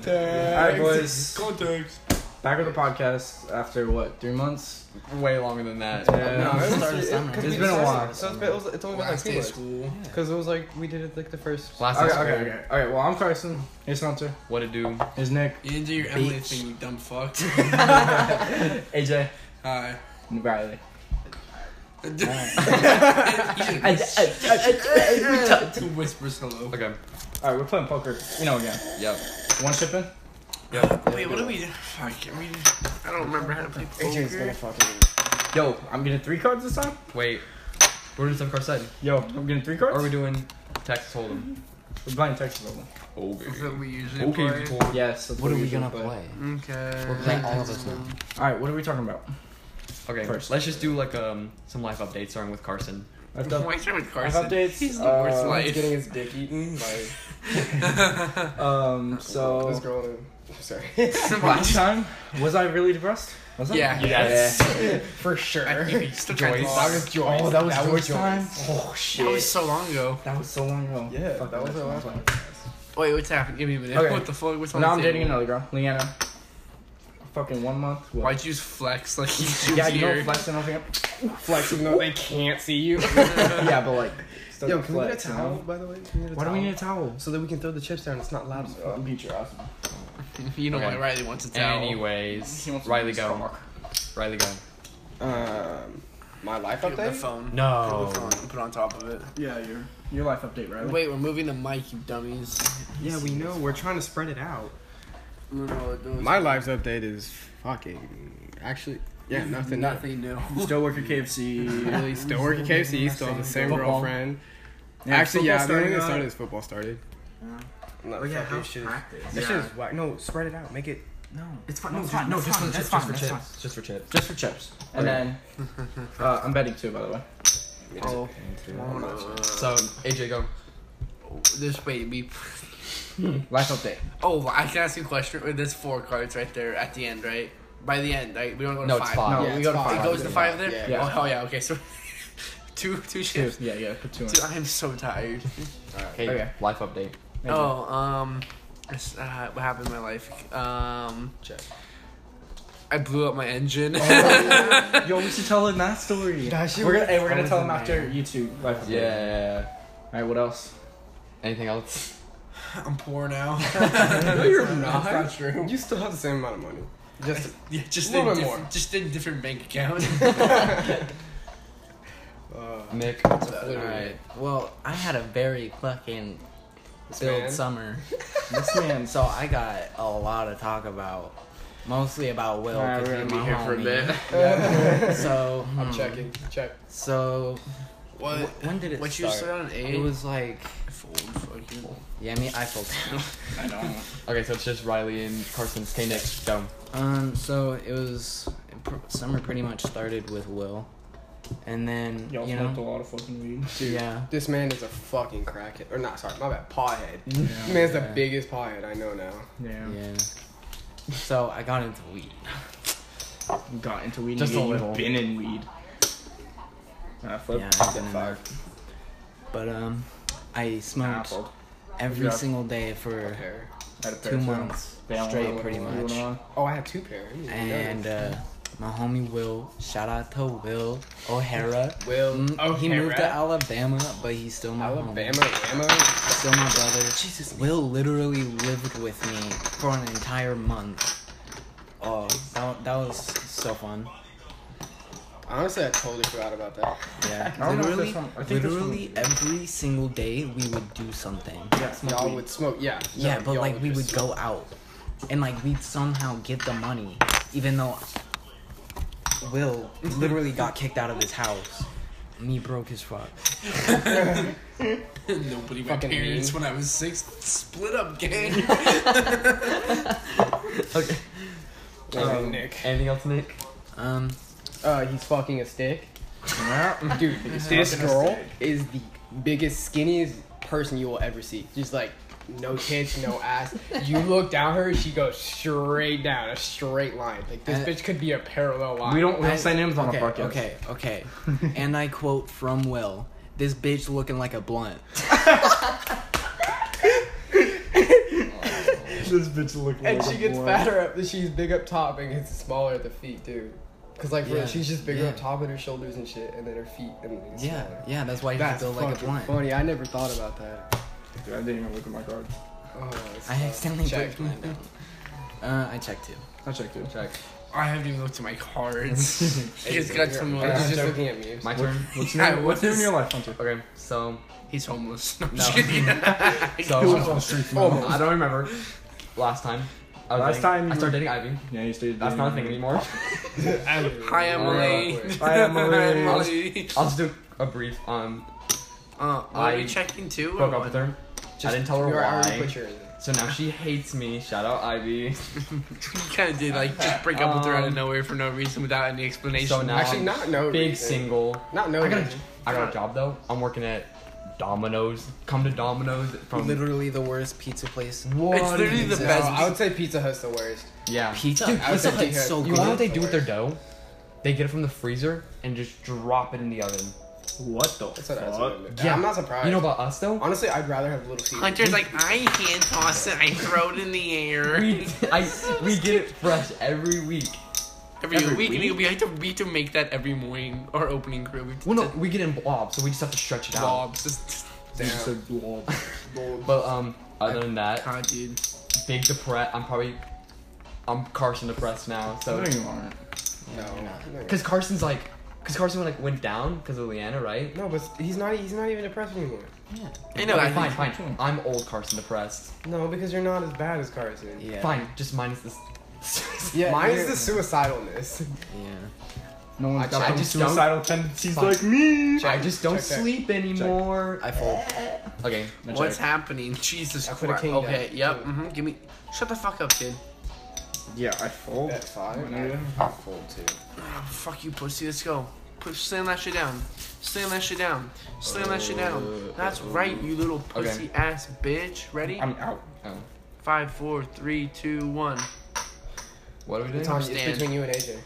Context. Alright, boys. Context. Back with the podcast after what three months? Way longer than that. Yeah. No, it it's was- started it- summer. 'cause It's we been a started- while. So it's, been, it was, it's only been like Last two day of months. school. Because it was like we did it like the first. Last day Okay, of okay, school. okay. All right. Well, I'm Carson. Here's Hunter. What it do? Here's Nick. You didn't do your Emily Bitch. thing, you dumb fuck. AJ. Hi. And Riley. Two whispers hello. Okay. All right, we're playing poker. You know again. Yep. One chip in. Wait, what do we do? Fuck, I mean, I don't remember how to play AJ's gonna poker. fucking. Yo, I'm getting three cards this time. Wait. We're doing some Carson. Yo, I'm getting three Or cards. are we doing Texas Hold'em? We're playing Texas Hold'em. That's Okay. what we usually Okay. play. Paul. Yes. that's What are we usually gonna play? Okay. We're playing all of us now. All right, what are we talking about? Okay. First. Let's just do like um some life updates starting with Carson. I've done. Why start with Life Carson? updates. He's the worst uh, life. getting his dick eaten by Um. this So. girl. in- I'm sorry. Last time, was I really depressed? Was I? Yeah. For sure. Still trying to Joyce. talk. That was Joyce. Oh, that was George time. Oh That was shit. so long ago. That was so long ago. Yeah, Fuck, that was that's our long last ago. one. Wait, what's happening? Give me a minute. Okay. What the fuck? What's on Now the I'm table? dating another girl, Leanna. Fucking one month. What? Why'd you just flex like you yeah, yeah, you here? don't flex or nothing. Flex, even though they can't see you. yeah, but like, still Yo, can we get a flex, you know? towel, by the way? Can we get a Why do towel? we need a towel? So that we can throw the chips down. It's not loud as I'll fuck. beat your ass. you know Okay. what Riley wants to tell. Anyways, Riley go. Riley go. Um, my life Pick up the update. phone. No. Pick up the phone and put it on top of it. Yeah, your your life update, right? Wait, we're moving the mic, you dummies. Yeah, we know. We're trying to spread it out. I don't know what it does. My life's update is fucking. Actually, yeah, nothing. Nothing. Nothing new. Still work at KFC. Really, still working KFC. Still have the same Football. girlfriend. Actually, yeah, the only thing that started uh, is football started. Yeah. Oh yeah, how's That shit is whack. No, spread it out. Make it. No. It's fine. No, No, it's fine. no, No, just just for just chips. for Just Just for for chips. chips. Just for chips, and then uh, I'm betting too, by the way. Oh, So AJ go. This way we. Life update. Oh, I can ask you a question. Wait, There's four cards right there at the end, right? By the end, right? We don't go to No, five. it's five. No, Yeah, we it's go to fine. five. It goes to five there. Yeah. Yeah. Oh hell yeah. Okay, so two two Two. shifts. Yeah, yeah, put two in. Dude, I am so tired. Okay. Okay. Life update. Thank you. oh, um, it's, uh, what happened in my life? Um, Check. I blew up my engine. Yo, we should tell him that story. That shit we're was gonna, hey, we're gonna frozen, tell him man. after YouTube. Life update. Yeah. All right, what else? Anything else? I'm poor now. no, you're not. That's true. You still have the same amount of money. Just yeah, just A in little bit diff- more. just in different bank account. uh, Mick. Alright. Alright. Well, I had a very man. fucking filled summer, This man. so I got a lot to talk about. Mostly about Will. Alright, 'cause we're he's gonna my Here for a homie. bit. So I'm hmm, checking. Check. So What? wh- when did it What you start? said on eight? It was like fold. Fucking. yeah, me I felt. I know. Okay, so it's just Riley and Carson. Okay, Nick, go. Um, so it was pr- summer. Pretty much started with Will, and then Y'all you smoked a know lot of fucking weed. Dude, Yeah. this man is a fucking crackhead. Or not, sorry, my bad. Pawhead. This Yeah. man's the Yeah. biggest pawhead I know now. yeah. yeah. So I got into weed. Got into weed. Just and a you've little. Been in weed. Uh, flip. Yeah, I've been in Fuck. But um, I smoked Apple. every Yeah. single day for Pair. Had a pair two too. months Bam, straight, one, pretty one, much. one, one. Oh, I had two pair. I didn't even know And that. uh, my homie Will, shout out to Will O'Hara. Will, Mm, he moved to O'Hara? Alabama, but he's still my Alabama, homie. Alabama. Still my brother. Will literally lived with me for an entire month. Oh, that, that was so fun. Honestly, I totally forgot about that. Yeah, I don't know if literally, this one- I think this one- literally every single day we would do something. Yeah, smoke Y'all weed. would smoke, yeah. no, Yeah, but y'all like we would just- go out, and like we'd somehow get the money, even though Will literally got kicked out of his house. Me broke his fuck. Nobody. My Fucking parents mean. when I was six split up gang. Okay. Oh, Um, Nick. Anything else, Nick? Um, Uh, he's fucking a stick. Yeah. Dude, this fucking a girl stick. is the biggest, skinniest person you will ever see. Just like no tits, no ass. You look down her, she goes straight down, a straight line. Like this Uh, bitch could be a parallel line. We don't. We I- don't say names on okay, the podcast. okay, okay. and I quote from Will: "This bitch looking like a blunt." this bitch look like? And she a gets boy? fatter up. She's big up top and gets smaller at the feet, dude. Cause like for Yeah, she's just bigger yeah. up top and her shoulders and shit, and then her feet and then it's Yeah, smaller. yeah, that's why you should That's build like a fucking blind. funny. I never thought about that. Dude, I didn't even look at my cards. Oh, it's I tough. accidentally Check. checked mine down. Uh, I checked too. I checked it. Check. I haven't even looked at my cards. I just got some. uh, Like, Like, He's just check. looking at me. My turn. What's I new, what's new in was- your life, Hunter? Okay, so he's homeless. No, I'm No. just kidding. Who so was on the street for Um, months? I don't remember. Last time. I was Last dating- time you I started were- dating Ivy. Yeah, you stayed. That's not a thing anymore. Hi, Emily. Hi, Emily. Hi, Emily. I'll just do a brief. Um, Uh, are we I checking too? or broke up with what? her. I didn't tell her you already why. put your in there. So now she hates me. Shout out Ivy. You kind of did like just break up with her out of Um, nowhere for no reason without any explanation. So now- Actually, not no. Big reason. single. Not no. I got a, reason. I got a job though. I'm working at Domino's. Come to Domino's from Literally the worst pizza place. What It's literally is the No, it? best I would say Pizza Hut's the worst. Yeah. Pizza, Dude, pizza I would say Hut's Pizza so You good. know what Hut. they do with their dough? They get it from the freezer and just drop it in the oven. What the That's what I was fuck? yeah. I'm not surprised. You know about us though? Honestly, I'd rather have little Caesars. Hunter's like, I hand toss it, I throw it in the air. We, I, we get it fresh every week. every, every week, and week? we have to we have to make that every morning. Our opening crew. We have to Well, no, we get it in blobs, so we just have to stretch it out. blobs. Just, You just said blob. But um, other than that, God, dude. big depressed. I'm probably, I'm Carson depressed now. So, No, you aren't. no, no. cause Carson's like, cause Carson like went down because of Leanna, right? No, but he's not. He's not even depressed anymore. I know. Okay, I fine, fine. think- I'm old Carson depressed. No, because you're not as bad as Carson. Yeah. Fine, just minus this. Yeah, mine you're- is the suicidalness. Yeah. No one's I- got I some just don't- suicidal tendencies Fine. like me. I just don't check that. sleep anymore. I fold. Okay, No, What's check. happening? Jesus I put a Christ. king Okay. down. Yep. hmm Give me. Shut the fuck up, kid. Yeah, I fold. At five, Whenever. I fold too. Oh, fuck you, pussy. Let's go. Put slam that shit down. Slam that shit down. Slam that shit down. That's right, you little Okay. pussy ass bitch. Ready? I'm out. oh, Five, four, three, two, one. what are we doing? Tommy, Stand. it's between you and AJ.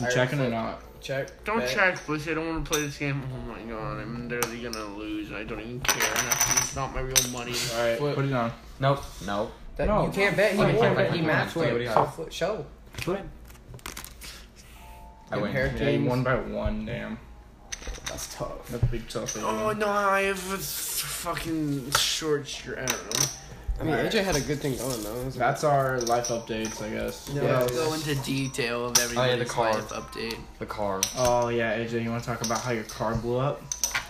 You I checking or already not? Check. Don't bet. check, pussy. I don't want to play this game. Oh my god, I'm literally gonna lose. I don't even care. Nothing. It's not my real money. Alright, What- put it on. Nope, no. That, No. You can't bet. He Okay, won, fine, but fine, he fine, matched fine. Okay, what do with. you So have? fl- show. I win. Compare Yeah, you teams. one by one, damn. That's tough. That's a big tough. Oh no, I have a fucking short shirt. I don't know. I mean, Alright. AJ had a good thing going though. It was- That's our life updates, I guess. Yeah. What else? Go into detail of everybody's car. life update. The car. Oh yeah, AJ, you want to talk about how your car blew up?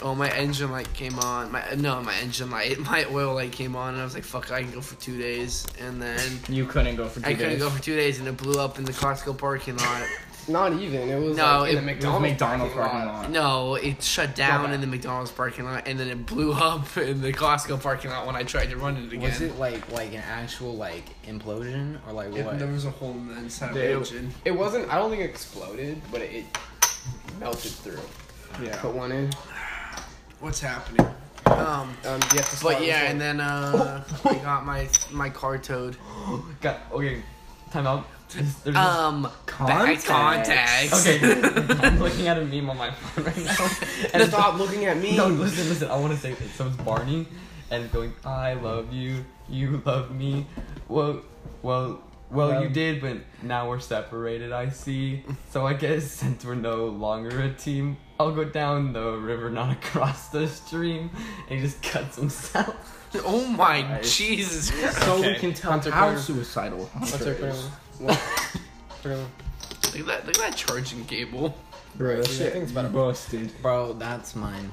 Oh, my engine light came on. My no, my engine light, my oil light came on, and I was like, "Fuck, I can go for two days." And then You couldn't go for two I days. couldn't go for two days, and it blew up in the Costco parking lot. Not even. It was No, like in It it- the was McDonald's, McDonald's parking lot. No, it shut down in the McDonald's parking lot, and then it blew up in the Costco parking lot when I tried to run it again. Was it like like an actual like implosion or like It- what? there was a hole in the inside of the They- engine. It wasn't. I don't think it exploded, but it, it melted through. Yeah. Put one in. What's happening? Um, Um, you have to. but start yeah, with and one. then uh, I got my my car towed. Got okay. Time out. There's, there's Um, contacts. Contacts. contacts. Okay, I'm looking at a meme on my phone right now. And it's- stop looking at me. no, listen, listen. I want to say it. Someone's barney and it's going, "I love you, you love me." Well, well, well, you Um, did, but now we're separated. I see. So I guess since we're no longer a team, I'll go down the river, not across the stream, and he just cuts himself. Oh my Nice. Jesus! So Okay. Hunter Carter. suicidal. What's our Hunter first is. one? First one. Look at that! Look at that charging cable. Bro, that Dude, shit that thing's about to- busted. Bro, that's mine.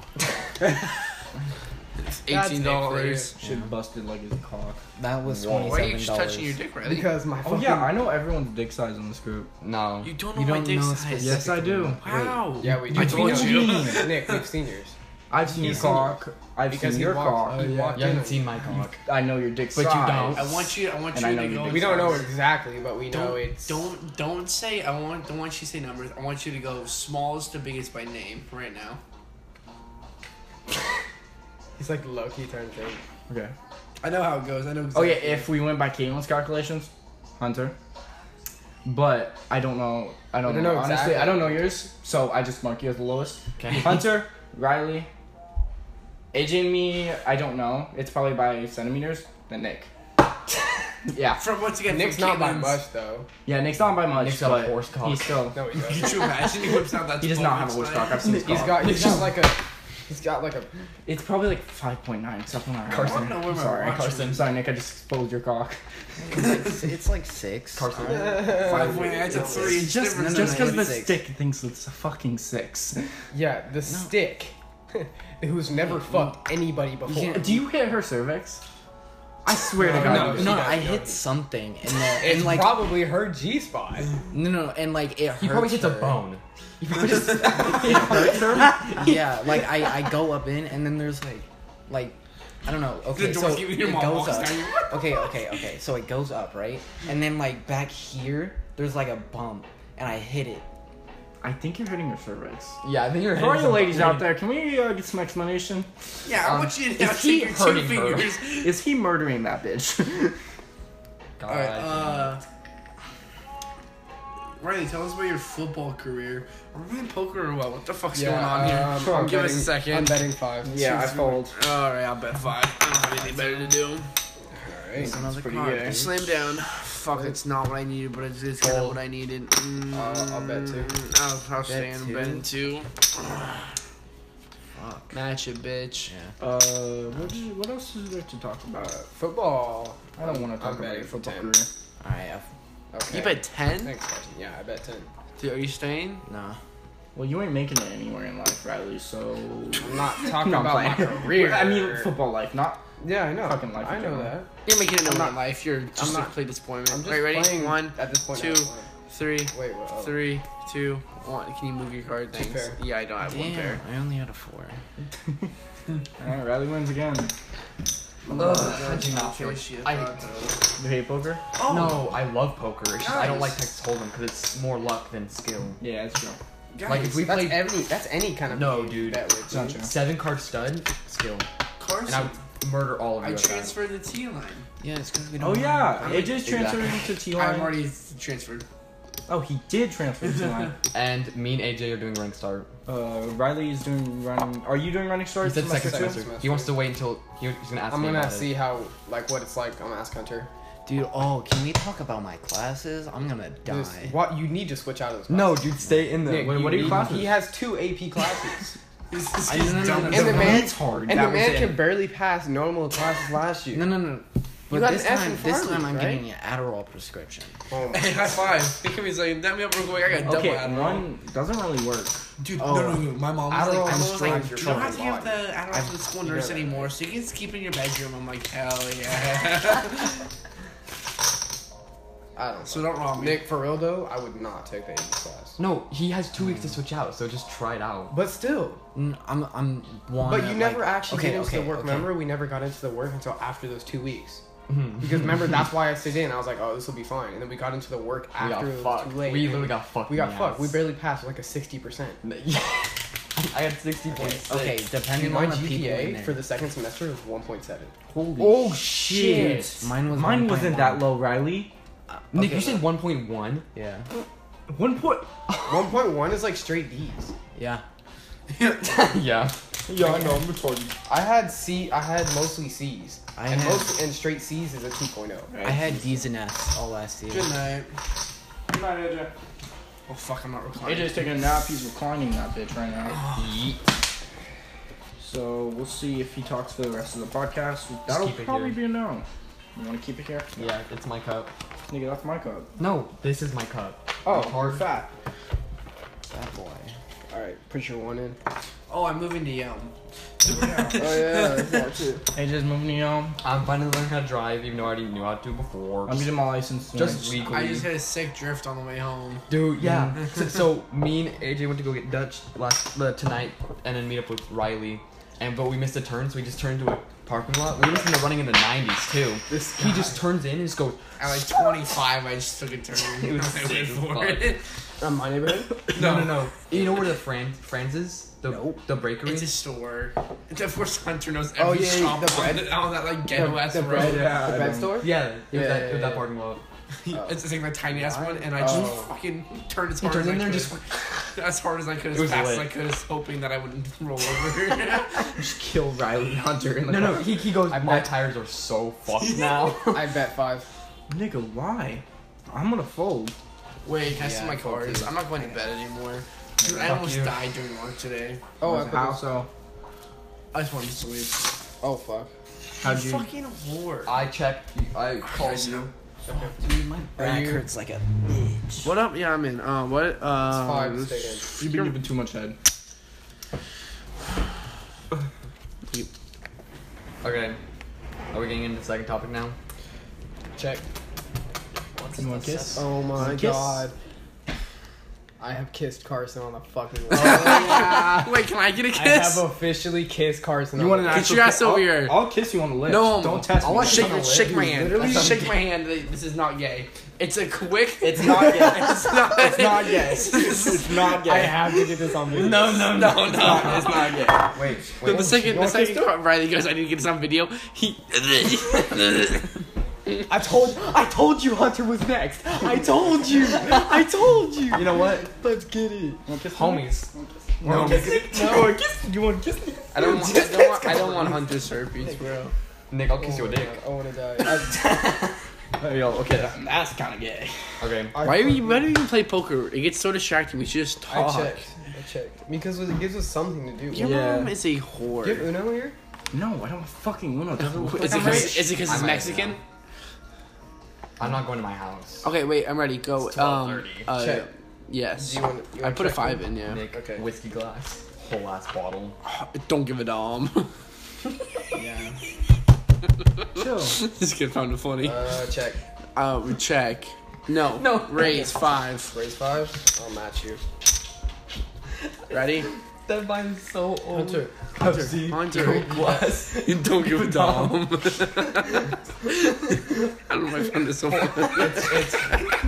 It's That's eighteen dollars. Shit busted like his cock. That was Whoa. twenty Why are you seven just dollars. touching your dick, Riley? Because my Oh fucking. yeah, I know everyone's dick size in this group. No. you don't know You my don't dick know size. Yes, I do. Wow. Yeah, we do. I told We you. know. Nick, we've seen yours. I've seen your He's seen cock. I've Because seen he your walked- cock. oh, yeah. You haven't seen my cock. I know your dick But you size. don't. I want you. I want And you I know to you go. did. We don't know numbers. exactly, but we know Don't, it's. don't don't say. I want. Don't want you to say numbers. I want you to go smallest to biggest by name right now. He's like low key turned big. Okay. I know how it goes. I know. Oh Exactly. yeah, if we went by Caitlin's calculations, Hunter. But I don't know. I don't, We don't know. know Honestly, exactly. I don't know yours, so I just mark you as the lowest. Okay. Hunter, Riley, AJ, and me. I don't know. It's probably by centimeters. Then Nick. Yeah. From once again, Nick's from not by Caitlin's- much though. Yeah, Nick's not by much, Nick's got a but horse cock. he's still. No, he doesn't. Could he's you imagine he whips out that? He does not have a horse Wolfenstein? cock. I've seen his cock. got he's got like a he's got like a It's probably like 5.9, something like that. Carson. I don't know where I'm my sorry. watch Carson. is. Sorry, Nick, I just exposed your cock. It's, it's like six. Carson. Five point nine to three. It's It's just- different. no, just because the six. stick thinks it's a fucking six. yeah the stick, who's never fucked anybody before. Do you hit her cervix? I swear to No, God. No, you she do. no, got I it. hit something, and, the, It's and like probably her G spot. no, no, and like it hurts. He probably hits a her. bone. yeah, like I, I go up in, and then there's like, like, I don't know. Okay, The door so you- it your mom goes walks up. down, you're like, Okay, okay, okay. So it goes up, right? And then like back here, there's like a bump, and I hit it. I think you're hitting her cervix. Yeah, I think you're. For all you ladies out there, can we uh, get some explanation? Yeah, I want you to now is he take your two hurting her? fingers. Is he murdering that bitch? God. All right, uh, Riley, tell us about your football career. Are we playing poker or what? What the fuck's going on here? um, Sure, I'm give us betting- a second. I'm betting five. fold. All right, I'll bet five. I don't have anything better to do. Alright. Another pretty card, good, eh? dude. Slam down. Fuck, it's not what I needed, but it's, it's kind of Fold. what I needed. Mm, I'll- I'll bet two. I'll probably Bet stay in two. bet two. Fuck. Match it, bitch. Yeah. Uh, what, did you- what else is there to talk about? Uh, Football. I don't want to talk I'm about ready your for football ten. career. All right, Okay. You bet ten? Thanks, Carson. Yeah, I bet ten. Dude, are you staying? I've, nah. Well, you ain't making it anywhere in life, Riley. So I'm not talking No, I'm about my playing. career. I mean, football life, not Yeah, I know. Fucking life I in know general. that. You're making it in my life. You're just Uh, I'm a not- complete disappointment. I'm just Right, ready? playing One, at this point. two, I'm playing. three, Wait, what? Oh. three, two, one. Can you move your card? Two Thanks. pair. Yeah, I don't have one pair. Damn, I only had a four. All right, Riley wins again. Ugh, I do not feel. I- You hate poker? Oh. No, I love poker. It's just I don't Guys. like Texas Hold'em because it's more luck than skill. Yeah, it's true. Guys, Like if we That's played every. That's any kind of. No, game dude. Bet with, It's not true. seven card stud, skill, Carson, and I would murder all of you. I at that. transferred the T line. Yeah, it's because we Oh don't. yeah, I'm it just exactly. transferred to T I've line. already transferred. Oh, he did transfer to T line. And me and AJ are doing rank start. Uh, Riley is doing running. Are you doing running He starts? said second semester two? semester. He wants to wait until he- he's gonna ask I'm me gonna about see it. how like what it's like. I'm gonna ask Hunter. Dude, oh, can we talk about my classes? I'm gonna die. This- What you need to switch out of those. No, classes. dude, stay in there. Nick, what, what are your need- classes? He has two AP classes, This I- is no, dumb. no, no, and no, the no, man It's hard. and the That was man it. can barely pass normal classes last year. No, no, no. But got this an S time, in this Farley, time I'm right? getting an Adderall prescription. Oh my- Hey, high five. Think of me like, let me up real quick. I got double Okay, Adderall. one doesn't really work. Dude, Oh. no, no, no. My mom was Adderall like, my mom was like, destroys you your don't have to give fucking the Adderall to the school nurse that, anymore, so you can just keep it in your bedroom. I'm like, hell yeah. I don't. so don't rob know. me. Nick, for real though, I would not take the AP class. No, he has two weeks to switch out, so just try it out. But still, Mm, I'm, I'm one. but you of, never like- actually okay, get into okay, the work. okay. Remember, we never got into the work until after those two weeks. Because remember, that's why I stayed in. I was like, oh, this will be fine. And then we got into the work We after got it was fucked. too late. We literally got fucked. We in got the fucked. We ass. barely passed like a sixty percent. I had sixty points. Okay, depending Dude, my on the people GPA in there. for the second semester was one point seven. Holy Oh shit! Mine was Mine wasn't 1.1. that low, Riley. Nick, Okay. you said one point one. Yeah. One point. One point one is like straight D's. Yeah. yeah. Yeah, I know. I'm retarded. I had C. I had mostly C's. I and had- most and straight C's is a oh. 2.0. I had D's and F's all last year. Good night. Good night, AJ. Oh, fuck, I'm not reclining. AJ's taking a nap. He's reclining that bitch right now. Yeet. So we'll see if he talks for the rest of the podcast. That'll keep it probably here. be a no. You want to keep it here? Yeah, it's my cup. Nigga, that's my cup. No, this is my cup. Oh, Hard. fat. That boy. All right, put your one in. Oh, I'm moving to Yelm. Oh yeah, that's not too. AJ's moving to home. I'm finally learning how to drive, even though I already knew how to before. I'm getting my license. tonight. just legally. I just had a sick drift on the way home. Dude, yeah. so, so me and AJ went to go get Dutch last uh, tonight, and then meet up with Riley. And but we missed a turn, so we just turned into a parking lot. We were just in the running in the '90s too. This he just turns in and just goes. At like 25, I just took a turn. It was I went sick as for fuck. it. On my neighborhood. No, no, no. You know where the Fran Franz is? The the bakery. It's a store. And of course, Hunter knows Oh, every yeah, shop the on, bread- the- on that like The, ghetto ass the road. bread, Yeah, I the bread know. store. yeah, it was Yeah, that, yeah, it was that yeah. parking lot. It's just like the tiny ass one, and I just Oh. fucking Oh. turned as He hard as turned I in there and could. just went, as hard as I could, It as was fast as I lit. could, as hoping that I wouldn't roll over. just kill Riley Hunter. In the no, no. He, he goes. I My bet- tires are so fucked now. I bet five. Nigga, why? I'm gonna fold. Wait, can I see Yeah, my I told cards? you. I'm not going to bed anymore. Dude, I Fuck almost you. died during work today. Oh, I Like, put how this- so? I just wanted to sleep. Oh fuck. How'd you? Fucking whore. I checked. I called Guys, you. Dude, my back you- hurts like a bitch. What up? Yeah, I'm in. Uh, what? Uh, Five stay in. You've been giving too much head. Okay. Are we getting into the second topic now? Check. You want a kiss? Oh my Kiss. god. I have kissed Carson on the fucking wall. Wait, can I get a I have kiss? officially kissed Carson. You on want the an wall. actual Get your kiss? ass over I'll- here. I'll kiss you on the lips. No, Don't test I me. want Shake shake, your shake my hand. Literally- shake my hand. This is not gay. It's a quick. It's not yet. It's not. It's not gay. It's not I gay. have to get this on video. no, no, no. It's not gay. Wait. The, Wait. the second, the Don't second take- story, Riley goes, I need to get this on video. He. I told I told you Hunter was next. I told you. I told you. You know what? Let's get it. Homies. No. No. Kiss, you want to kiss me? I don't want. I don't want, I don't want Hunter's herpes, bro. Nick, I'll kiss you a dick. I want to die. There you go. Okay, that- that's kind of gay. Okay. I, Why do you? Why do you even play poker? It gets so distracting. We should just I talk. checked. I checked because it gives us something to do. Your Do Yeah. mom is a you have whore. Uno here? No, I don't fucking want to. Is it I'm because? rich. Is it because I he's might Mexican? know. I'm not going to my house. Okay, wait. I'm ready. Go. It's Um. 12:30. uh, Check. Yes. Do you want? You I want put a check five one? in. Yeah. Nick. Okay. Whiskey glass. Whole ass bottle. Don't give a damn. Yeah. Chill. this kid found it funny. Uh, check. Uh, we check. No. No. Raise five. Raise five. I'll match you. Ready? That vine is so old. Hunter. Pepsi. Hunter. Coke glass. You don't give a damn. I don't know if I found this so funny.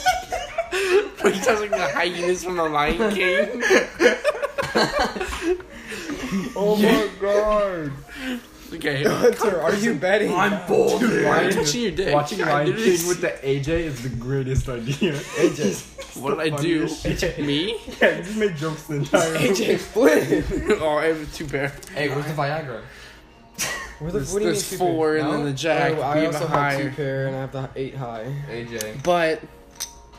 He sounds like the hyenas from the Lion King. Oh my god. Okay. Hunter, are you betting? I'm bold. Why are you Lion- touching your dick? Watching I Lion did King it- with the AJ is the greatest idea. AJ. What did I do? Me? yeah, you just made jokes the entire AJ Flynn. oh, I have two pair. Hey, where's the Viagra? Where the There's, what do you there's mean two four and No? then the pair? jack. Oh, we I have also a have two higher. pair and I have the eight high. AJ. But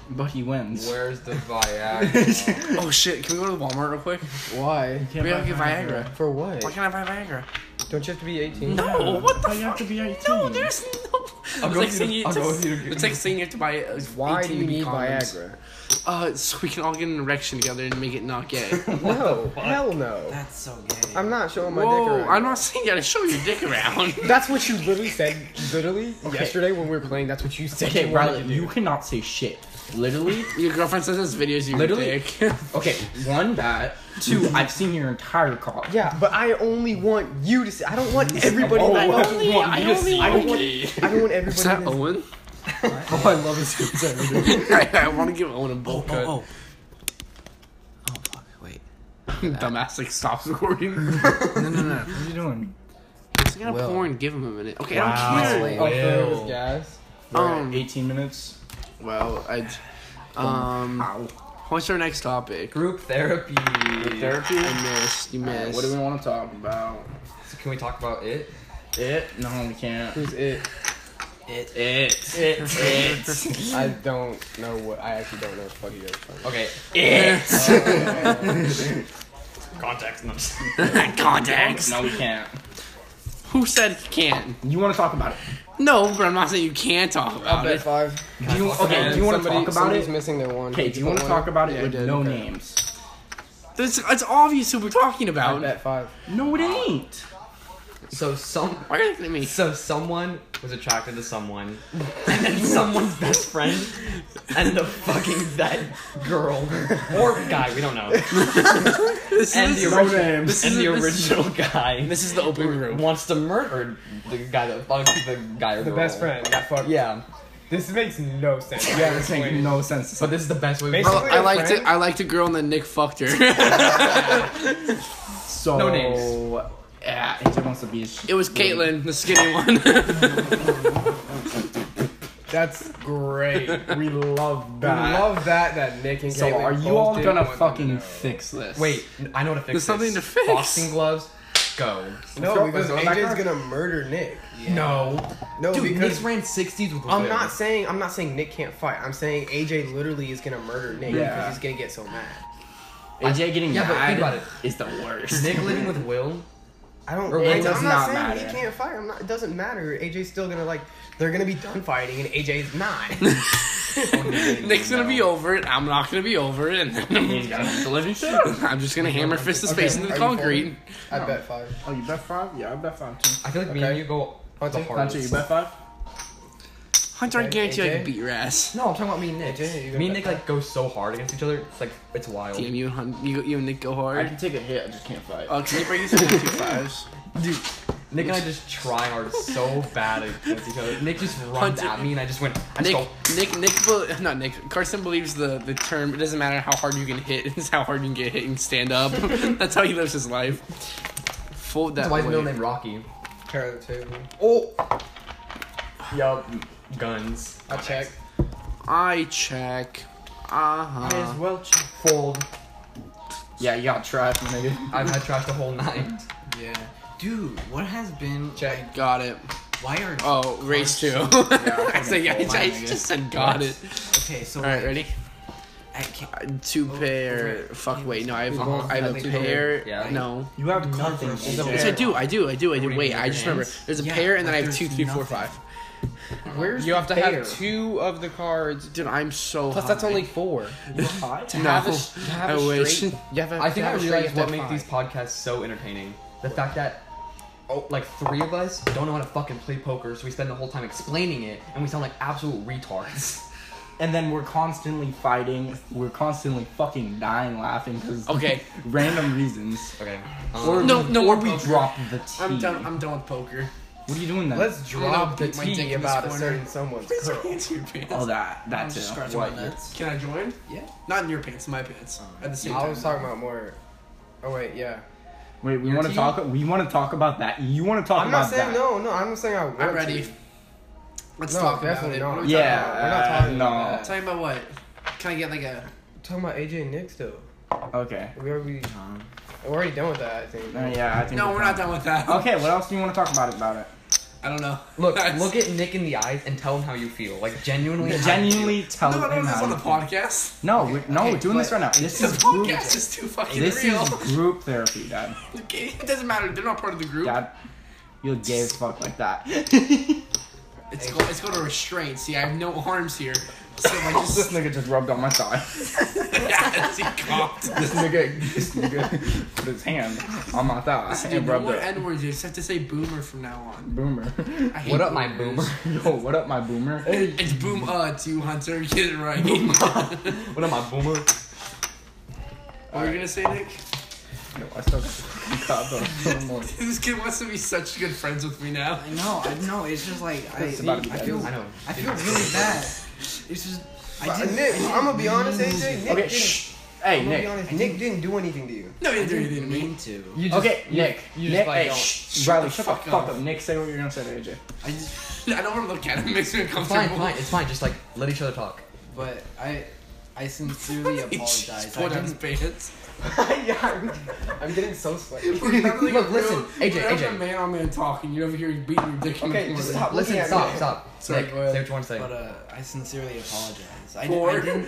But he wins. Where's the Viagra? oh shit, can we go to Walmart real quick? Why? Can't we buy gotta get Viagra. For what? Why can't I buy Viagra? Don't you have to be 18? No, what the Why you have fuck? to be 18? No, there's no. I'll it's go like get saying a- you. I'll It's, go like- get a- it's like saying you have to buy. uh, Why do 18 you need condoms. Viagra? Uh, so we can all get an erection together and make it not gay. No, hell no. That's so gay. I'm not showing my dick Whoa, around. I'm not saying you gotta show your dick around. That's what you literally said, literally yesterday when we were playing. That's what you said. Okay, you wanted Riley, to do. you cannot say shit. Literally? your girlfriend sends us videos of your Literally. dick. Okay, one, that. Two, I've seen your entire car. Yeah, but I only want you to see. I don't want everybody. Oh, I, wow. don't, only- I only- I don't want. Okay. I don't want Is everybody. that to Owen? Oh, I love his conservative. I, I want to give Owen a bowl Oh, cut. oh, oh. Oh, fuck. Wait. Dumbass, like, stops recording. no, no, no. What are you doing? He's gonna Will. porn. Give him a minute. Okay, Wow. I don't care. Wait. Oh, there was Ew. gas. Um, 18 minutes. Well, I. Um, Ow. what's our next topic? Group therapy. Therapy? I missed. You missed. What do we want to talk about? So can we talk about it? It? No, we can't. Who's it? It. It. It. It. I don't know what. I actually don't know what the fuck you guys are talking Okay. It. Context. No, Contacts. No, we can't. Who said you can? You want to talk about it? No, but I'm not saying you can't talk about. about Bet it. five. Do you, okay, And do you want to somebody- talk about somebody's it? missing their one. Okay, Did do you you want put to one talk about Yeah, I it with did. no Okay. names? This, it's obvious who we're talking I about. bet five. No, it ain't. So some. Why are you looking at me? So someone was attracted to someone, and then someone's best friend ended up fucking that girl or guy. We don't know. This And is, the No original. names. this And is- the this is- original guy this is the open room. wants to murder the guy that fucked the guy or The girl. best friend. Got fucked. Yeah, This makes no sense. Yeah, this makes no sense. but this is the best way. Basically- Bro, Bro, I liked it. friend? I liked a girl and then Nick fucked her. so, no names. Yeah, it wants to be. it was Caitlyn, the skinny one. That's great. We love that. We love that. That Nick and So Caitlin are you both all did gonna want them fucking know. fix this? Wait, I know what to fix. There's something this. to fix. Boxing gloves. Go. No, Throw- because throw it back AJ's on. gonna murder Nick. No, No, dude, Nick's because ran sixties with. I'm not saying I'm not saying Nick can't fight. I'm saying AJ literally is gonna murder Nick Yeah. because he's gonna get so mad. AJ getting Yeah, but mad think about it. is the worst. Nick living with Will. I don't. Or I, it am does not, not saying matter. he can't fight. I'm not. It doesn't matter. AJ's still gonna like. They're gonna be done fighting, and AJ's not. Nick's gonna be over it. I'm not gonna be over it. And He's then gonna beat the living shit. I'm just gonna hammer fist his face into the are you concrete. folding? I bet five. Oh, you bet five? Yeah, I bet five too. I feel like me Okay. and you go the Hunter, hardest. Hunter, you bet five? Hunter, I Okay, guarantee I AJ? can beat your ass. No, I'm talking about me and Nick. AJ, you gonna me and bet Nick like go so hard against each other. It's like it's wild. Damn you and Hun- you, you and Nick go I hard. can take a hit, I just can't fight. Oh, can you break these into two fives? Nick and I just try hard so bad against each other. Nick just runs Hunter- at me and I just went. I just Nick, go. Nick, Nick, bel- not Nick. Carson believes the, the term. It doesn't matter how hard you can hit. It's how hard you can get hit and stand up. That's how he lives his life. Fold that. That's why his way. middle name Rocky. Turn the table. Oh. Yup. Guns. I check. I check. Uh huh. well check. Fold. Yeah, you got trash, my nigga. I've had trash the whole night. Yeah. Dude, what has been Check. Got it. why are Oh, race two. I say I, I just said got it. okay, so All right, ready. I can't Uh, Two pair. Fuck. Wait. No, I have. A, I have a pair. Yeah. No. You have Nothing. confidence. It's a- Yes, I do. I do. I do. I do. do you Wait. mean, I your just remember. hands? There's a Yeah, pair, and then I but have two, there's three, four, nothing. five. Where's You the have to pair? have two of the cards. Dude, I'm so. Plus, that's high. only four. Hot. No. Have a, s- to have I a wish. straight- you have a- I to think I have a straight, realized you have what to makes have these five. podcasts so entertaining. The fact that oh, like three of us don't know how to fucking play poker, so we spend the whole time explaining it, and we sound like absolute retards. And then we're constantly fighting. We're constantly fucking dying laughing because Okay. random reasons. Okay. Um, Or, No, no, or we're we poker. drop the tea. I'm done. I'm done with poker. What are you doing then? Let's drop the beat my dick in tea this about a corner. certain someone's curl. oh that that too. What? Can I join? Yeah. Not in your pants, my pants. At the same I time. was talking about more. Oh wait, yeah. Wait, we want to tea? talk. We want to talk about that. You want to talk I'm about not saying that? no, no. I'm not saying I want I'm ready. to. Let's No, talk about definitely it. not. What are we Yeah. We're not talking uh, talking about? about Talking about what? Can I get like a? talking about AJ and Nick still. no. Okay. We already, we're already done with that. I think. Uh, yeah, I think. No, we we're can. not done with that. Okay, what else do you want to talk about about it? I don't know. Look, That's- look at Nick in the eyes and tell him how you feel. Like genuinely. how you Genuinely No, tell I don't him want this how on the you feel. podcast. No, we're, no, we're doing this right now. This This is group. podcast is too fucking This real. is group therapy, Dad. Okay, it doesn't matter. They're not part of the group. Dad, you're gay as fuck like that. It's called, it's called a restraint. See, I have no arms here. So if I this just nigga just rubbed on my thigh. yeah, see, cocked. This nigga, this nigga put his hand on my thigh Dude, and no rubbed more it. N words. You just have to say boomer from now on. Boomer. I hate What up, my boomers. boomer? Yo, what up, my boomer? It's boom uh to you, Hunter. Get it right. What up, my boomer? What are you gonna say, Nick? Yo, I still got the cop on some more. This kid wants to be such good friends with me now. No, I no, it's just like I, It's about to be I bad. feel I know. I feel really bad. It's just I Uh, didn't Nick, I'm gonna be honest, AJ. Nick Okay, didn't, shh. Hey, I'm gonna be Nick. honest. Nick didn't do anything to you. No, you didn't do anything to didn't me. mean to. You just, Okay, you- Nick. You just Nick, like hey, don't. shh. Riley, shut the fuck fuck up. up. Nick, say what you're gonna say to AJ. I just I don't want to look at him. It makes me It's fine, uncomfortable. fine. It's fine. Just like let each other talk. but I I sincerely He just apologize. I pulled out his didn't pants. yeah, I'm, I'm getting so sweaty. Look, listen, AJ, AJ. I'm a man, I'm gonna talk, and you're over here beating your dick in the Okay, corner. just stop. Listen, looking at stop, me. stop. Oh, Sorry, Nick, go ahead. say what you want to say. but uh I sincerely apologize. I, For- I didn't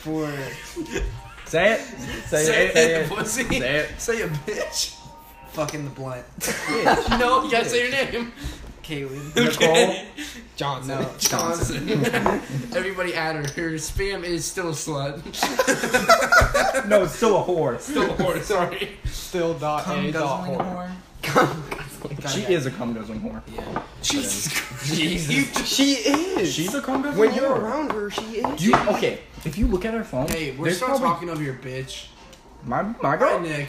for Say it. Say, Say it. Say it, it. pussy. Say it. Say a bitch. fucking the blunt. No, you gotta say your name. Caitlin. Nicole. Johnson. No. Johnson. Everybody add her. Her spam is still a slut. No, it's still a whore. Still a whore, sorry. Still dot Cum A dot guzzling whore. whore. She is a cum guzzling whore. Yeah. Jesus Christ. She is. She's a cum guzzling when whore. you're around her, she is. You okay? If you look at her phone, Hey, we're there's still probably- talking over your bitch. My my All right, girl. Nick.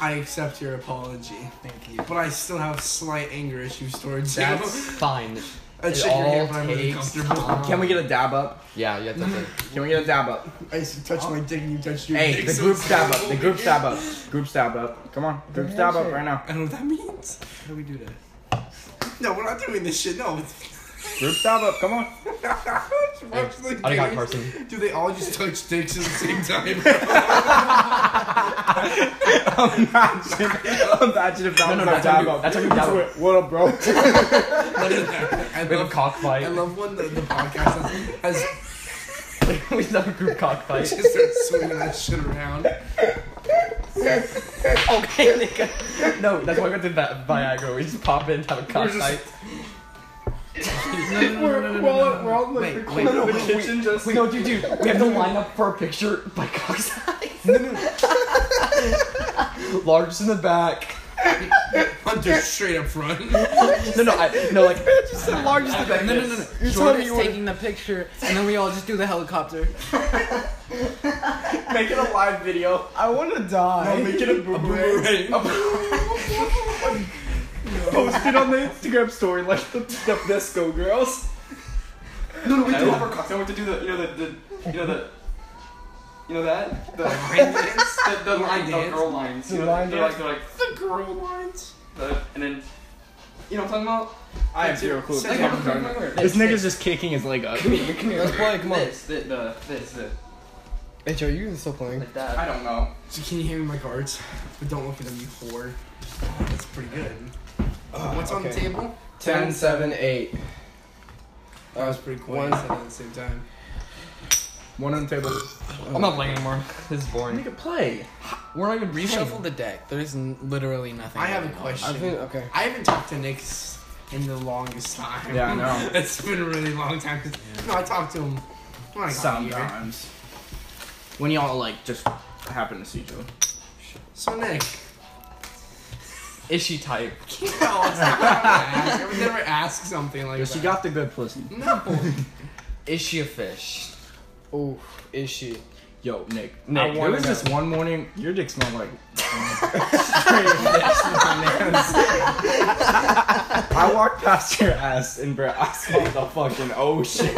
I accept your apology, Thank you. but I still have slight anger issues towards you. That's fine. I'd It shake your hand, all but I'm really takes comfortable. time. Can we get a dab up? Yeah, yeah, that's it. Can we get a dab up? I used to touch my dick and you touched your Hey, dick. the so group it's dab like, up. The oh, group yeah. dab up. Group dab up. Come on, group dab up right now. I don't know what that means. How do we do that? No, we're not doing this shit. No. Group stop up. Come on. I got Carson. Do they all just touch dicks at the same time? Imagine, imagine if that No, no, was our that's how dab you- up. that's how you dab up. What up, bro? I We have a love, cockfight. I love when the, the podcast has, has we have a group cockfight. just started swinging that shit around. okay, nigga. No, that's why we went to that Viagra. We just pop in, have a We're just- cockfight. We're, we're all, we're all in like, the Wait, wait, corner of the kitchen just. Wait, no, dude, dude, we have to line up for a picture by cock size. Largest in the back. Hunter straight up front. No, no, I, no, like, Just the largest of them. No, no, no, no. You're Jordan's taking the picture, and then we all just do the helicopter. Make it a live video. I want to die. No, make it a boomerang. Right. Post it on the Instagram story like the, the Visco girls. no, no, we have our cocks. I want to do the, you know, the, the you know, the. You know that? The line dance? The, the line, the dance? girl lines. you The know, line they're dance? Like, they're like, The girl lines. the, and then, you know what I'm talking about? I have zero clue. Like, I'm talking about This nigga's just kicking his leg up. Come here, come here. Let's play, come on. This, the, the, this, the, Hey, Joe, you still playing? like that. I don't know. So can you hand me my cards? But don't look at them, you whore. That's pretty good. What's on the okay. table? 10, 7, 8. That was pretty cool. One. I said that at the same time. One on the table. I'm not playing anymore. This is boring. Nigga, play. We're not even Reshuffle the deck. There's n- literally nothing. I have a going on. question. I've been, okay. I haven't talked to Nick s- in the longest time. Yeah, I know. it's been a really long time. 'cause- No, I talked to him when I got here. Sometimes. When y'all like just happen to see each other. So Nick, Is she type? you know, it's not what I ask. I would never ask something like Yes, that. you got the good pussy. no. Is she a fish? Ooh, is she? Yo, Nick. Nick, I who wanted is this one morning. Your dick smelled like. straight fish in my nose. I walked past your ass and bro, I smelled the fucking ocean.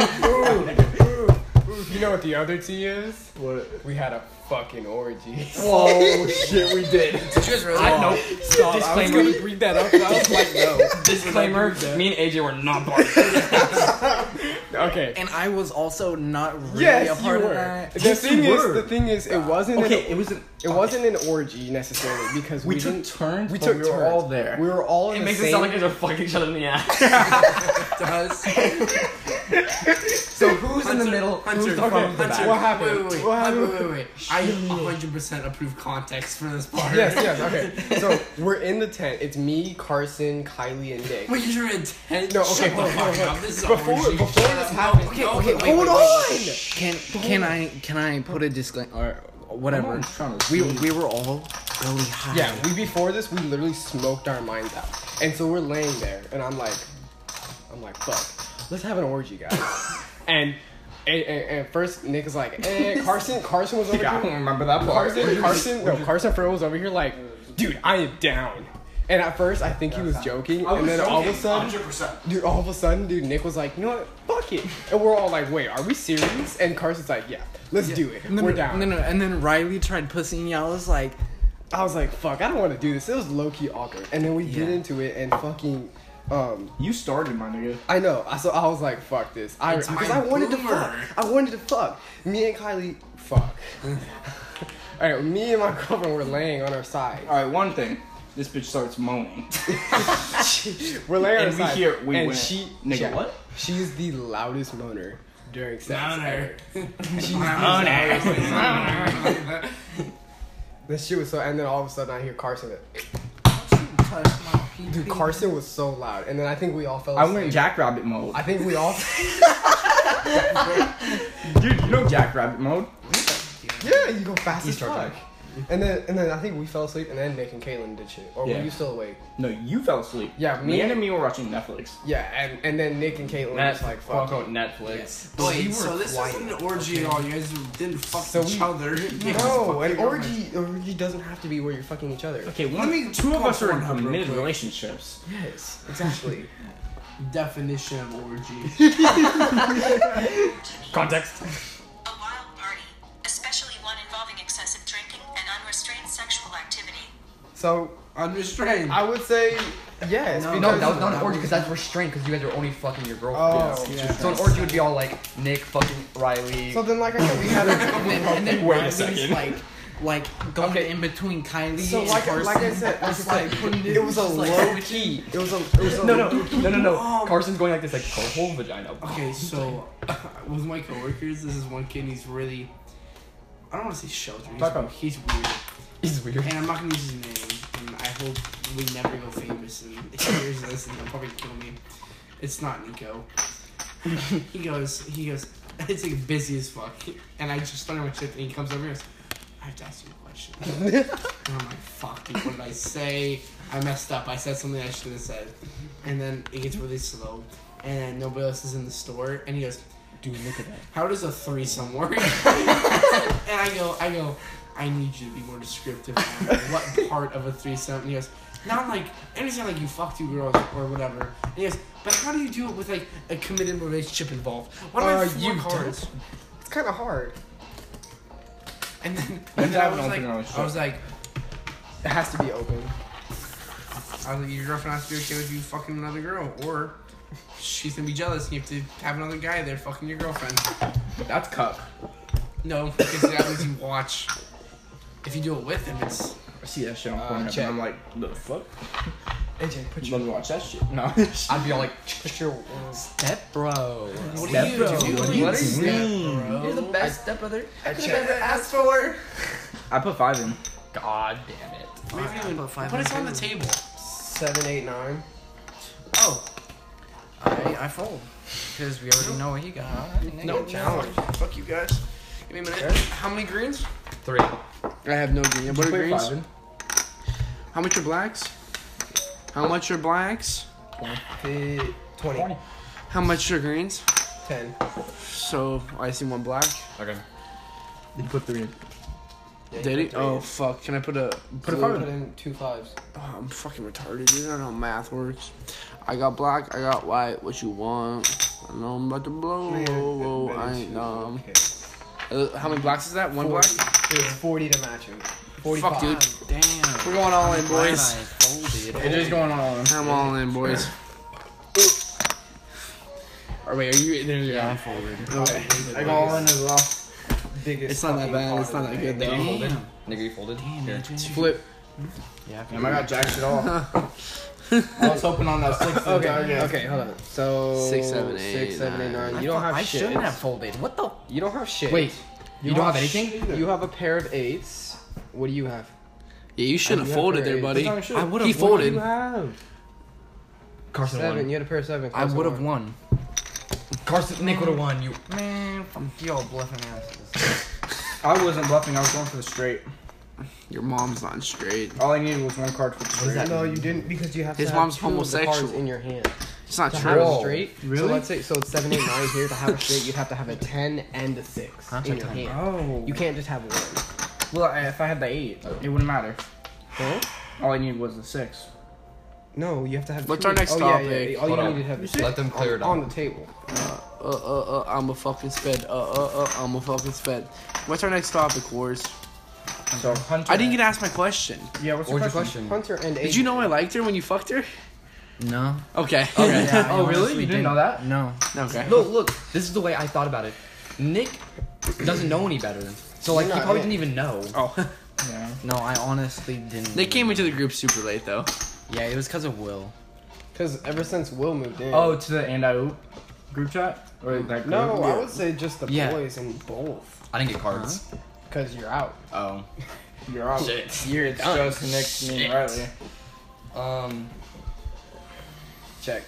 You know what the other tea is? What? We had a fucking orgy. Whoa, shit, we did. Did you guys really? I know. Stop. I was Disclaimer. gonna bring that up, but I was like, no. Disclaimer. Me and AJ were not partners. Okay. And I was also not really Yes, you a part of were. that. The Yes, you thing is, were. the thing is, it wasn't. an- Okay, it was. An, It wasn't an orgy necessarily because we, we took didn't- turns. We but took we were turns. all there. We were all in It the makes same. it sound like they're just fucking each other in the ass. Does So who's in the middle? Hunter, Who's the front? Hunter, Hunter. What happened? Wait, wait, wait. What Hunter, happened? Wait, wait, wait. I 100% approve context for this part. yes, yes, okay. So we're in the tent. It's me, Carson, Kylie, and Nick. Wait, you're in tent? No, Shut the okay, hold on, fuck hold on, up. This is Before- a orgy. before Shut this up. happened- No, okay, no, wait, wait, wait, wait, Hold on. Can can I can I put a disclaimer or whatever? I'm trying to We leave. we were all really high. Yeah, we before this we literally smoked our minds out, and so we're laying there, and I'm like, I'm like, fuck, let's have an orgy, guys. and, and, and and first Nick is like, eh, Carson, Carson was over I don't here. remember that part. Carson, Carson, no, Carson Furl was over here like, dude, I am down. And at first, I think he was joking, and then all of a sudden, 100%. Dude, all of a sudden, dude, Nick was like, you know what? Fuck it. And we're all like, wait, are we serious? And Carson's like, yeah, let's do it. And then, we're down. No, no, and then Riley tried pussying y'all. I was like, I was like, fuck, I don't want to do this. It was low key awkward. And then we get Yeah. into it and fucking. Um, You started, my nigga. I know. I So I was like, fuck this. I It's my because I wanted to fuck. boomer. I wanted to fuck. Me and Kylie, fuck. all right, me and my girlfriend were laying on our side. All right, one thing. This bitch starts moaning. We're laying on our And we side. hear- we and went, she, "Nigga, she- what?" She's the loudest moaner during sex. Moaner. She's Oh, Moaner. This shit was so, and then all of a sudden I hear Carson. touch my pee Dude, Carson was so loud, and then I think we all fell I asleep. went jackrabbit mode. I think we all. Dude, you know jackrabbit mode? yeah, you go fast as charging. fuck. And then, and then I think we fell asleep, and then Nick and Caitlin did shit. Or Yeah. were you still awake? No, you fell asleep. Yeah, me, me- and me were watching Netflix. Yeah, and, and then Nick and Caitlin That's was like, like fuck. fuck Netflix. Wait, so this isn't an orgy at all. You guys didn't fuck So each we- other. No, an orgy, orgy doesn't have to be where you're fucking each other. Okay, one, Let me two of pull us are in one up real committed quick. relationships. Yes, exactly. Definition of orgy. Context. A wild party, especially one involving excessive drinking and unrestrained sexual activity. So Unrestrained. I would say yes. No, because- that was not an orgy because that's restraint because you guys are only fucking your girlfriend. Oh, Yeah. So an orgy would be all like Nick, fucking Riley. so then like I said, we had And then, a and then Wait a Riley's second. like, like going Okay. in between Kylie so and like Carson. like I said, like, it's like it was a just like low sandwiching. key. It was a it was a no, no, no, no, no. Carson's going like this, like her whole vagina. Okay, so with my coworkers, this is one kid. and He's really, I don't want to say sheltered. He's, Taco. he's weird, He's weird. and I'm not gonna use his name. And I hope we never go famous. And if he hears this, and he'll probably kill me. It's not Nico. he goes, he goes. It's like busy as fuck, and I just started my shift, and he comes over and goes, "I have to ask you a question." and I'm like, "Fuck, dude, what did I say? I messed up. I said something I shouldn't have said." And then it gets really slow, and then nobody else is in the store, and he goes, Dude, look at that. how does a threesome work? and I go, I go, I need you to be more descriptive. on what part of a threesome? And he goes, not like, and it's not like you fuck two girls or whatever. And he goes, but how do you do it with like a committed relationship involved? What about Uh, four you cards? it's kind of hard. And then, You and then I have an was open like, relationship. I was like, It has to be open. I was like, your girlfriend has to be okay with you fucking another girl, or she's gonna be jealous. And you have to have another guy there fucking your girlfriend. That's cup. No, because that means you watch. If you do it with him, it's I see that shit on Uh, Pornhub and check. I'm like, the fuck? AJ, put Let me watch that shit. No. I'd be all like, put your. Step bro. What Step do you bro. do? What you do you mean? bro? "You're the best stepbrother I could have checked. ever asked for." I put five in. God damn it. Maybe Fuck, I even put five put on it on two. the table. Seven, eight, nine. Oh, I, I fold. Because we already know what he got. no challenge. Fuck you guys. Give me a minute. How many greens? Three. I have no green. What You are put greens? five in. How much are blacks? How much are blacks? Fi- 20. How much are greens? 10. So I see one black. Okay. You put three in. Yeah, you Did he? put three Oh in. fuck! Can I put a Put, a blue? five in two fives. Oh, I'm fucking retarded, dude. I don't know how math works. I got black, I got white. What you want? I know I'm about to blow. Whoa, I ain't numb. Okay. Uh, how many blacks is that? One black? It's 40 to match him. 45. Fuck, dude. Damn. We're going all in, Glad I boys. folded. It is going on. I'm all in, boys. Or wait, are you? There you Yeah, I go. folded. Okay. I go all in as well. Biggest It's not that fucking bad. part It's of not the that good game. Nigga, you though. folded. Damn. Nigga, you folded. Damn, Here. Adrian. Flip. Yeah, I folded. Damn, I got jack shit all. Let's open on that six. Okay, okay, hold on. So Six, seven, eight, six, seven, eight, nine. nine. I You don't thought- have I shit. shouldn't have folded. What the? You don't have shit. Wait, you, don't have anything? You have a pair of eights. What do you have? Yeah, you shouldn't You have have folded there, great. buddy. That's not I would He have folded. won. Carson Seven. won. You had a pair of seven. I would have won. won. Carson, Nick would have won. You. Man, fuck y'all bluffing asses. I wasn't bluffing. I was going for the straight. Your mom's not straight. All I needed was one card for the straight. No, you didn't because you have His to mom's have two of the cards homosexual. in your hand. It's not To true. have a Whoa. straight. So Really? let's say so it's seven, eight, nine here. To have a straight, you'd have to have a ten and a six Contact in your time. hand. Oh. You can't just have one. Well, I- if I had the eight, it wouldn't matter. All I needed was the six. No, you have to have. What's two. our next oh, yeah, Yeah, topic? All Hold you on. need to have is Let them clear it on up. the table. Uh, uh, uh, I'm a fucking sped. Uh, uh, uh, I'm a fucking sped. What's our next topic, Wars? So Hunter. I didn't get to ask my question. Yeah, what's What your was your question? question? Hunter and Did you know I liked her when you fucked her? No. Okay. Yeah, I Oh, really? honestly You didn't know that? No. okay. No, look. This is the way I thought about it. Nick doesn't know any better, so like he You're not probably Nick. didn't even know. Oh, Yeah. No, I honestly didn't. they came into the group super late though. Yeah, it was because of Will. Because ever since Will moved in. Oh, to the and I oop group chat or Mm. that. No, group? I would say just the Yeah. boys and both. I didn't get cards. Cause you're out. Oh. You're out. Shit. You're it's just next me, and Riley. Um, Check.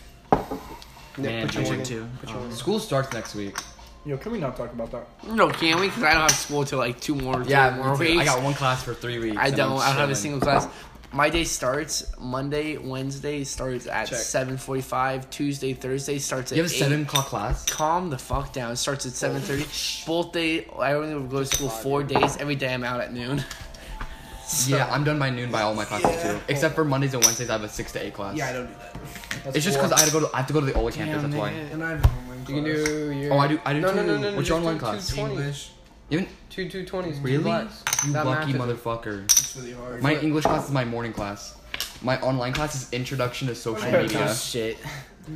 Man, put your Jason one in. too. Put your Oh. one in. school starts next week. Yo, can we not talk about that? No, can we? Because I don't have school till like two more. Yeah, three more me too. weeks. I got one class for three weeks. I and don't. I'm I don't have a chilling. single class. My day starts Monday, Wednesday starts at Check. seven forty-five. Tuesday, Thursday starts at You have a eight. seven o'clock class. Calm the fuck down. It starts at seven thirty. Both day, I only go to school four days. Every day, I'm out at noon. Yeah, I'm done by noon by all my classes too, except for Mondays and Wednesdays. I have a six to eight class. don't do that. it's just because I have to go to I have to go to the OLA campus. That's why. And I have You can do your. Oh, I do. I do No, too. no, no, no, no. What's your just online do class? 220. You haven't- Two two twenties. really? You That lucky math is- motherfucker. It's really hard. My English class is my morning class. My online class is Introduction to Social Media. Shit.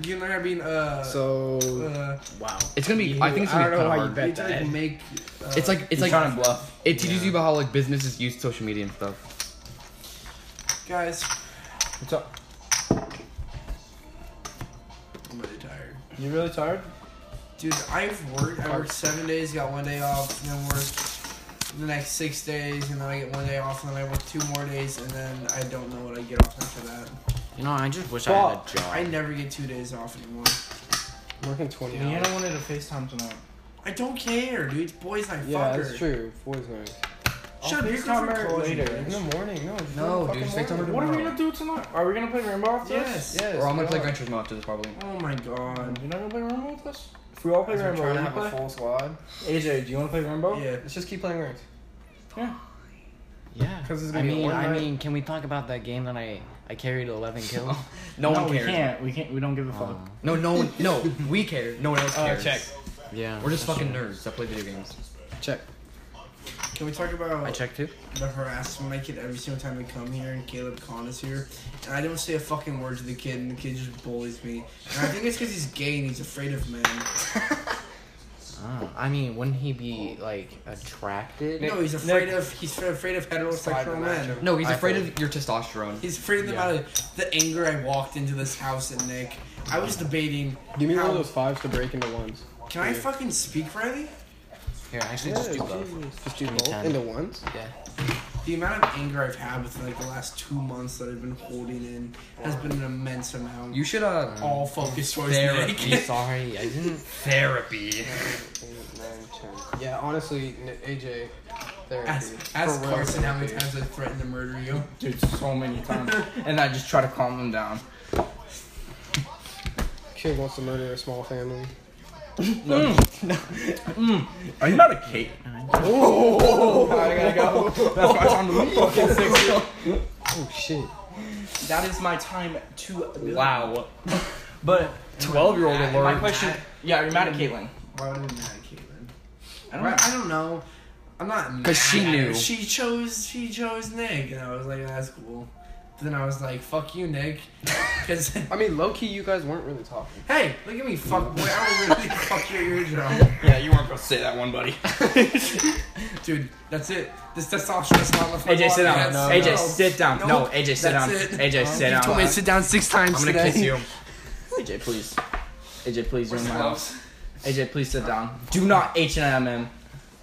you and I are being uh. So uh, Wow. It's gonna be. I think it's I gonna don't be kind know why of you hard. bet you try to that. make. Uh, It's like it's He's like trying to bluff. it teaches you about how like businesses use social media and stuff. guys. What's up? I'm really tired, You really tired? dude. I've worked. I worked seven days, got one day off, and then worked the next six days, and then I get one day off, and then I work two more days, and then I don't know what I get off after that. You know, I just wish Fuck. I I had a job. never get two days off anymore. working twenty Leanna hours. wanted to FaceTime tonight. I don't care, dude. It's boys night Yeah, fucker. that's true. Boys night. Shut up, I'll you're FaceTime different her college, later. bitch. In the morning, no. just No, in the dude, fucking FaceTime her morning. What are we gonna do tonight? Are we gonna play Rainbow with Yes. us? Yes. Or I'm gonna play we are. Gran Turismo after this probably. Oh my god. You're not gonna play Rainbow with us? If we all play Rainbow, will you play? full squad. AJ, do you wanna play Rainbow? Yeah. Let's just keep playing ranked. Yeah. 'Cause it's I gonna be mean, one I night. mean, can we talk about that game that I I carried 11 kills? Oh. No, one we cares. can't. We can't. We don't give a fuck. Oh, No, no, one, no. We care. No one else Uh, cares. check. yeah. We're just that's fucking true. nerds that play video games. Check. Can we talk about I checked too. the harassment I get every single time I come here and Caleb Khan is here? And I don't say a fucking word to the kid, and the kid just bullies me. And I think it's because he's gay and he's afraid of men. Oh, I mean, wouldn't he be like attracted? No, he's afraid of he's fra- afraid of heterosexual men. No, he's I afraid thought- of your testosterone. He's afraid of the amount of the anger I walked into this house at Nick. I was debating. Give me one how- of those fives to break into ones. Can I fucking speak, Riley? Here, actually, just do both. Just do Give me both ten. into ones. The amount of anger I've had within like the last two months that I've been holding in has been an immense amount. You should uh all focused towards Therapy. Nick. I'm sorry, I didn't. therapy. Eight, nine, ten. Yeah, honestly, N- AJ, therapy. Ask, ask For real Carson how many therapy. times I threatened to murder you. Dude, so many times. and I just try to calm them down. Kid wants to murder a small family. Are you not a cake? Oh. I gotta go. That's my time to fucking six. Oh shit. That is my time to. Wow. But Twelve year old my alert. question. Yeah, are you mad at Caitlyn? Why would I be mad at Caitlyn? I don't know. Right, I don't know. I'm not mad. 'Cause she at her. knew. She chose. She chose Nick, and I was like, that's cool. But then I was like, fuck you, Nick. Because I mean, low key, you guys weren't really talking. hey, look at me, fuck boy. I will really fuck your eardrum, Yeah, you weren't gonna say that one, buddy. dude. That's it. This testosterone's not enough. AJ, sit down. No, AJ, sit down. No, Nope. AJ, sit down. That's it. AJ, sit You told me down. to sit down six times I'm gonna today. kiss you. AJ, please. AJ, please, you're in my house. AJ, please sit down. Do not H and M him.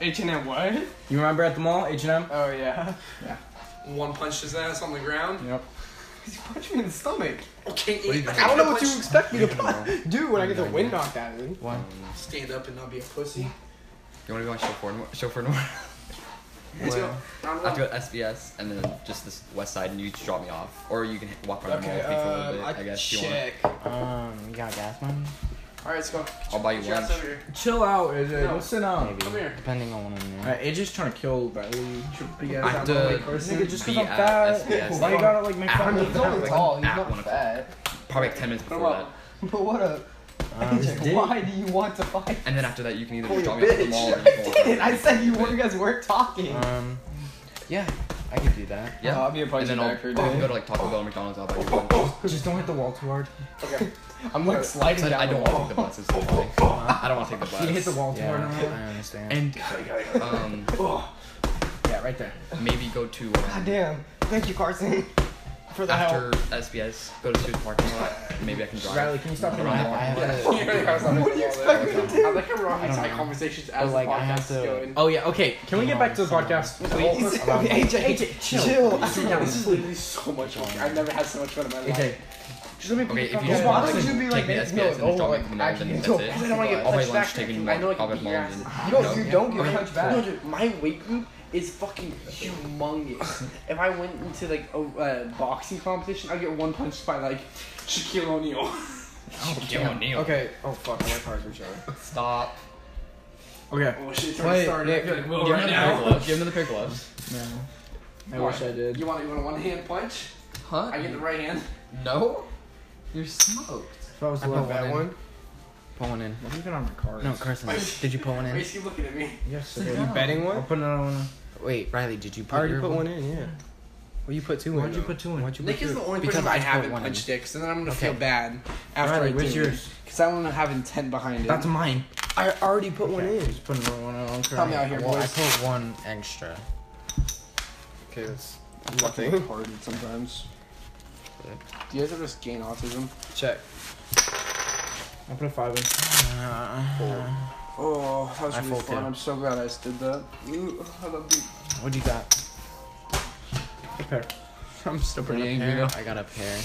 H and M what? You remember at the mall, H and M? Oh yeah. One punched his ass on the ground. Yep. Punch me in the stomach. Okay, I don't know what you expect me to do when I get the wind knocked out of me. stand up and not be a pussy. You wanna go on show for show for Let's go. Round I have one. to go to SBS and then just this west side and you just drop me off. Or you can walk around the mall with me for a little bit, I, guess if you want. Um, you got gas money? All right, let's go. I'll buy you Put your ass lunch. over here. Chill out, AJ. No. Don't sit down. Maybe. Come here. Depending on what I'm doing. Alright, AJ's trying to kill Riley. I have to Nigga, just 'cause be I'm at fat, SBS. why you gotta like make fun Ow. of me? He's only tall. at one o'clock. Probably like 10 minutes before that. But what up? Um, Why do you want to fight? And then after that, you can either just drop me off at the mall or you can walk around. said you were. You guys weren't talking. Um, yeah, I could do that. Yeah. I'll be a punching and then I'll, bag for I'll Dave. go to like Taco Bell or McDonald's. I'll buy you lunch. Just don't hit the wall too hard. I'm like sliding So I don't want to take the bus. It's so annoying. I don't want to take the You hit the bus. wall too hard. Yeah, no more. I understand. And um, Yeah, right there. maybe go to um, Damn. Thank you, Carson, for the after SBS. Go to the parking lot. and Maybe I can drive. Riley, can you stop hitting I, the I wall? have to. help. what do you expect me to do? I like how we're having don't side know. conversations But as like, the I have podcast is to. going. Oh yeah, okay. Can we get back to the Someone. podcast? Please, um, AJ, AJ, chill. Sit down. This is literally so much fun. I've never had so much fun in my life. AJ. Just let me Okay, if you Yeah, just why want would to you be like take me to SBS and making it just drop me all, at the mall, like, then actually, that's no, it. I don't wanna get I'll buy touched lunch, back. take me to I the mall, know I can I'll buy beat mall. your and- ass. You don't, you don't get punched No, back. dude, my weight group is fucking humongous. if I went into like a uh, boxing competition, I'd get one punched by like Shaquille O'Neal. Yo, Neil. Okay. Oh fuck, my cards are showing. Stop. Okay. oh shit, Wait, Wait, started. Nick, I feel like, well, Give right him another pair of now. gloves. Give him another pair of gloves. I wish I did. You want, you want a one hand punch? Huh? I get the right hand. No? You're smoked. If I was I put one left That in. one. Pull one in. What even on my cards? No, Carson, did you pull one Why in? is she looking at me? Yes, Sit it is. down. Betting I'll one? put another one. on. Wait, Riley, did you I put already your put one? one in, yeah. Well, you put two Why in. don't you though. put two in? Why'd you Nick put is your- the only because person I put haven't one in. punched dicks, and then I'm gonna Okay. feel bad after Riley, I where's do. yours? Because I want to have intent behind it. That's mine. I already put one in. Just put another one on. Help me out here, Well, Oh, I boys. put one extra. Okay, that's fucking retarded sometimes. Do you guys ever just gain autism? check. I put a five in. Oh, that was I really fold fun. too. I'm so glad I just did that. Ooh, I love you. What do you got? A pair. I'm still pretty A angry pair? though. I got a pair.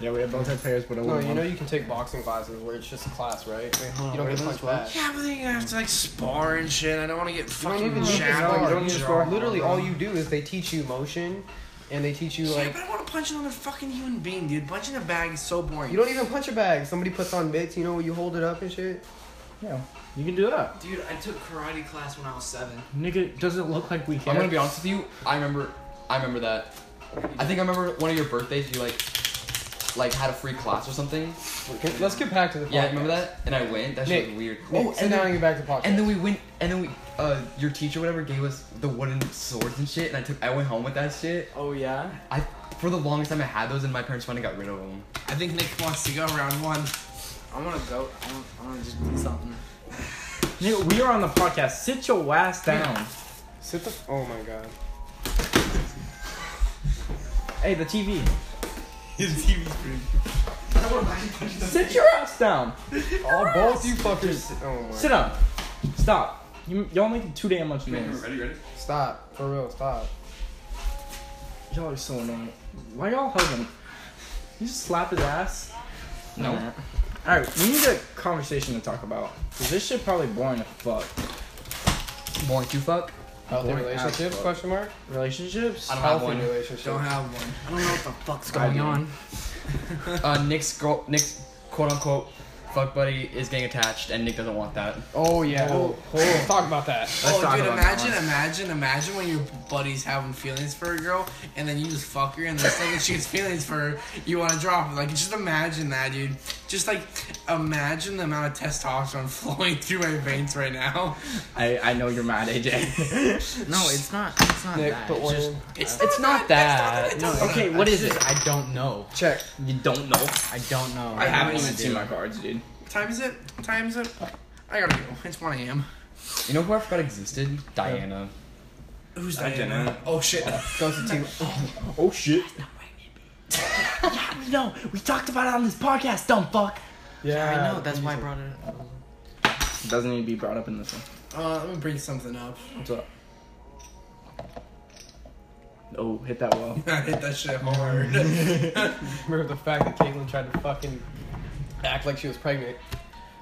Yeah, we have both had pairs, but I No, won you one. know you can take boxing classes where it's just a class, right? on, you don't where get does punched back. Yeah, but then you're gonna have to like spar and shit. I don't want to get You fucking don't even jabbed. need to you score. don't need to Literally, score. Literally, all you do is they teach you motion, and they teach you Yeah, like but I want to punch another fucking human being, dude. Punching a bag is so boring. you don't even punch a bag. Somebody puts on mitts, you know, where you hold it up and shit. Yeah, you can do that. Dude, I took karate class when I was seven. Nigga, does it look like we I'm can? gonna be honest with you. I remember. I remember that. I think I remember one of your birthdays. You like, like had a free class or something. Can- Let's get back to the. Yeah, podcast. remember that? And I went. That shit Nick, was weird. Nick, oh, sit and down then, and get back to the podcast. and then we went. And then we. Uh, your teacher, whatever, gave us the wooden swords and shit. And I took. I went home with that shit. Oh yeah. I for the longest time I had those, and my parents finally got rid of them. I think Nick wants to go round one. I want to go. I want, I want to just do something. Nigga, we are on the podcast. Sit your ass down. sit the. Oh my god. Hey, the TV. His TV's pretty. I want to imagine punching the. Sit your ass down. All both you fuckers. sit- Oh my. Sit up. Stop. You, y'all making too damn much noise. Ready, ready. Stop. For real. Stop. Y'all are so annoying. Why y'all hug him? You just slap his ass. No. All right, we need a conversation to talk about. 'Cause this shit probably boring as fuck. Boy, you fuck. Healthy Boring as relationships? fuck. Question mark. Relationships. I don't have Healthy one. relationships. Don't have one. I don't know what the fuck's I do. Uh, Nick's girl, Nick's quote unquote fuck buddy is getting attached, and Nick doesn't want that. oh yeah. Oh, Let's talk about that. Let's oh, talk dude, about imagine, that imagine, imagine when your buddy's having feelings for a girl, and then you just fuck her, and the second she gets feelings for her, you want to drop her. Like, just imagine that, dude. Just like, imagine the amount of testosterone flowing through my veins right now. I, I know you're mad, AJ. No, it's not. It's not Nick, that. put It's one. just- in. It's It's not that. That's not what it does. okay, what is it? I don't know. Check. You don't know. I don't know. I haven't don't even do. seen my cards, dude. What time is it? What time is it? I gotta go. It's one a.m. You know who I forgot existed? Diana. Who's I that? didn't. Oh shit. Goes to team. Oh shit. No, we talked about it on this podcast, dumb fuck. Yeah. I know. Oh, That's why I brought it. up. Doesn't need to be brought up in this one. Uh, let me bring something up. What's up? Oh, hit that wall. I hit that shit hard. Mm-hmm. Remember the fact that Caitlyn tried to fucking act like she was pregnant.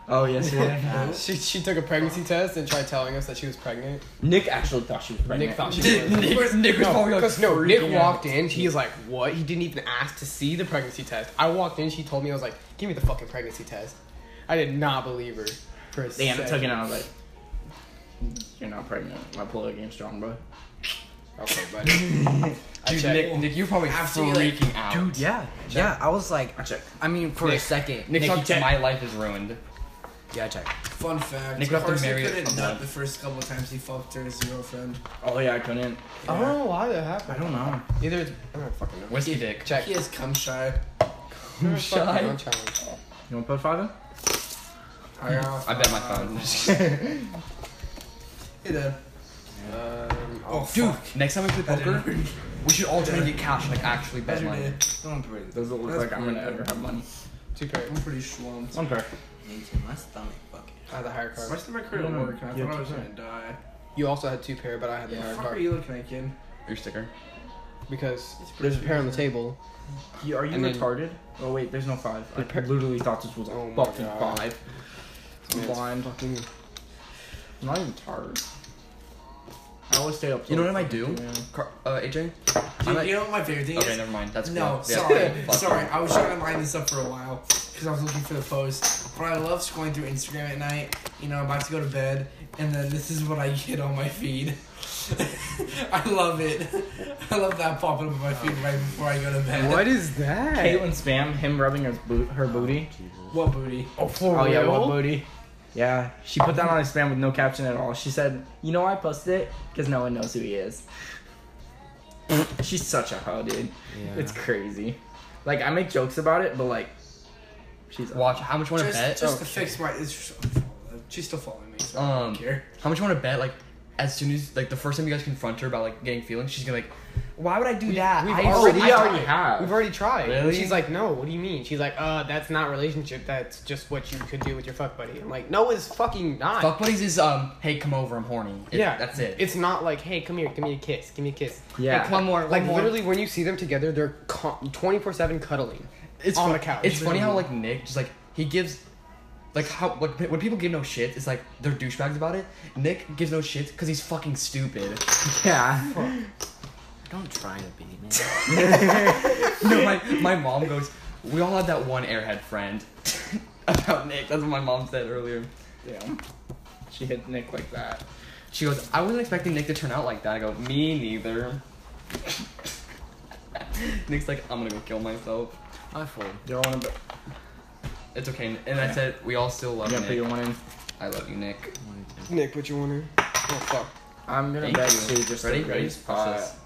Oh yes, She, she took a pregnancy test and tried telling us that she was pregnant. Nick actually thought she was pregnant. Nick thought she was. Nick, Nick was probably like, Because no, Nick freaking walked in. He's like, "What?" He didn't even ask to see the pregnancy test. I walked in. She told me, "I was like, give me the fucking pregnancy test." I did not believe her. For a Damn, I second. took it out. I was like, "You're not pregnant." My pull against strong, bro. Okay, buddy. I dude, checked. Nick, Nick, you're probably After you, like, freaking out. Dude, yeah, yeah. I was like, I checked. I mean, for a Nick- second, Nick, Nick, thought my life is ruined. yeah, I checked. Fun fact. Nick got to Carson marry couldn't a nut woman. the first couple times he fucked her his girlfriend. Oh yeah, I couldn't. I Oh. don't know why that happened. I don't know. Either it's I don't fucking know. Whiskey dick. Check. He is cum shy. Fucking shy. no challenge. You want to put five in? I bet my phone. Hey there. Um, Oh, oh, Dude, fuck. next time we play poker, we should all try and get cash, like actually bet money. Don't worry. Doesn't look That's like I'm gonna pretty ever have money. two pair. I'm pretty swamped. One pair. my stomach fucking. I had the higher Why card. did my credit No, no, work? I yeah, thought I was keep gonna die. You also had two pair, but I had the Yeah, higher fuck are card you looking at, kid? Your sticker. because there's a pair on the table. You, are you And then- retarded? oh wait, there's no five. I Prepare- literally thought this was a Oh my fucking God. five. Man, I'm it's blind. fucking- I'm not even tired. I always stay up. You know what I till- do? Yeah. Car- uh, AJ. Dude, I'm like- you know what my favorite thing Okay, is? never mind. That's No, cool. Yeah, sorry, fuck. sorry. I was trying to line this up for a while because I was looking for the post. But I love scrolling through Instagram at night. You know, I'm about to go to bed, and then this is what I get on my feed. I love it. I love that popping up on my feet right before I go to bed. What is that? Caitlyn spam him rubbing her, boot, Oh, her booty. What booty? Oh, for yeah, what booty? Yeah, she put that on his spam with no caption at all. She said, "You know, why I posted it because no one knows who he is." She's such a hoe, dude. It's crazy. Like I make jokes about it, but like, she's a- Watch how much you want to bet. Just, just to Oh, fix my. It's just, she's still following me, so I Um, don't care. How much you want to bet? Like, as soon as like the first time you guys confront her about like getting feelings, she's gonna like, why would I do that? we've I already- I- we already We've have. already tried. Really? She's like, no, what do you mean? She's like, uh, that's not relationship. That's just what you could do with your fuck buddy. I'm like, no, it's fucking not. Fuck buddies is um, hey, come over, I'm horny. It- yeah, that's it. It's not like, hey, come here, give me a kiss, give me a kiss. Yeah. Like, one more, one Like more. literally, when you see them together, they're twenty four seven cuddling. it's on fu- the couch. Oh, It's funny how like Nick just like he gives. Like how like when people give no shit, it's like they're douchebags about it. Nick gives no shit because he's fucking stupid. yeah. Don't try to be, man. No, my, my mom goes, we all have that one airhead friend about Nick. That's what my mom said earlier. Yeah. She hit Nick like that. She goes, I wasn't expecting Nick to turn out like that. I go, me neither. Nick's like, I'm gonna go kill myself. I fold. You don't want to. It's okay. And I said, we all still love I'm gonna put your Nick. one in. I love you, Nick. Nick, what you want to? Oh fuck. I'm gonna Thank bet you. you just Ready? to Ready? raise Watch pot. this.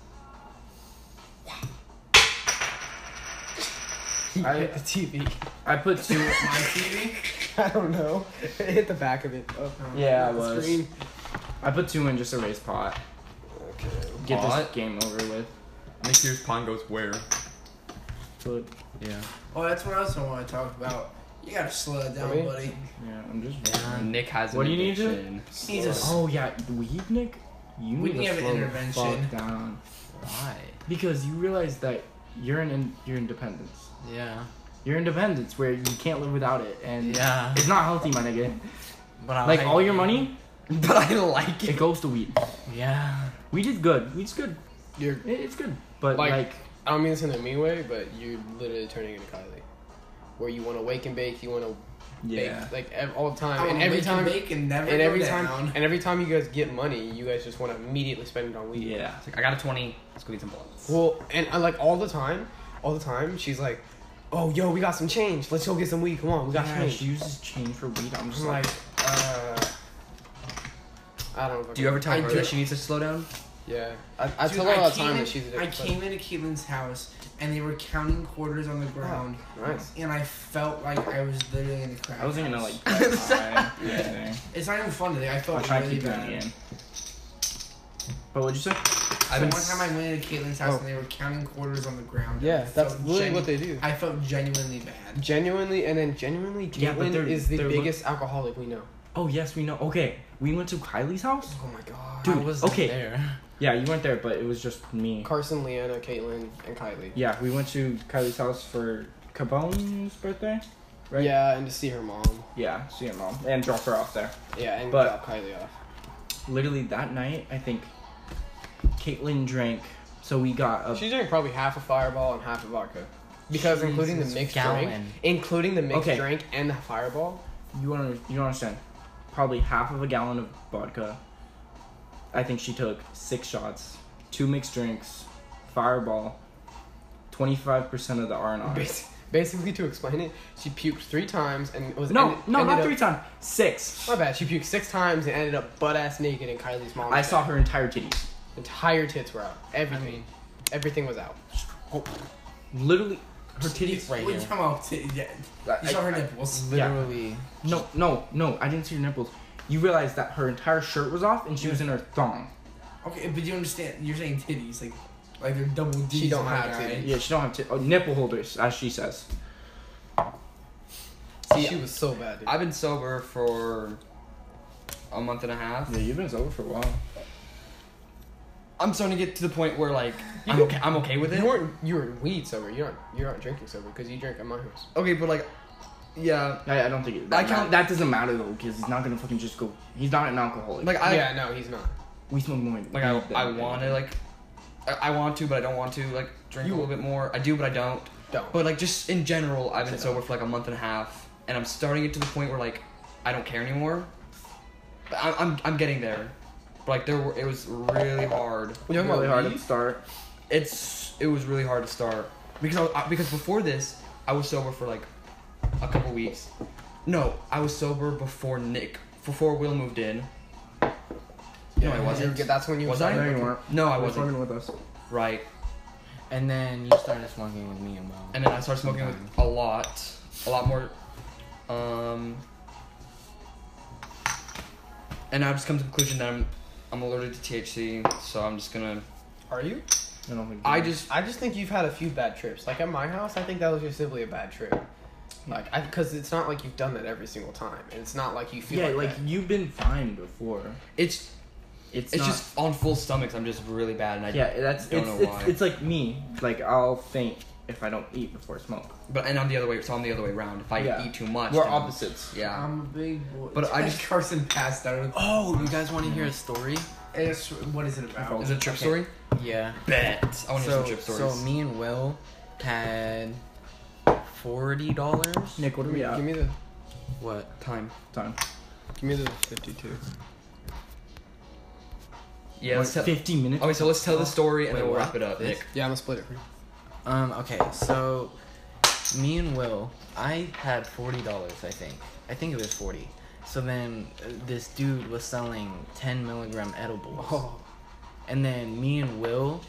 I, hit the TV. I put two. My TV? I don't know. It hit the back of it. Oh, yeah, I the was. screen. I put two in just to raise pot. Get Pot? this game over with. Nick here's pawn goes where? But, Yeah. Oh, that's what else I want to talk about. You gotta slow it down, Really? buddy. yeah, I'm just. Um, Nick has an What do you need to- addiction. He needs a s- Oh yeah, weed, Nick. You We need need to an slow the intervention. fuck down Why? because you realize that you're an in, your independence. Yeah. Your independence where you can't live without it, and Yeah. it's not healthy, my nigga. But I Like all your money, But I like it it. goes to weed. Yeah. Weed is good. Weed's good. You're. It- It's good, but Like- like, I don't mean this in a mean way, but you're literally turning into Kylie, where you want to wake and bake. You want to yeah, bake like ev- all the I time, wanna and every wake time. bake and never and go every down. time, and every time you guys get money, you guys just want to immediately spend it on weed. yeah. It's like, I got a 20. Let's go get some bullets. Well, and I like all the time, all the time. She's like, "Oh, yo, we got some change. Let's go get some weed. Come on, we got Yeah, she change." uses change for weed. I'm just I'm like, like, uh, I don't. know. Do you ever tell I her do- that she needs to slow down? Yeah, I, I Dude, tell her all the came time in- that she's. a I dick, but- came into Keelan's house and they were counting quarters on the ground, Oh, Nice. and I felt like I was literally in the crowd. I wasn't gonna like. die or anything. It's not even fun today. I I'll felt try to really keep that bad. in. But what'd you say? So been one s- time I went into Caitlin's house Oh. and they were counting quarters on the ground. Yeah, I that's felt literally genu- what they do. I felt genuinely bad. Genuinely, and then genuinely, Yeah, but Caitlyn they're- is the they're look- biggest alcoholic we know. Oh yes, we know. Okay, we went to Kylie's house. Oh my god. Dude, I was okay. there. Yeah, you weren't there, but it was just me. Carson, Leanna, Caitlyn, and Kylie. Yeah, we went to Kylie's house for Cabone's birthday. Right. Yeah, and to see her mom. Yeah, see your mom and drop her off there. Yeah, and But- drop Kylie off. Literally that night, I think Caitlin drank. So we got a. She drank probably half a fireball and half a vodka. Because including the Jesus, mixed drink, gallon. including the mixed Okay. drink and the fireball, you want to? You don't understand? Probably half of a gallon of vodka. I think she took six shots, two mixed drinks, Fireball, twenty five percent of the R and R. bas- basically to explain it, she puked three times and was No, ended- no, ended not up- three times. Six. My bad. She puked six times and ended up butt ass naked in Kylie's mom. I saw her entire titties. entire tits were out. Everything, everything was out. Literally, her titties. right What you here. talking about? T- yeah. You saw her nipples. Literally. No, no, no. I didn't see her nipples. You realized that her entire shirt was off and she was in her thong. Okay, but you understand? You're saying titties, like, like they're double D's. She don't my have guy. titties. Yeah, she don't have t- oh, nipple holders, as she says. See, she was so bad. Dude. I've been sober for a month and a half. you've been sober for a while. I'm starting to get to the point where like I'm okay, I'm okay with you it. weren't. You were weed sober. You're not. You're not drinking sober because you drank at my house. Okay, but like, yeah, I, I don't think it, that, I count- that doesn't matter though, because he's not gonna fucking just go. He's not an alcoholic. like I yeah, no, he's not. we smoke more. like I I want to like I, I want to, but I don't want to like drink a You- little bit more. I do, but I don't. Don't. But like just in general, I've been sober for like a month and a half, and I'm starting to get to the point where like I don't care anymore. But I, I'm I'm getting there, but But like there were, it was really hard. You're really hard at the start. It's it was really hard to start because I, was- I because before this I was sober for like a couple weeks. No, I was sober before Nick before Will moved in. No, I wasn't. You- That's when you Was started- I? No, you weren't. No, I You weren't wasn't. swimming with us. Right. And then you started smoking with me and Will. and then I started smoking with a lot, a lot more. Um, and I've just come to the conclusion that I'm, I'm allergic to THC, so I'm just gonna. Are you? I don't think. I just, I just think you've had a few bad trips. Like at my house, I think that was just simply a bad trip. Like, because it's not like you've done that every single time, and it's not like you feel Yeah, like, like that. you've been fine before. it's, It's, it's not- just on full stomachs. I'm just really bad, and I yeah. That's don't it's, know it's, why. it's like me. Like I'll faint if I don't eat before smoke. But and I'm the other way, so I'm the other way around. If I Yeah. eat too much, we're then- opposites. Yeah. I'm a big boy. But I just- Carson passed out. Oh, you guys want to Hmm. hear a story? It's, what is it about? Is it a trip story? yeah. Bet. I want to hear So, some trip so stories. me and Will had forty dollars. Nick, what are we at? Give me the, What? time. Time. give me the fifty-two. Yeah. Let's tell, Fifty minutes. okay, so let's tell the story and Wait, then we'll what? wrap it up, This? Nick. Yeah, I'm gonna split it. Um. Okay. So, me and Will, I had forty dollars. I think. I think it was forty. So then, uh, this dude was selling ten milligram edibles, Oh. and then me and Will.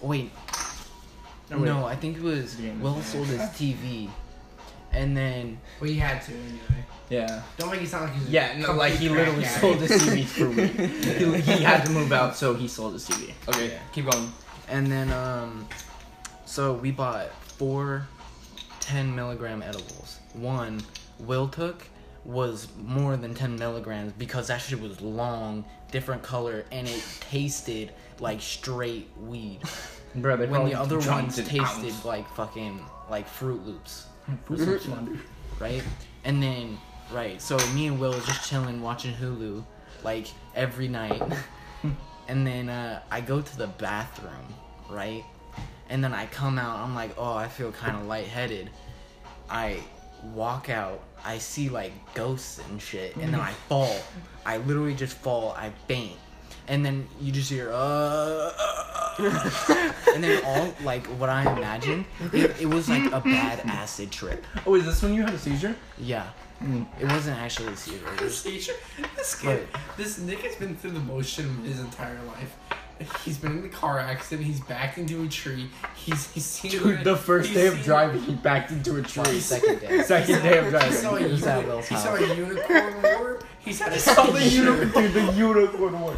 Wait. No, No, wait. I think it was Damn. Will sold his TV, and then Well, you had to anyway. Yeah. Don't make it sound like he's a Yeah, no, like he complete literally crack sold addict. his TV for weed. he, he had to move out, so he sold his TV. Okay. Keep going. and then um, so we bought four 10 milligram edibles. One Will took was more than 10 milligrams because that shit was long, different color, and it tasted like straight weed. Bro, they when probably the other jumped ones an tasted ounce. like fucking like Fruit Loops, Who's this one? right? And then right, so me and Will was just chilling watching Hulu like every night. and then uh, I go to the bathroom, right? And then I come out, I'm like, oh, I feel kind of lightheaded. I walk out, I see like ghosts and shit, and then I fall. I literally just fall, I faint. And then you just hear, uh, and then all like what I imagined, it, it was like a bad acid trip. Oh, is this when you had a seizure? Yeah, it wasn't actually a seizure. It was- This teacher, this kid, this Nick has been through the motion his entire life. He's been in the car accident. He's backed into a tree. He's he's seen Dude, the first he's day of seen- driving, he backed into a tree. Second day. Second day of He saw, driving. a uni- he was at Will's saw house. a unicorn war. He's had a Oh, the unicorn, dude, the unicorn one.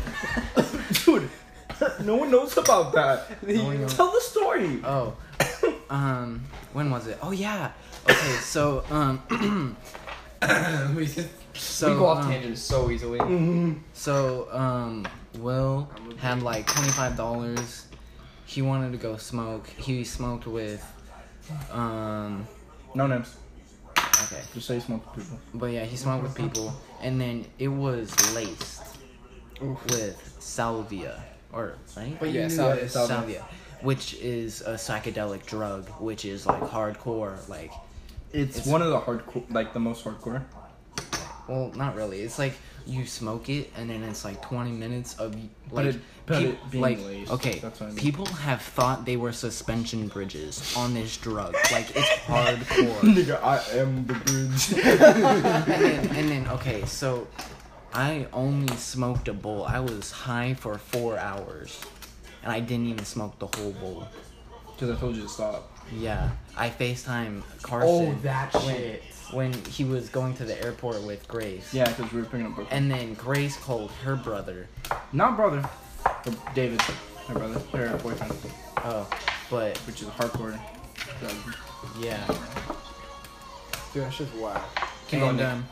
dude, no one knows about that. one knows. Tell the story. Oh, um, when was it? Oh yeah. Okay, so um, so we go off um, Mm-hmm. tangents so easily. So, um, Will had like twenty-five dollars. He wanted to go smoke. He smoked with, um, No names. okay, Just say smoke people. but yeah, he smoked with people, and then it was laced with salvia, or right? But you Yeah, knew so- this. so- salvia, which is a psychedelic drug, which is like hardcore, like It's, one of the hardcore, like the most hardcore. Well, not really. It's like you smoke it, and then it's like twenty minutes of like it- but peop- it being like laced, okay. that's what I mean. People have thought they were suspension bridges on this drug. Like it's hardcore. Nigga, I am the bridge. and then and then okay, so I only smoked a bowl. I was high for four hours, and I didn't even smoke the whole bowl. Because I told you to stop. Yeah, I Facetime Carson Oh, that shit. when he was going to the airport with Grace. Yeah, because we were picking up Brooklyn. And then Grace called her brother Not brother. but David. Her brother. Her boyfriend. Oh, but Which is a hardcore. drug. yeah. Dude, that's just wow. and um,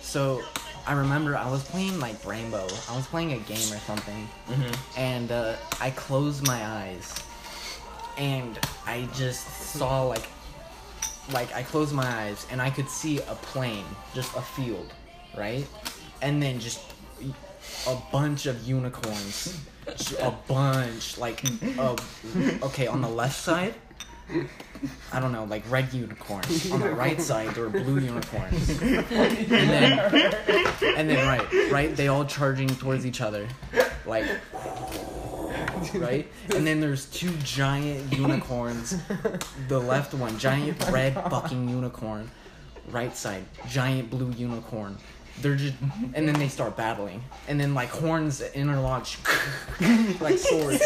so I remember I was playing like Rainbow. I was playing a game or something, and uh, I closed my eyes, and I just saw like, like I closed my eyes and I could see a plane, just a field, right, and then just y- a bunch of unicorns, Just a bunch like, of, okay, on the left side, I don't know, like red unicorns on the right side. There were blue unicorns, and then and then right, right. They all charging towards each other, like right. And then there's two giant unicorns. The left one, giant red fucking unicorn. Right side, giant blue unicorn. They're just, and then they start battling, and then like horns interlodge, like swords.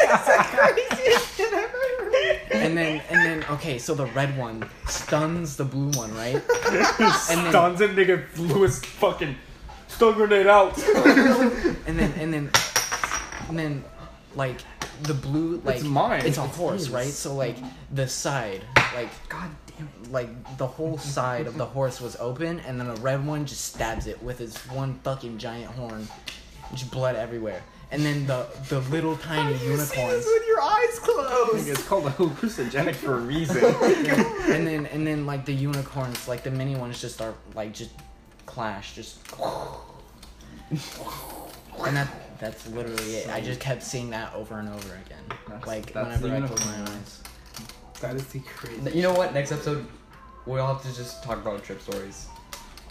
And then and then okay, so the red one stuns the blue one, right? and then Stuns him, nigga. Lewis fucking stun grenade out. and then and then and then like the blue like It's mine. it's a horse, right? So like the side, like god damn it, like the whole side of the horse was open, and then the red one just stabs it with his one fucking giant horn, just blood everywhere. And then the the little tiny unicorns. Nigga, it's called a hallucinogenic for a reason. and then and then like the unicorns, like the mini ones, just start like just clash, just. and that that's literally it. I just kept seeing that over and over again, That's- like that's the whenever I closed unicorn my eyes. That is the crazy. You know what? Next episode, we all have to just talk about trip stories.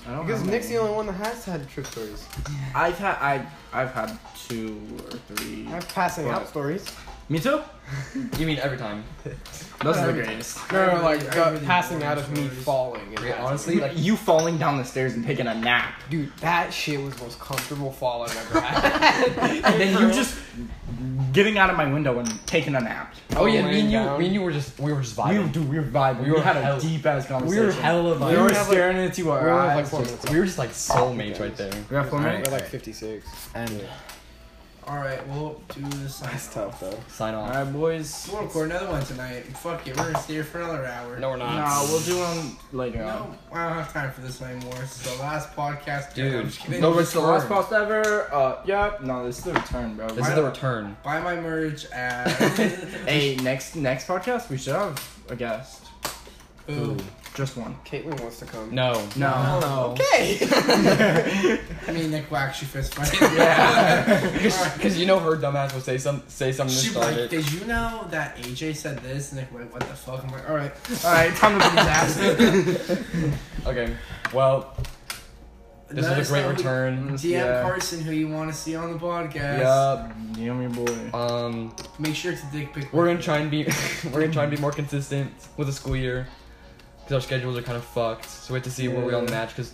I don't Because have Nick's the any. only one that has had trip stories. I've had I I've had two or three. I have passing out stories. Me too. You mean every time? Those are the greatest. No, no, like I uh, really passing don't out have of me stories. falling. and Okay, passing. honestly, like You falling down the stairs and taking a nap, dude, that shit was the most comfortable fall I've ever had. and then you just getting out of my window and taking a nap. Oh yeah, me laying and you, down. me and you were just we were just We vibing. were, dude, we were vibing. We, We were had a hella- deep ass we conversation. were hella vibing. We were We have, like- staring into we our only have, eyes. like four just- minutes. we were just like soulmates right there. we have four minutes. We're like 56. And All right, we'll do this. That's tough though. Sign All off. right, boys. We'll record another one tonight. Fuck it, we're gonna stay here for another hour. No, we're not. No, we'll do um, uh, them later on. No, I don't have time for this anymore. This is the last podcast. Dude, I'm just kidding. no, It's the last post ever. Uh, yep. No, this is the return, bro. This is the return. Buy my merch at. Hey, next next podcast we should have a guest. Ooh. Just one. Caitlin wants to come. No. No. no, Me and Nick will actually fist fight. Because you know her dumbass will say some say something to She'd be start like, it. did you know that AJ said this? And Nick went, what the fuck? I'm like, alright. All right, time to be disaster. Okay. Well, this Let was us a great know- return. DM Yeah. Carson who you want to see on the podcast. Yeah. Damn your boy. Um, Make sure it's a dick pic. we're gonna try and be we're gonna try and be more consistent with the school year because our schedules are kind of fucked. So we have to see where we all Yeah. match. Because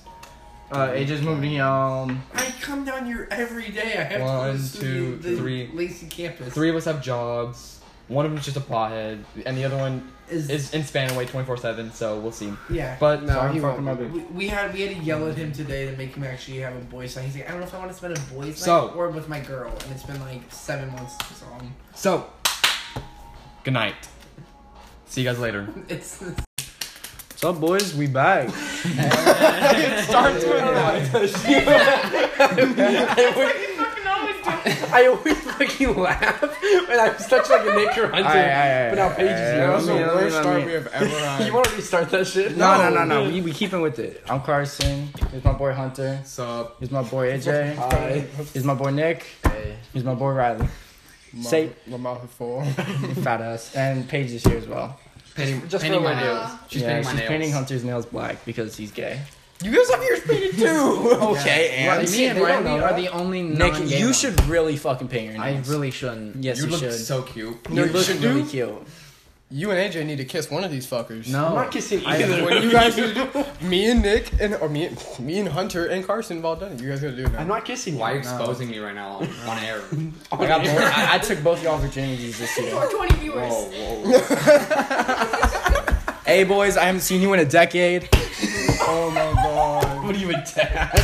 Uh, AJ's moving on. I come down here every day. I have to One, go to two, the three. Lacey campus. three of us have jobs. One of them's just a pothead, and the other one is, is in span away 24/7. So we'll see. yeah. But No, Sorry, he I'm fucking won't. my bitch. We, we had we had to yell at him today to make him actually have a boys night. He's like, I don't know if I want to spend a boys So- night or with my girl, and it's been like seven months since um, so, good night. See you guys later. it's What's up, boys? We back. Starts with I always fucking laugh when I'm such like a Nick Hunter. But now Paige is here. That was the worst start we have ever had. you want to restart that shit? No, no, no, no. We we keeping with it. I'm Carson. Here's my boy Hunter. Sup? Here's my boy AJ. Hi. Here's my boy Nick. Here's my boy Riley. Say My mouth is full. fat ass. And Paige is here as well. Painting, Just painting for my my nails. nails. she's yeah, painting my she's nails. painting Hunter's nails black because he's gay. You guys have yours painted too. Okay, Well, me and they don't Riley know are that. the only Nick, non-gay you ones. should really fucking paint your I nails. really shouldn't. Yes, You you, look should. so cute. No, you you look should really do. cute. You and AJ need to kiss one of these fuckers. No. I'm not kissing I- either. What you guys gonna do? Me and Nick and or me, me and Hunter and Carson have all done it. You guys gotta do it. Now. not kissing Why are you exposing me right now on, on air? I, got both, I, I took both y'all virginities this year. 20 viewers. whoa. hey, boys, I haven't seen you in a decade. Oh my god. what do you mean, dad?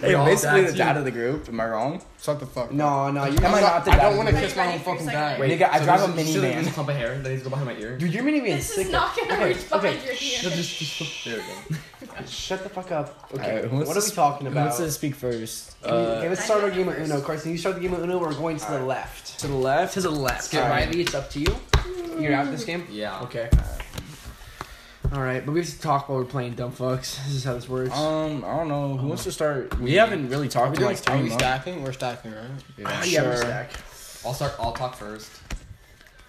Hey, all basically dads, the dad of the group. Am I wrong? Shut the fuck. up. No, no. You I'm am I not the I dad? don't of want the to group? Wait, kiss my own ready for fucking a dad. second? Wait, nigga, I drive a there's- so there's this minivan. clump of hair that needs to go behind my ear. Dude, your minivan This is not gonna reach behind your ear. There we go. Shut the fuck up. All right, who wants to- talking Who wants to speak first? Uh, Uh, let's start our game of Uno, Carson. You start the game of Uno. We're going to the left. to the left. To the left. Skip Riley. It's up to you. You're out this game. Yeah. Okay. All right, but we have to talk while we're playing dumb fucks. This is how this works. Oh. Um, I don't know. Who wants to start? We Yeah. haven't really talked in like three months. We're stacking, right? Yeah, Yeah, we're sure. stack. I'll start. I'll talk first.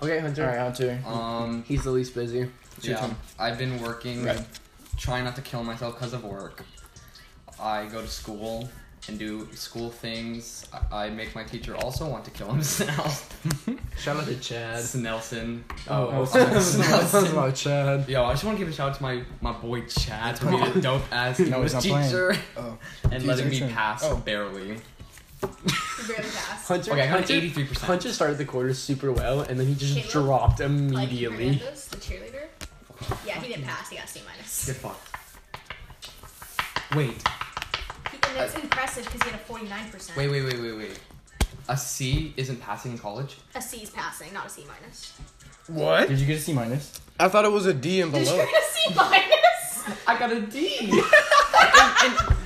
Okay, Hunter. Alright, Hunter. Um, He's the least busy. yeah, I've been working, Right. trying not to kill myself because of work. I go to school and do school things. I, I make my teacher also want to kill himself. Shout out to Chad. That's Nelson. Oh, Nelson. my Chad. Yo, I just want to give a shout out to my, my boy Chad for being a dope ass No, English he's not playing. teacher Oh. and Dude, letting it's me your turn. pass Oh. barely. Really fast. Hunter. Okay, I got an Hunter, 83%. Hunter started the quarter super well, and then he just Caleb? dropped Like immediately. Hernandez, the cheerleader. Yeah, he didn't pass. He got C minus. Get fucked. Wait, He- And it's impressive because he had a forty nine percent. wait, wait, wait, wait, wait. A C isn't passing in college? A C is passing, not a C minus. what? Did you get a C minus? I thought it was a D and Did you below. get a C minus? I got a D!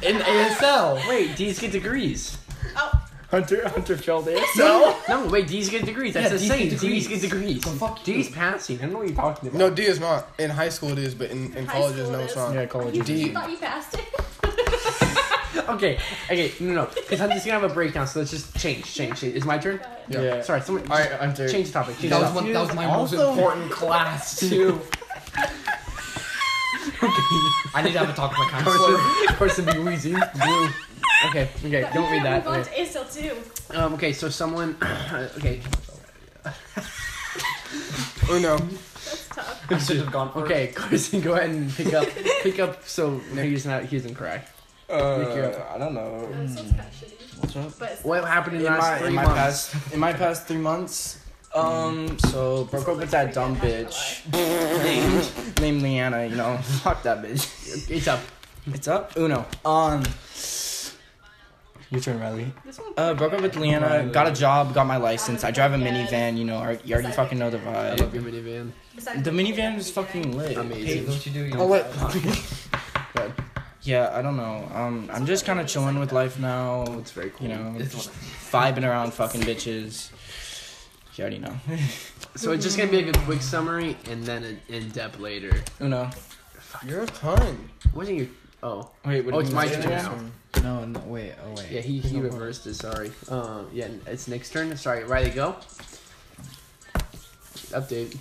in, in, in ASL! Wait, D's get degrees. Oh, Hunter, Hunter failed it. No, No, wait, D's get degrees. That's Yeah, the D's same. get D's get degrees. So fuck D's passing. I don't know what you're talking about. no, D is not. In high school it is, but in, in High college it's school no, it it's is. not. Yeah, college. you, is- D. you thought you passed it? Okay, okay, no, no. Because I'm just gonna have a breakdown, so let's just change, change, change. Is my turn? Yeah. Sorry, someone. All right, Hunter. Change the topic. Change That the was, topic. one, that was my most important class, too. I need to have a talk with my counselor. Carson be wheezing. Okay, okay. But Don't we read gotta that. Move on to ASL too. Um, okay, so someone. okay, Oh no. That's tough. I should have gone first. okay, Carson, go ahead and pick up, pick up. So he's not, he's incorrect. Uh, I don't know. That's so special. What's up? But What happened in In the last my, three in my months? past, in my past three months, um, so broke up with that dumb bitch named named Leanna. You know, fuck that bitch. It's up. It's up. Uno. Um, your turn, Riley. this one. Uh, broke up with Leanna. Got a job. Got my license. I drive a minivan. You know, ar- you already fucking know the I vibe. love your minivan. Besides The being minivan a is minivan. fucking lit. Amazing. What you do? You know? Oh wait. Yeah, I don't know. Um, I'm just kind of chilling with life now. It's very You know, It's just vibing around fucking bitches. You already know. So it's just gonna be like a quick summary and then an in depth later. Uno. Your turn. Wasn't your? Oh, Wait, what oh, do it's you my mean? turn now. No, no, wait, oh wait. Yeah, he, he reversed it. Sorry. Um, yeah, it's Nick's turn. Sorry, Riley, go. Update.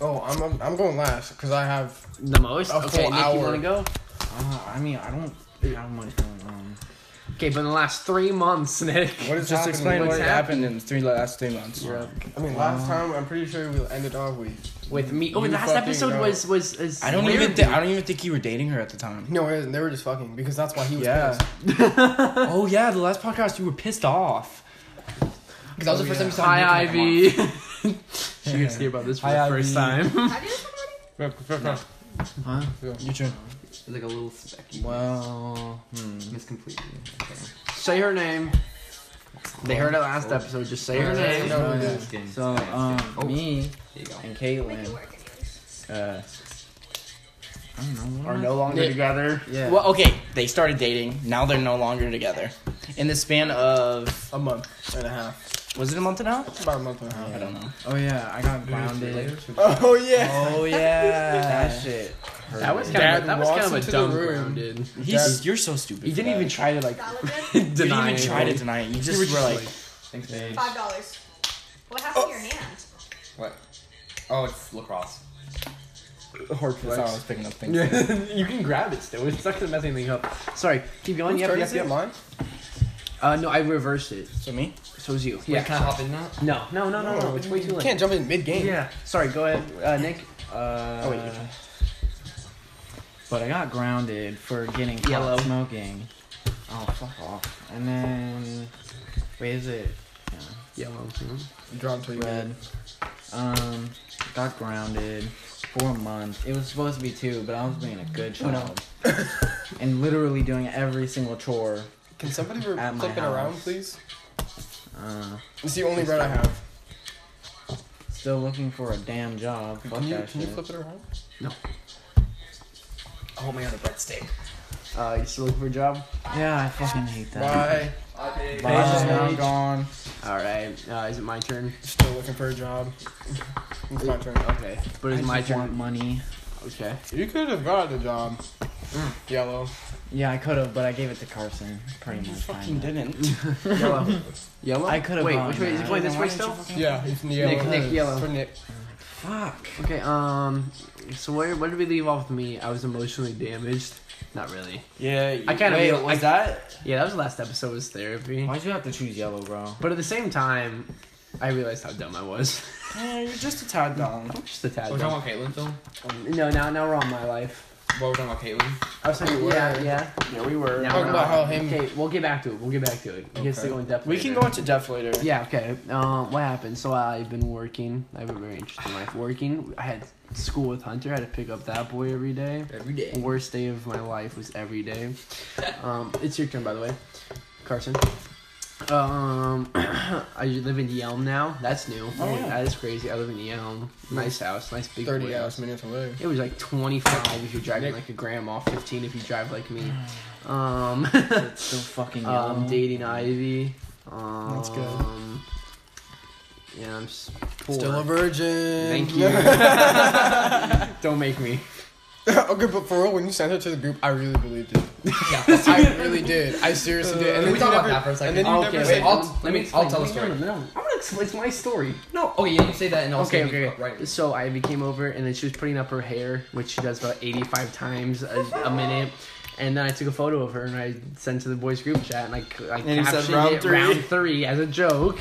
Oh, I'm I'm, I'm going last because I have. The most. A Okay, full Nick, hour. you wanna go? Uh, I mean, I don't, I don't know what's going on. Okay, but in the last three months, Nick. What is Just happening? explain what What's happened in the three last three months. You're up. hap- I mean, last time I'm pretty sure we ended off with. With me. Oh, You last fucking episode know. was was. is I don't weird, even. dude. Th- I don't even think you were dating her at the time. No, it- they were just fucking because that's why he was. Yeah. pissed. oh yeah, the last podcast you were pissed off. Because that was the first time you saw Hi, Nick in a month. Ivy. she gets to hear about this for Hi, the first Ivy. time. Have you guys already? Huh? Your turn. It's like a little specky. Well, hmm. It's completely. Okay. Say her name. They heard it last episode. Just say her name. No, we didn't. Skin. So, um, me There you go. and Make it Caitlin, work, anyways. uh, I don't know. Are no longer Nick. together. Yeah. Well, okay, they started dating. Now they're no longer together. In the span of A month and a half. was it a month and a half? It's about a month and a half. I don't know. Oh yeah, I got grounded. Oh yeah. Oh yeah. That shit. hurt. That was kind Dad of that was walks kind of into a the dumb room. round, dude. He's you're so stupid. You for didn't that. even try to like Valid then? You didn't deny. even try it. to deny it. You just were like, Thanks, babe. Five dollars. What happened to your hand? What? Oh, it's lacrosse. Hard that's how I was flex. picking up things. you can grab it still. It's not gonna mess anything up. Sorry. Keep going. Whose Yep, turn yep, is it? yep. Mine. Uh, no, I reversed it. So me? So it's you. Yeah. Can I hop in that? No, no, no, no, no. It's way too You late. can't jump in mid game. Yeah. Sorry. Go ahead, uh, Nick. Uh, Oh, wait, your turn. But I got grounded for getting caught Yellow. smoking. Oh fuck off. And then, wait, is it Yellow. Draw until you. red? Um, got grounded for a month. It was supposed to be two, but I was being a good Oh, child and literally doing every single chore. Can somebody re- At my flip it around, house. please? Uh, It's the only red I have. still looking for a damn job. Fuck Can you that can you shit. flip it around? Oh my god, a breadstick. Uh, you still looking for a job? Yeah, I fucking hate that. Bye. Bye, Bye. Paige is Bye. now gone. All right. Uh, is it my turn? Still looking for a job. It's my turn. Okay. But I it's my just turn. want money. Okay. You could have got the job. Yellow. Yeah, I could have, but I gave it to Carson. Pretty You much. fucking kinda. didn't. Yellow. Yellow? I could have. Wait, gone which way is it that. going? this way still? yeah, it's in the Nick- yellow. Nick yellow. For Nick. Fuck. Okay, um, so where, where did we leave off with me? I was emotionally damaged. Not really. Yeah. You, I kinda wait, feel- was I- that? Yeah, that was the last episode was therapy. Why'd you have to choose yellow, bro? But at the same time, I realized how dumb I was. Yeah, you're just a tad dumb. Just a tad. We're dumb. talking about Caitlyn still? Um, No, now now we're on my life. Well, we're talking about Caitlyn. I was talking, yeah, yeah. Yeah, we were. Now Talking we're about on- how him- Okay, we'll get back to it. We'll get back to it. You guys Okay. still going depth. We can go into depth later. Yeah, okay. Um, what happened? So I've been working. I have a very interesting life. Working. I had school with Hunter. I had to pick up that boy every day. Every day. Worst day of my life was every day. Um, it's your turn, by the way, Carson. Um, I live in Yelm now. That's new. Oh, yeah. That is crazy. I live in Yelm. Nice house. Nice big. 30 wood hours minutes away. it was like 25 if you're driving like a grandma, 15 if you drive like me. Um, It's still fucking yellow. um dating Ivy. Um, That's good. Yeah, I'm s- poor. Still a virgin. Thank you. Don't make me. okay, but for real, when you sent it to the group, I really believed it. I really did. I seriously did. And then Can we you talk about never, that for a second? And then you Okay, never wait, said I'll- nothing. let me- explain. I'll tell the No, story. No, no, no. I'm gonna explain. It's my story. No. Oh yeah, you say that and I'll Okay, say okay, okay. right. So Ivy came over and then she was putting up her hair, which she does about 85 times a, a minute. And then I took a photo of her and I sent to the boys group chat and I, c- I you captioned said round it three. round three as a joke.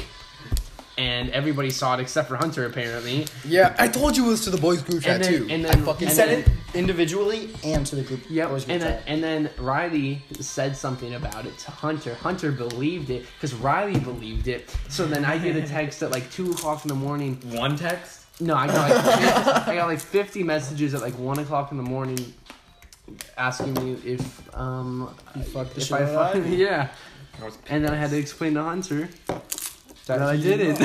And everybody saw it except for Hunter apparently. Yeah, I told you it was to the boys group chat And then, too. and then I fucking and said then- it. individually and to the group. Yep, Always good and then, time. and then Riley said something about it to Hunter. Hunter believed it because Riley believed it. So then I get a text at like two o'clock in the morning. One text. No, I got like, I got like fifty messages at like one o'clock in the morning, asking me if um fucked the if shit out I of fucking Ivy. yeah. And then I had to explain to Hunter that I did it.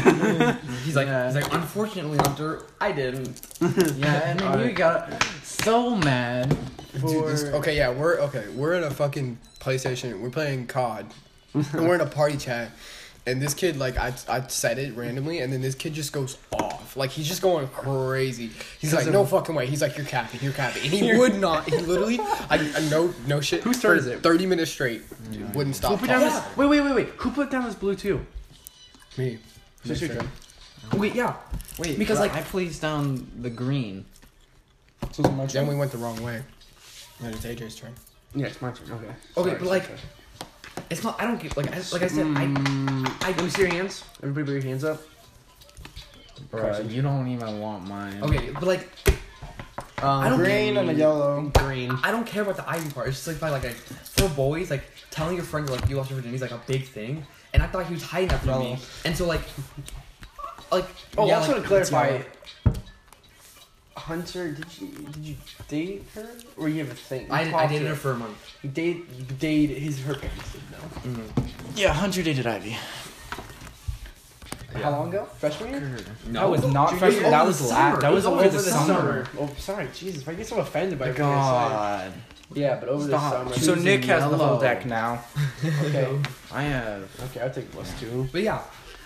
He's like, Yeah. he's like, unfortunately, Hunter, I didn't. yeah, and then you Alright. got so mad. Dude, this, okay, yeah, we're okay. We're in a fucking PlayStation. We're playing COD, and we're in a party chat. And this kid, like, I, I said it randomly, and then this kid just goes off. Like, he's just going crazy. He's like, no fucking way. He's like, you're capping, you're capping. And he would not. He literally, I, I no, no shit. Whose turn for is it? Mm. Thirty minutes straight, wouldn't Who stop. put down talking. this? Wait, wait, wait, wait. Who put down this blue too? Me. So it's your Nick turn. Wait, yeah. Because, Wait, because like- like I placed down the green. So it's my Then we went the wrong way. No, it's Adrian's turn. Yeah, it's my turn. Okay. Okay, Sorry, but like, sorry, sorry. it's not. I don't get like. I, like I said, I. I, let me see your hands. Everybody, put your hands up. Bro, you don't even want mine. Okay, but like, Um, Uh, I don't green get- and a yellow. Green. I don't care about the Ivy part. It's just like by like a, for boys, like telling your friend like you lost your virginity is like a big thing, and I thought he was hiding that from me. And so like, like Oh, yeah, I also like, want to clarify. it's Hunter, did you did you date her or you have a thing? You yellow. I, I talked to dated her for a month. You date you date his her parents didn't know. Yeah, Hunter dated Ivy. How long ago? Freshman year? No, That was not Junior freshman. year? That Over was the la- summer. that It was over the summer. summer. Oh, sorry, Jesus, if I get so offended by everything I God. say. Yeah, but over Stop. the So summer. Choosing Nick has the whole yellow. deck now. okay, I have. okay, I'll take plus two. But yeah,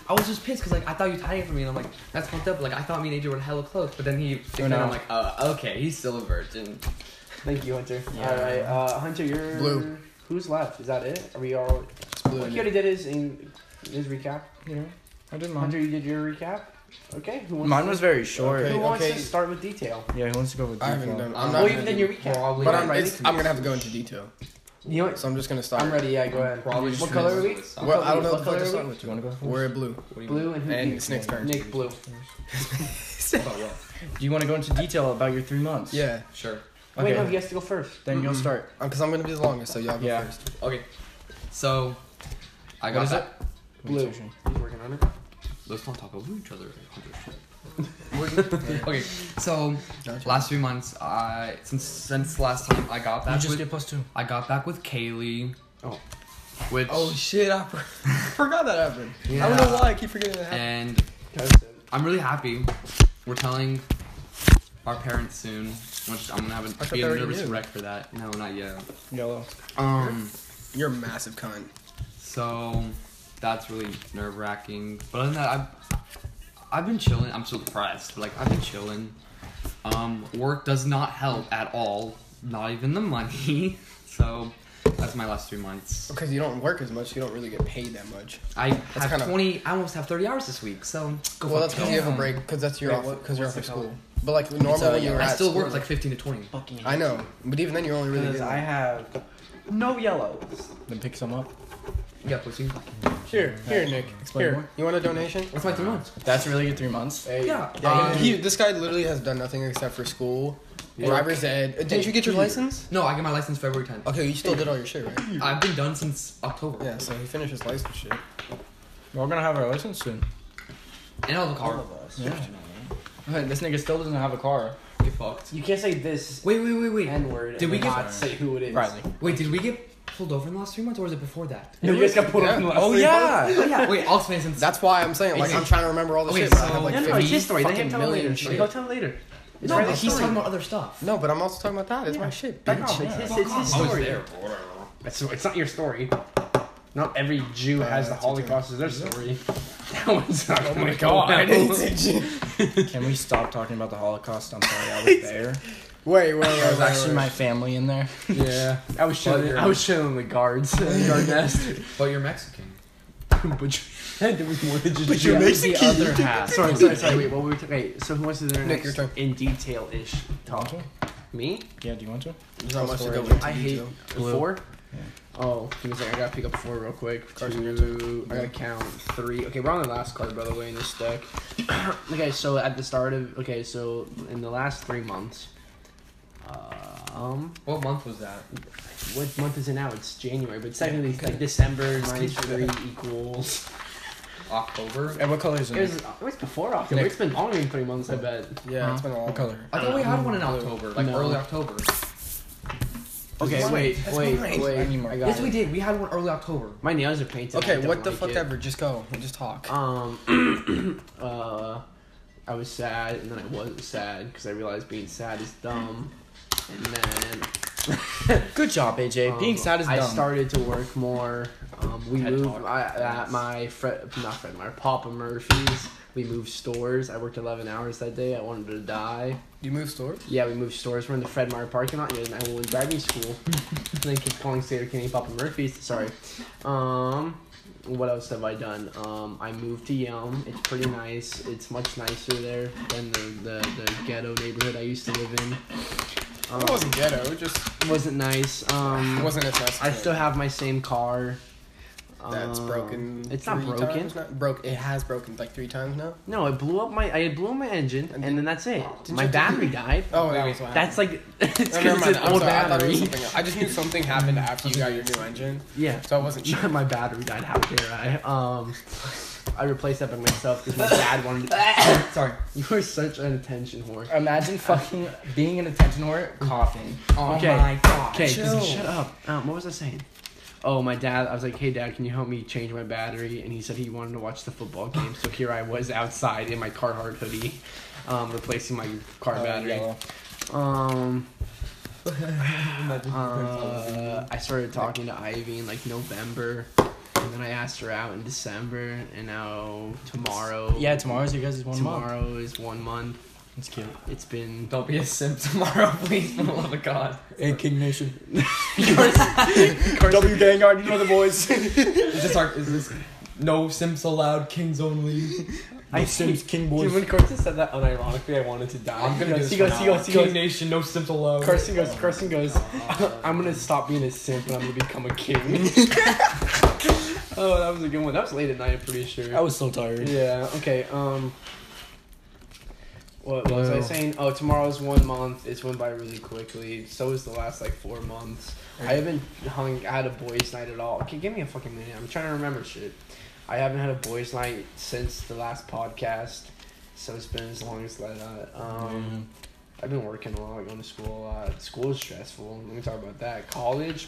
I was just pissed because like I thought you was hiding it from me, and I'm like, that's fucked up. Like I thought me and Adrian were hella close, but then he. Oh, and no. I'm like, uh, okay, he's still a virgin. Thank you, Hunter. Yeah. All right, uh, Hunter, you're Blue. Who's left? Is that it? Are we all? It's blue. Well, and he already did his in his recap. You know, I didn't Hunter, you did your recap. Okay, who wants? Mine to- was very short. Okay. Who wants okay. to start with detail? Yeah, he wants to go with I haven't default. done. I'm not I'm not. Well, even then, your recap. Probably. But not. I'm, it's, I'm gonna have to go into detail, You know what? so I'm just gonna stop. I'm ready. Yeah, go ahead. Probably what just color are we? finished Well, I don't know the fuck What color to are start we? with. Do you want to go? First? We're blue, Blue and who? and Nick. it's Nick's turn. Nick blue. Do you want to go into detail about your three months? Yeah, Sure. Okay. Wait, no, he has to go first. Then you'll start. because I'm gonna be the longest, so y'all go Yeah. first. Okay. So, I got What is that. Blue. He's working on it. Let's not talk over each other. okay, so last few months, I since since last time I got back with plus two. I got back with Kaylee. Oh. Which Oh shit! I for- forgot that happened. I don't Yeah. know why I keep forgetting that happened. and That's it. I'm really happy. We're telling our parents soon, which I'm gonna have thought a, be they a already nervous knew. wreck for that. No, not yet. Yellow. Um, You're a massive cunt. so that's really nerve wracking. But other than that, I've I've been chilling. I'm so depressed. but, Like I've been chilling. Um, work does not help at all. Not even the money. So That's my last three months. Because you don't work as much, you don't really get paid that much. I have kinda- twenty. I almost have thirty hours this week. So go well, fuck that's because you have a yourself. break, because that's your Wait, off, what- because you're what's it off of school. called? But like normally when you were I at still school, work like fifteen to twenty. I know, but even then you're only really. Because I have no yellows. Then pick some up. Yeah, pussy. Here, here, Nick. Explain Here, more. you want a donation? That's my three months. That's really good three months. Hey. Yeah. Um, Um, he, this guy literally has done nothing except for school, driver's ed. Uh, Did you get your license? No, I get my license February tenth. Okay, you still did all your shit, right? I've been done since October. Oh, Yeah, so he finished his license shit. We're all gonna have our license soon. And I have a car. Yeah. this nigga still doesn't have a car. Get fucked. You can't say this Wait, wait, wait, wait. N word. Did we get- not say who it is? Riley. Wait, did we get pulled over in the last three months, or was it before that? You guys got put Yeah. Oh yeah. oh, yeah. Wait, I'll explain since. That's why I'm saying, like, I'm trying to remember all the Okay, shit, but I so- have like No, no, 50 no, it's his story. Let fucking him tell million later. shit. Go tell later. no, but he's story. talking about other stuff. No, but I'm also talking about that. It's my Oh, shit. Back bitch. off. It's his, it's his I was story. there. Oh, It's, it's not your story. Not every Jew has the that's okay. Holocaust as their story. That one's not. Oh my Can we stop talking about the Holocaust? I'm sorry, I was there. Wait, wait, wait. There was wait, actually wait. my family in there. Yeah, I was chilling. I was chilling with guards. Guard nest. But you're Mexican. but there was more than just. But you're Mexican. The other half. Sorry, sorry, sorry. Wait, what were we talking? Wait, so who wants to do their Nick, next your turn. in detail ish talk? Me? Yeah, do you want to? There's not much to go Sorry, into I hate detail. four. Oh, he was like, I gotta pick up four real quick. Carson, your Two, I gotta count three. Okay, we're on the last card, by the way, in this deck. okay, so at the start of okay, so in the last three months, um, What month was that? what month is it now? It's January, but technically it's like December minus three equals. October. And what color is It was, it was before October. It's been longer than three months, Oh. I bet. Yeah, it's been a long What color? I thought we had one in Mm-hmm. October, like No. early October. Okay, wait, That's wait, mine. wait. I need more. I got Yes, we it. did. We had one early October. My nails are painted. I Okay, don't what the like fuck it. ever. Just go. Just talk. Um, uh, I was sad, and then I wasn't sad because I realized being sad is dumb. And then Good job, AJ. um, Being sad is I dumb. started to work more. Um, we TED Talk. moved I, at my Fred, not Fred, my Papa Murphy's. We moved stores. I worked 11 hours that day. I wanted to die. You move stores? Yeah, we moved stores. We're in the Fred Meyer parking lot. Yeah, and I will in driving school. and then keep calling Seder Kenny Papa Murphy's. Sorry. Um, what else have I done? Um, I moved to Yelm. It's pretty nice. It's much nicer there than the, the, the ghetto neighborhood I used to live in. Um, It wasn't ghetto. It just wasn't nice. Um, it wasn't as nice. I still have my same car. That's Um, broken. It's not three broken. Times now. Broke. It has broken like three times now. No, it blew up my. I blew up my engine, and, then that's it. My you- battery died. Oh, that was what That's like it's 'cause Oh, never mind. it's an I'm old sorry. I thought it was battery. something else. I just knew something happened after you got your new engine, Yeah. so I wasn't sure. my battery died. How dare I? Um, I replaced that by myself because my dad wanted. to... Sorry. you are such an attention whore. Imagine fucking being an attention whore, coughing. Oh Okay. my god. Okay, Chill. shut up. Um, what was I saying? Oh, my dad. I was like, "Hey, dad, can you help me change my battery?" And he said he wanted to watch the football game. So here I was outside in my Carhartt hoodie, um, replacing my Oh, car battery. Yellow. Um, uh, I started talking to Ivy in like November, and then I asked her out in December, and now tomorrow. Yeah, tomorrow's you guys is one month. tomorrow is one month. It's cute. It's been. Don't be a simp tomorrow, please, for the love of God. Hey, King Nation. W Vanguard, you know the boys. Is this our? Is this no simps allowed? Kings only. I Sims King Dude, when Carson said that unironically, I wanted to die. I'm gonna He do goes- this he from goes, he now goes, he on. goes, King Nation, no simps allowed. Carson goes, Carson goes, I'm gonna stop being a simp and I'm gonna become a king. oh, that was a good one. That was late at night, I'm pretty sure. Oh, I was so tired. Yeah. Okay. Um. What was I Well- saying? Oh, tomorrow's one month. It's went by really quickly. So is the last like four months. I haven't hung out a boys' night at all. Okay, give me a fucking minute. I'm trying to remember shit. I haven't had a boys' night since the last podcast. So it's been as long as that. Mm. Um, I've been working a lot, going to school a lot. School is stressful. Let me talk about that. College.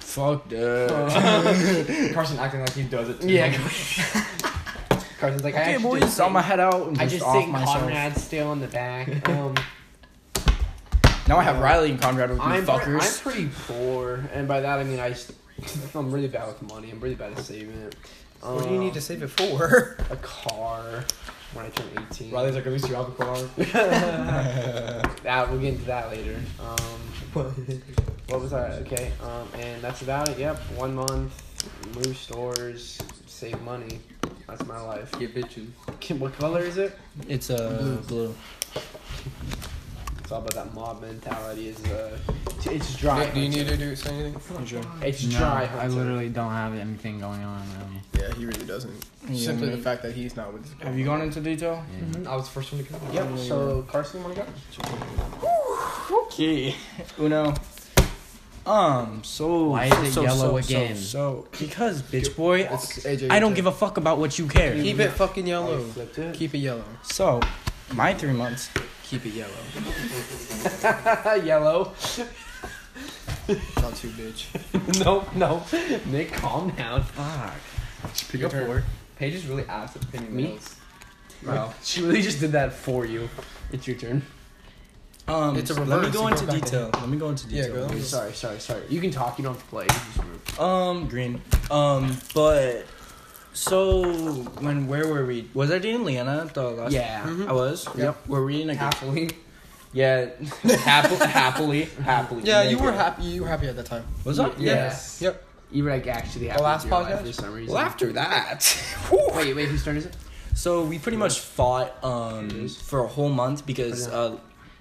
Fuck that. Carson acting like he does it. Too. Yeah. Carson's like I okay, actually boys, just saw my head out and I just, just off think myself. Conrad's still in the back. Um, Now I have Riley and Conrad with me, I'm, pre- fuckers. I'm pretty poor, and by that I mean I s- I'm really bad with money. I'm really bad at saving it. Um, what do you need to save it for? A car when I turn 18. Riley's like, at least you have a car. that we'll get into that later. Um, What was I? Okay, um, and that's about it. Yep, one month, move stores, save money. That's my life. Get bitches. Kim, what color is it? It's uh, blue. It's all about that mob mentality. Is uh, t- it's dry. hunting. do say anything? It's No, dry. I hunting. literally don't have anything going on really. Yeah, he really doesn't. Simply the fact that he's not with us. Have you gone into detail? I was the first one to come. Yep. So Carson, you wanna go? Okay. Uno. Um. So Why is it so, yellow so, again? So, so because bitch boy, It's AJ. I don't give a fuck about what you care. Keep it fucking Oh, you yellow. flipped it. Keep it yellow. So, my three months. Keep it yellow. Yellow. Not too bitch. no, no. Nick, calm down. Fuck. Pick up four. Paige is really ass at pinning nails. Wow. She really just did that for you. It's your turn. Um. It's a Let me go reverse, you go into back detail. Let me go into Yeah, detail. go. Sorry, sorry, sorry. You can talk. You don't have to play. You can just move. Um, green. Um, but so when where were we? Was I dating Leanna the last? Yeah. I was. Yep. Were we in a group? Happily. Yeah, happily, happily, happily. Yeah, you Nigga. were happy. You were happy at that time. Was I? Yes. Yep. You were like actually happy. The last with your life podcast? for some reason. Well, after that, Wait, wait. Whose turn is it? So we pretty much fought um for a whole month because Yeah. uh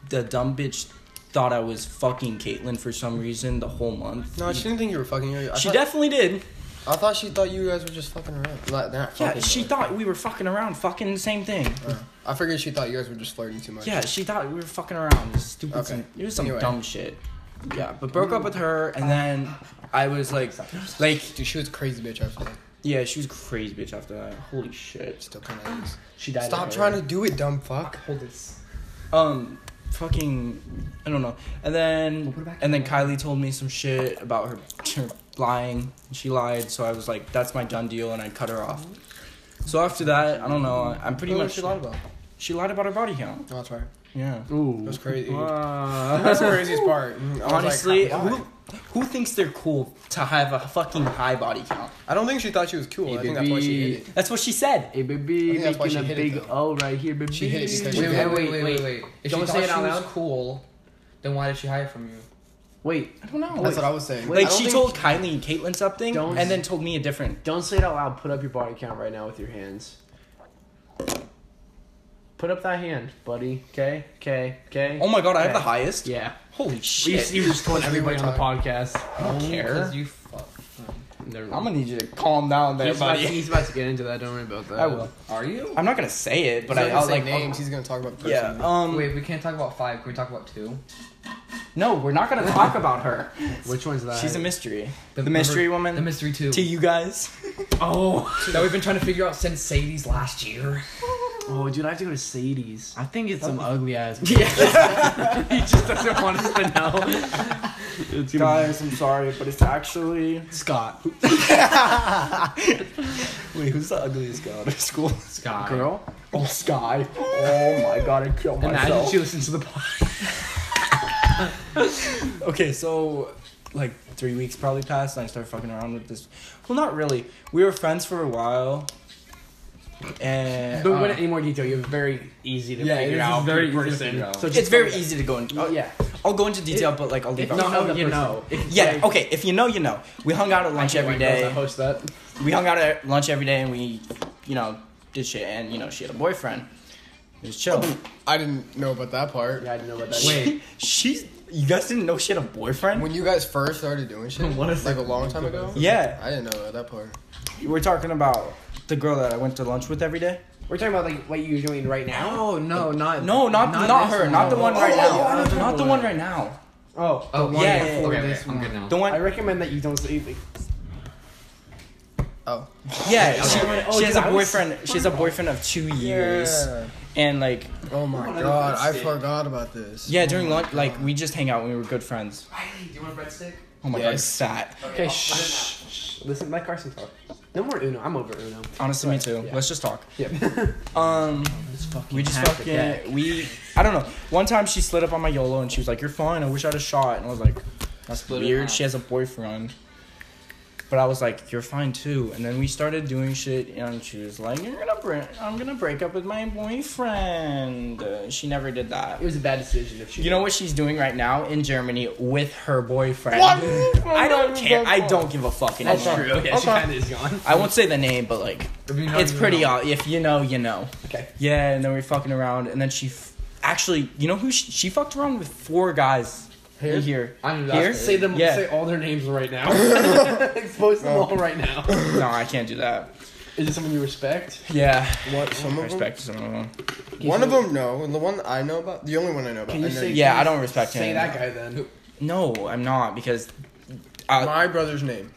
the dumb bitch thought I was fucking Caitlyn for some reason the whole month. no, she didn't think you were fucking. her. I She thought, definitely did. I thought she thought you guys were just fucking around. Like, not Yeah, fucking, she but- thought we were fucking around, fucking the same thing. I figured she thought you guys were just flirting too much. Yeah, she thought we were fucking around. This stupid. Okay. thing. It was some Anyway. dumb shit. Yeah, but broke up with her, and then I was like, like, Dude, she was a crazy bitch after that. yeah, she was a crazy bitch after that. Holy shit. Still kind of is. She died. Stop trying to do it, dumb fuck. Um, fucking, I don't know. And then, and then Kylie told me some shit about her, her lying. She lied, so I was like, that's my done deal, and I cut her off. So after that, I don't know. I'm pretty What much. was she lied about? She lied about her body count. Oh, that's right. Yeah. It Ooh. was crazy. Uh, That's the craziest part. Mm, I was like, Honestly, why? who, who thinks they're cool to have a fucking high body count? I don't think she thought she was cool. I think that's why she baby. hit it. That's what she said. Hey, baby. I think that's why Making a she hit it, big though. O right here, baby. She hit it because she Wait, had- wait, wait, wait, wait, If Don't she say thought it she out was loud. cool, then why did she hide from you? Wait. I don't know. That's what I was saying. Wait, like I she don't told Kylie and Caitlyn something, Don't- and then told me a different. Don't say it out loud. Put up your body count right now with your hands. Put up that hand, buddy. Okay, okay, okay. Oh my god, I have the Okay. highest. Yeah. Holy You, shit! you just told everybody on the podcast. I don't care. Because you fuck. Never I'm mind. gonna need you to calm down there, he's, about to, buddy. he's about to get into that. Don't worry about that. I will. Are you? I'm not gonna say it, but I, He's not gonna I'll say like. names. He's gonna talk about person. yeah. Um. Wait, we can't talk about five. Can we talk about two? No, we're not gonna talk about her. Which one's that? She's a mystery. The, number- mystery woman. The mystery two. to you guys. oh. that we've been trying to figure out since Sadie's last year. Oh, dude, I have to go to Sadie's. I think it's some ugly ass. he just doesn't want us to know. It's gonna Guys, I'm sorry, but it's actually. be Scott. Wait, who's the ugliest girl at our school? Scott. Girl. Oh, Sky. Oh my god, I killed Imagine myself. she listens to the podcast. Okay, so like three weeks probably passed, and I started fucking around with this. Well, not really. We were friends for a while, and But uh, without any more detail, you're very easy to Yeah, it figure is out. very per easy to person. figure out. So just it's very easy to go into. Oh yeah. I'll go into detail, but like I'll leave If out. you know, the you person. know. If, Yeah. like, Okay. If you know, you know. We hung out at lunch every day. Host that. We hung out at lunch every day, and we, you know, did shit. And you know, she had a boyfriend. It was chill. I didn't know about that part. Yeah, I didn't know about that. Wait, she's. You guys didn't know she had a boyfriend? When you guys first started doing shit, What is like a long time ago. yeah, I didn't know about that part. we're talking about the girl that I went to lunch with every day. we're talking about like what you're doing right now. No, no, not No, not not, not this her, not the one right Oh, now, oh, not the one right now. Oh, Oh, yeah, yeah, yeah. before Okay, this I'm one. good now. The one, I recommend that you don't say. Like, Oh, yeah. She, Oh, she has dude, a I was- boyfriend. She has a boyfriend of two years, Yeah. and like, Oh my another god, I breadstick. forgot about this. yeah, during lunch, like we just hang out. when We were good friends. Do you want a breadstick? Oh my god, Yes. sat. okay, shh, shh. Listen, let Carson talk. No more Uno. I'm over Uno. Honestly, me too. Yeah. Let's just talk. Yep. Um, we just hack the fucking we. I don't know. One time she slid up on my YOLO and she was like, "You're fine. I wish I had a shot." And I was like, "That's Split it in weird. half. She has a boyfriend." But I was like, "You're fine too." And then we started doing shit, and she was like, "You're gonna break. I'm gonna break up with my boyfriend." Uh, she never did that. It was a bad decision. If she You know what she's doing right now in Germany with her boyfriend? I don't care. I don't give a fuck anymore. That's true. Yeah, she kind of is gone. I won't say the name, but like, it's pretty odd. If you know, you know. Okay. Yeah, and then we were fucking around, and then she f- actually, you know who she, she fucked around with? Four guys here. here. I knew Here? that. Say them. Yeah. Oh. Say all their names right now. Expose them all right now. No, I can't do that. Is it someone you respect? Yeah, What? Some I of them. respect some of them. One of them, no. And the one I know about, the only one I know about. Can you I know say- you- Yeah, I don't respect Say him. that guy then. No, I'm not because. Uh, my brother's name.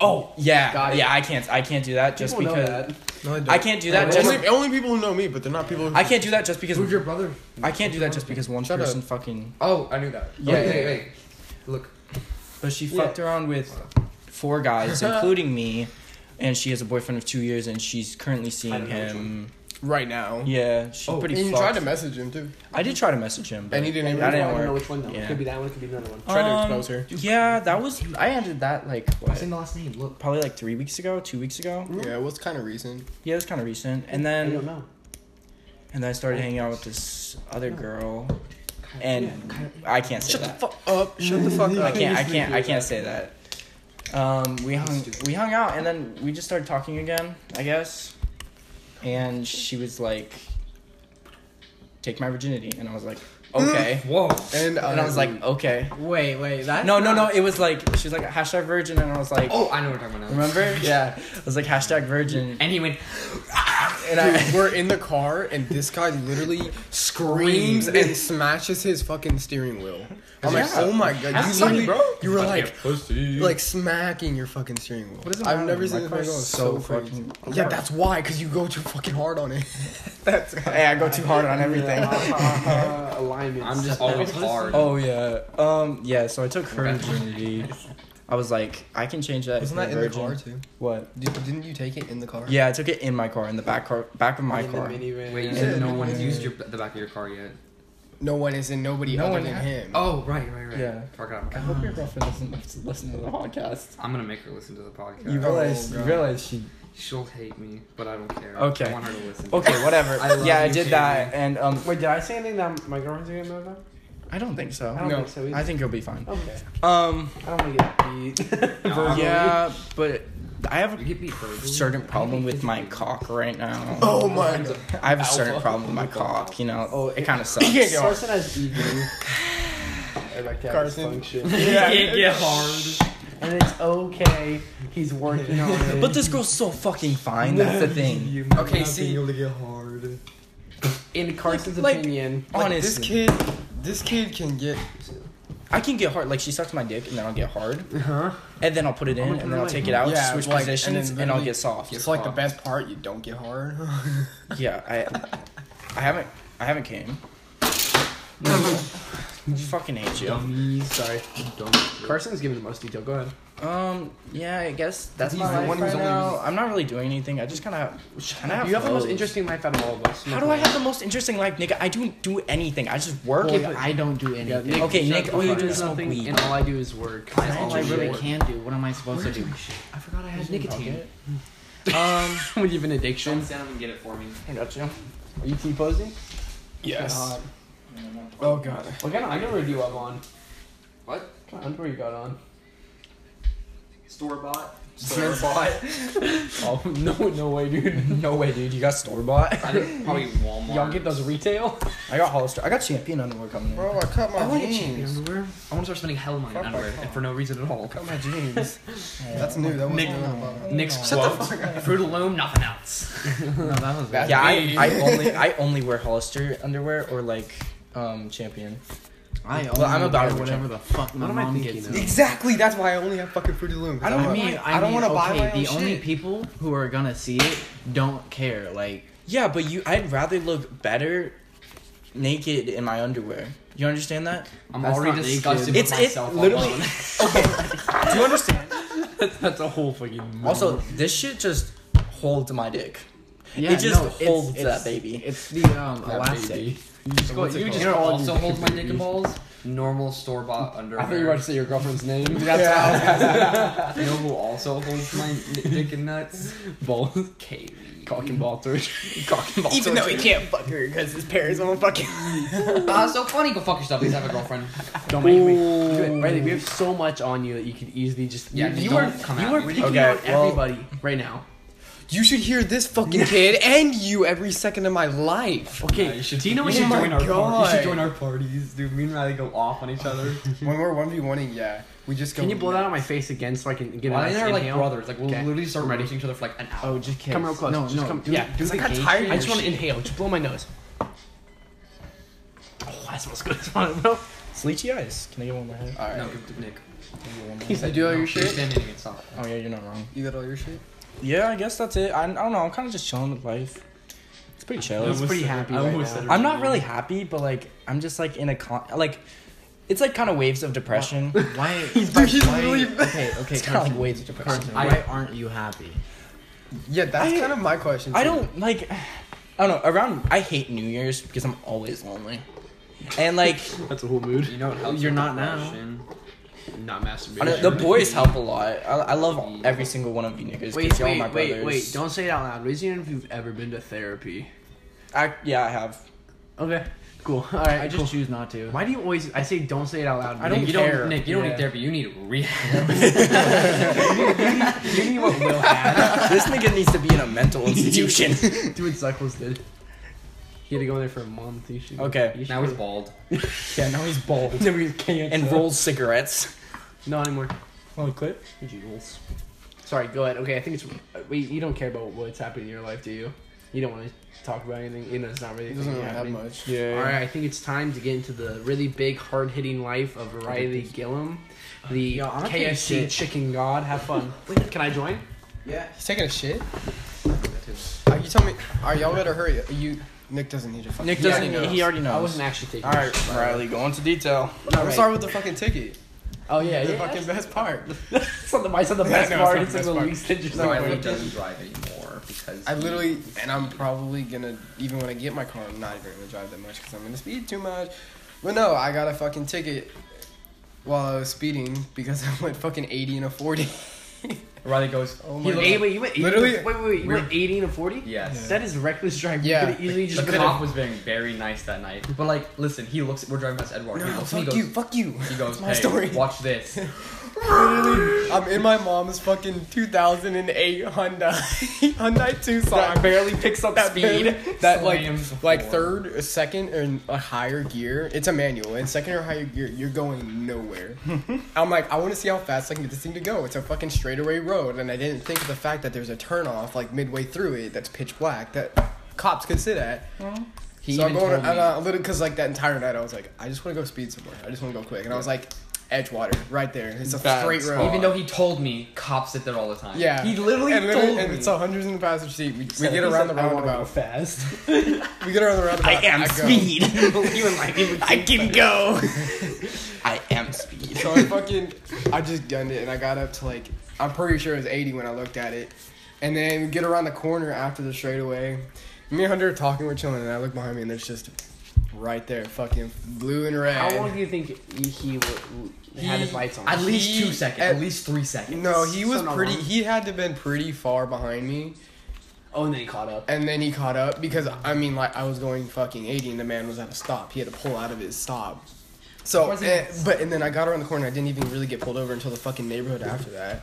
oh yeah, Got it. yeah. I can't. I can't do that just People know because. that. No, I don't. I can't do that. Just, only, only people who know me, but they're not people. Who, I can't do that just because. Who's your brother? I can't do that just because one Shut up. person fucking. Oh, I knew that. Yeah, Wait, yeah, wait, yeah. wait. Look. But she fucked around with four guys, including me, and she has a boyfriend of two years, and she's currently seeing him. right now. Yeah, she's And pretty you fucked. tried to message him too, I did try to message him, but and he didn't. I Even, That don't didn't even know work. which one though. Yeah. Could be that one. Could be another one. Tried to expose her. Um, Yeah, that was. I ended that like I'm what, saying the last name. Look. probably like three weeks ago, two weeks ago. yeah, it was kind of recent. Yeah, it was kind of recent. And I don't then know. and then I started hanging out with this other girl, and I can't say that. Fuck up. Shut the fuck I up. can't. I can't. I can't say that. Um, we hung. We hung out, and then we just started talking again. I guess. And she was like, "Take my virginity," and I was like, "Okay." Whoa. And, um, And I was like, "Okay." Wait, wait, that. No, no, no. It was like she was like hashtag virgin, and I was like, Oh, I know what we're talking about now. "Remember?" Yeah. I was like hashtag virgin, And he went. and I, we're in the car, and this guy literally screams and smashes his fucking steering wheel. I'm like, Yeah. oh my god, you That's literally, funny, bro. you were like, pussy. like smacking your fucking steering wheel. does it I've matter? never seen My this man go car's so, so crazy. fucking- Yeah, that's why, cause you go too fucking hard on it. that's Hey, I go too hard on everything. Uh, alignment. I'm just always hard. Oh yeah. Um yeah, so I took her virginity. I was like, I can change that. Wasn't if that in you're a the car virgin. too? What? Did, didn't you take it in the car? Yeah, I took it in my car, in the back car back of my in car. the minivan. Wait, you Yeah. said no one has used your, the back of your car yet. No one is in nobody No other one than ha- him. Oh, right, right, right. Yeah. Fuck up. I hope your girlfriend doesn't listen- listen to the podcast. I'm gonna make her listen to the podcast. You Oh, realize you God. realize she She'll hate me, but I don't care. Okay. I want her to listen. Okay, whatever. I love yeah, I you, did Jamie. that and um Wait, did I say anything that my girlfriend's gonna know about? I don't think so. I don't no. think so either. I think you'll be fine. Okay. Um I don't want to get beat. verbally. yeah, but I have You get beat a verbally. certain problem with my cock right now. Oh my god. I have a certain problem with my cock, you know. Oh, it kind of sucks. Yeah, yo. Carson has ED. Erectile Carson. dysfunction. Can't get hard. and it's okay. He's working on it. But this girl's so fucking fine. That's the thing. Okay, see. able to get hard. in Carson's like- opinion, Honestly. This Honestly, kid, this kid can get. I can get hard. Like she sucks my dick, and then I'll get hard, and then I'll put it in, and then I'll take it out, Yeah, switch like, and positions, and, then I'll literally get soft. It's like the best part. You don't get hard. Yeah, I, I haven't, I haven't came. fucking hate you. Dummies. Sorry. Dummies. Carson's giving the most detail. Go ahead. Um, yeah, I guess that's He's my the life one who's right only- now. I'm not really doing anything. I just kind of, kind of. You have the most interesting life out of all of us. How do I have the most interesting life, nigga? I don't do anything. I just work. Okay, but I don't do Yeah, anything. Nick, Okay, shut Nick, the all you fuck do up. is smoke nothing, weed. and all I do is work. That's all I really can do. What am I supposed to do? I forgot I I have had nicotine. Um, when you have an Don't addiction, stand up and get it for me. I got you. are you T posing? yes. Oh god. What kind of underwear do you have on? What? What kind of underwear you got on? Store bought. Store bought. Oh no, no way, dude. No way, dude. You got store bought. I think probably Walmart. Y'all get those retail? I got Hollister. I got champion underwear coming in. Bro, I cut my I want to get champion jeans. underwear. I want to start spending hell money on underwear and for no reason at all. Cut my jeans. That's new. That wasn't Nick- new. Nick's quote. Fruit alone, nothing else. No, that was That's Yeah, I, me. I only I only wear Hollister underwear or like um champion. I Well, I'm only about wear to whatever the fuck my What am I mom thinking gets. of? me. Exactly. That's why I only have fucking Fruity Loom. 'cause I I'm like, mean, I, I don't want wanna to buy my The own only shit. people who are gonna see it don't care. Like, Yeah, but you I'd rather look better naked in my underwear. You understand that? I'm That's already not naked. disgusted It's with it myself. literally. alone. okay. Do you understand? That's a whole fucking. Also, this shit just holds my dick. yeah, it just no, it's- holds it's- that baby. It's the um elastic. Elastic. You just go. What's it You just called? call also it- holds my dick and balls. Normal store bought underwear. I thought you were about to say your girlfriend's name. You know who also holds my n- dick and nuts? Balls. Katie. Cock and ball surgery. Cock and ball Even though he surgery. can't fuck her because his parents won't fuck him. Ah, so funny. Go fuck yourself. Please have a girlfriend. Don't make me. Ooh. Good. Right, we have so much on you that you could easily just Yeah, you, just you don't are come you at are me. picking Okay, out well- everybody right now. You should hear this fucking kid and you every second of my life. Okay, Yeah, you should- Oh do you know you what should you my join our par- You God. should join our parties, dude. Me and Riley go off on each other. When we're one v oneing, yeah, we just go. Can you blow that on my face again so I can get a Riley nice and I are like inhale? brothers. Like we'll Okay. literally start I'm ready. roasting each other for like an hour. Oh, just kidding. Come real close. No, just no. come. do- yeah, do the I got gay tired. shit. I just want to inhale. Just blow my nose. Oh, that smells good. bro. Sleechy eyes. Can I get one more head? All right. No, give it to Nick. I do all your You're shit. standing against something. Oh yeah, you're not wrong. You got all your shit. Yeah, I guess that's it. I, I don't know. I'm kind of just chilling with life. It's pretty I chill. almost pretty said- happy I right almost now. said it I'm not wrong. really happy, but like I'm just like in a con like it's like kind of waves of depression. Why? Dude, he's why- really- Okay, okay. It's kind of Carson, like waves of depression. Carson, why aren't you happy? Yeah, that's I- kind of my question. I too. don't like. I don't know. Around I hate New Year's because I'm always lonely, and like That's a whole mood. You know what helps? You're with not now. depression? Not I don't- masturbating. the boys help a lot. I, I love every single one of you niggas. Wait, 'cause y'all my wait, wait, brothers. wait! Don't say it out loud. Raise your hand if you've ever been to therapy. I, yeah, I have. Okay, cool. All right, I just cool. choose not to. Why do you always? I say don't say it out loud. I don't You care. don't, Nick. You don't Yeah. need therapy. You need rehab. You need what Will had. this nigga needs to be in a mental institution. Do what Zuckles did. He had to go in there for a month. You should. Okay. You should now he's bald. yeah, now he's bald and and rolls cigarettes. not anymore. Want a clip? Jules. Sorry. Go ahead. Okay, I think it's. uh, Wait, you don't care about what's happening in your life, do you? You don't want to talk about anything. You know, it's not really. a It thing doesn't really have happening. much. All Yeah. right, I think it's time to get into the really big, hard-hitting life of Riley Gillum, the I'm taking KFC shit. chicken god. Have fun. Can I join? Yeah. He's taking a shit. Are you tell me? Are y'all better hurry? You Nick doesn't need to fucking. Nick Yeah, doesn't. he knows. he already knows. I wasn't actually taking. All a right, shit. Riley, go into detail. All Let's right. start with the fucking ticket. Oh yeah, the yeah. fucking best part. It's not the, it's not the best no, it's part. not the It's, like best the part. least interesting. No, I Riley like part. doesn't drive anymore because I literally, and I'm probably gonna, even when I get my car, I'm not even gonna drive that much because I'm gonna speed too much. But no, I got a fucking ticket while I was speeding because I went fucking 80 and a 40. Riley goes. Oh You, wait, wait, you went 18 Literally- wait, wait, wait, you went 18 and 40? Yes. That is reckless driving. Yeah. You could easily just the cut cop off. was being very nice that night. But like, listen, he looks. We're driving past Edward. he No, looks. and fuck he you, goes. fuck you. He goes. my hey, story." watch this. Literally, I'm in my mom's fucking 2008 Honda, Hyundai Tucson. That barely picks up that speed. that Slams like, the like floor. third, or second, or a higher gear. It's a manual. In second or higher gear, you're going nowhere. I'm like, I want to see how fast I can get this thing to go. It's a fucking straightaway road, and I didn't think of the fact that there's a turnoff like midway through it that's pitch black that cops could sit at. He so I'm even going told and, uh, a little because like that entire night I was like, I just want to go speed somewhere. I just want to go quick, and I was like, Edgewater, right there. It's a That's straight road. hard. Even though he told me, cops sit there all the time. Yeah. He literally and told And me. it's a hundreds in the passenger seat. We, we get around the roundabout. fast. We get around the roundabout. I am go. speed. you and like, you would I can go. I am speed. So I fucking, I just gunned it and I got up to like, I'm pretty sure it was 80 when I looked at it. And then we get around the corner after the straightaway. Me and Hunter are talking, we're chilling, and I look behind me and there's just right there, fucking blue and red. How long do you think he, he, w- had his lights on? At least He- two seconds. at- At, least three seconds. no, he was So not pretty. long. He had to have been pretty far behind me, oh, and then he caught up. and then he caught up because I mean, like I was going fucking eighty, and the man was at a stop. He had to pull out of his stop. So, Was he- eh, but and then I got around the corner. I didn't even really get pulled over until the fucking neighborhood after that.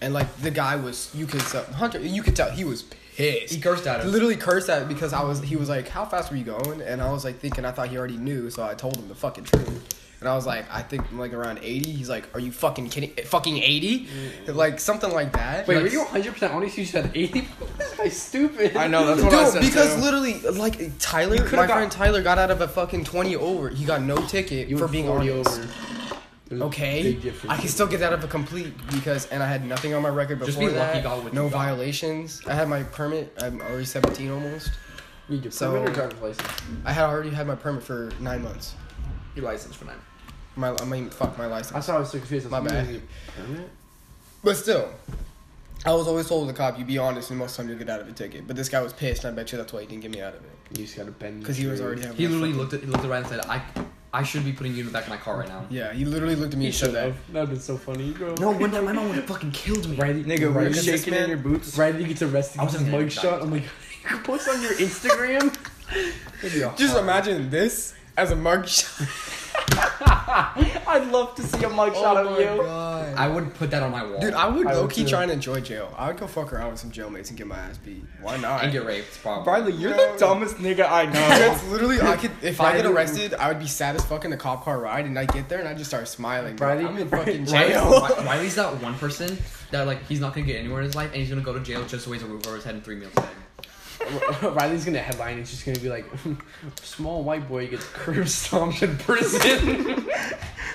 And like the guy was, you could tell Hunter, you could tell he was pissed. He cursed at us. Literally cursed at it because I was. He was like, "How fast were you going?" And I was like thinking, I thought he already knew, so I told him the fucking truth. And I was like, I think I'm like around 80. He's like, Are you fucking kidding? Fucking 80? Like something like that. Mm. Wait, Like, were you 100% honest? You said 80? This guy's stupid. I know that's what I Dude, said. because too. literally, like Tyler, my friend Tyler got out of a fucking twenty over. He got no ticket You for were being 40 honest. over. Okay, Big difference. I can still get out of a complete because, and I had nothing on my record before Just be lucky that. God with no you, God. violations. I had my permit. I'm already seventeen almost. You do So- permanent driver's license. I had already had my permit for nine months. Your license for nine. My, I mean, fuck my license. That's why I was so confused. I was My like, bad. you don't need a permit? But still, I was always told with the cop, you be honest, and most of the time you'll get out of a ticket. But this guy was pissed, and I bet you that's why he didn't get me out of it. You just gotta bend. Because he was already having He a literally fucking- looked at he looked at Ryan and said, I I should be putting you in the back of my car right now. Yeah, he literally looked at me and said that. That'd been so funny, bro. Oh, No, one time my mom would have fucking killed me. Riley, Nigga, Riley, we're shaking in your boots. Riley gets arrested. I was gets his having an mug shot. I'm like, you can post on your Instagram. Just imagine this as a mugshot. I'd love to see a mug shot of you. god. I would put that on my wall. Dude, I would I low would key too. try and enjoy jail. I would go fuck around with some jailmates and get my ass beat. Why not? and get raped, probably. Riley, you're No. the dumbest nigga I know. That's literally, I could, if I get Friday- arrested, I would be sad as fuck in a cop car ride, and I get there and I just start smiling. Friday- I'm in fucking Riley's, jail. Ri- Riley's that one person that like he's not gonna get anywhere in his life and he's gonna go to jail just so he's a roof over his head and three meals a day. Riley's gonna headline. It's just gonna be like, small white boy gets curb stomped in prison.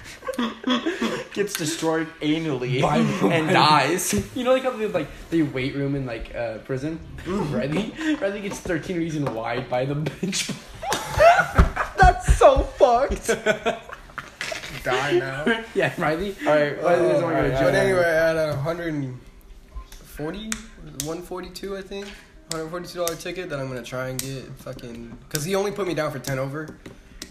Gets destroyed anally By- and by- dies. you know, like how they have, like the weight room in like uh, prison. Mm. Riley, Riley gets thirteen reason why by the bench. That's so fucked. Die now. yeah, Riley. All right, Riley doesn't want to go to But jail. anyway, at a 140, 142, I think. $142 ticket that I'm gonna try and get fucking. Because he only put me down for 10 over.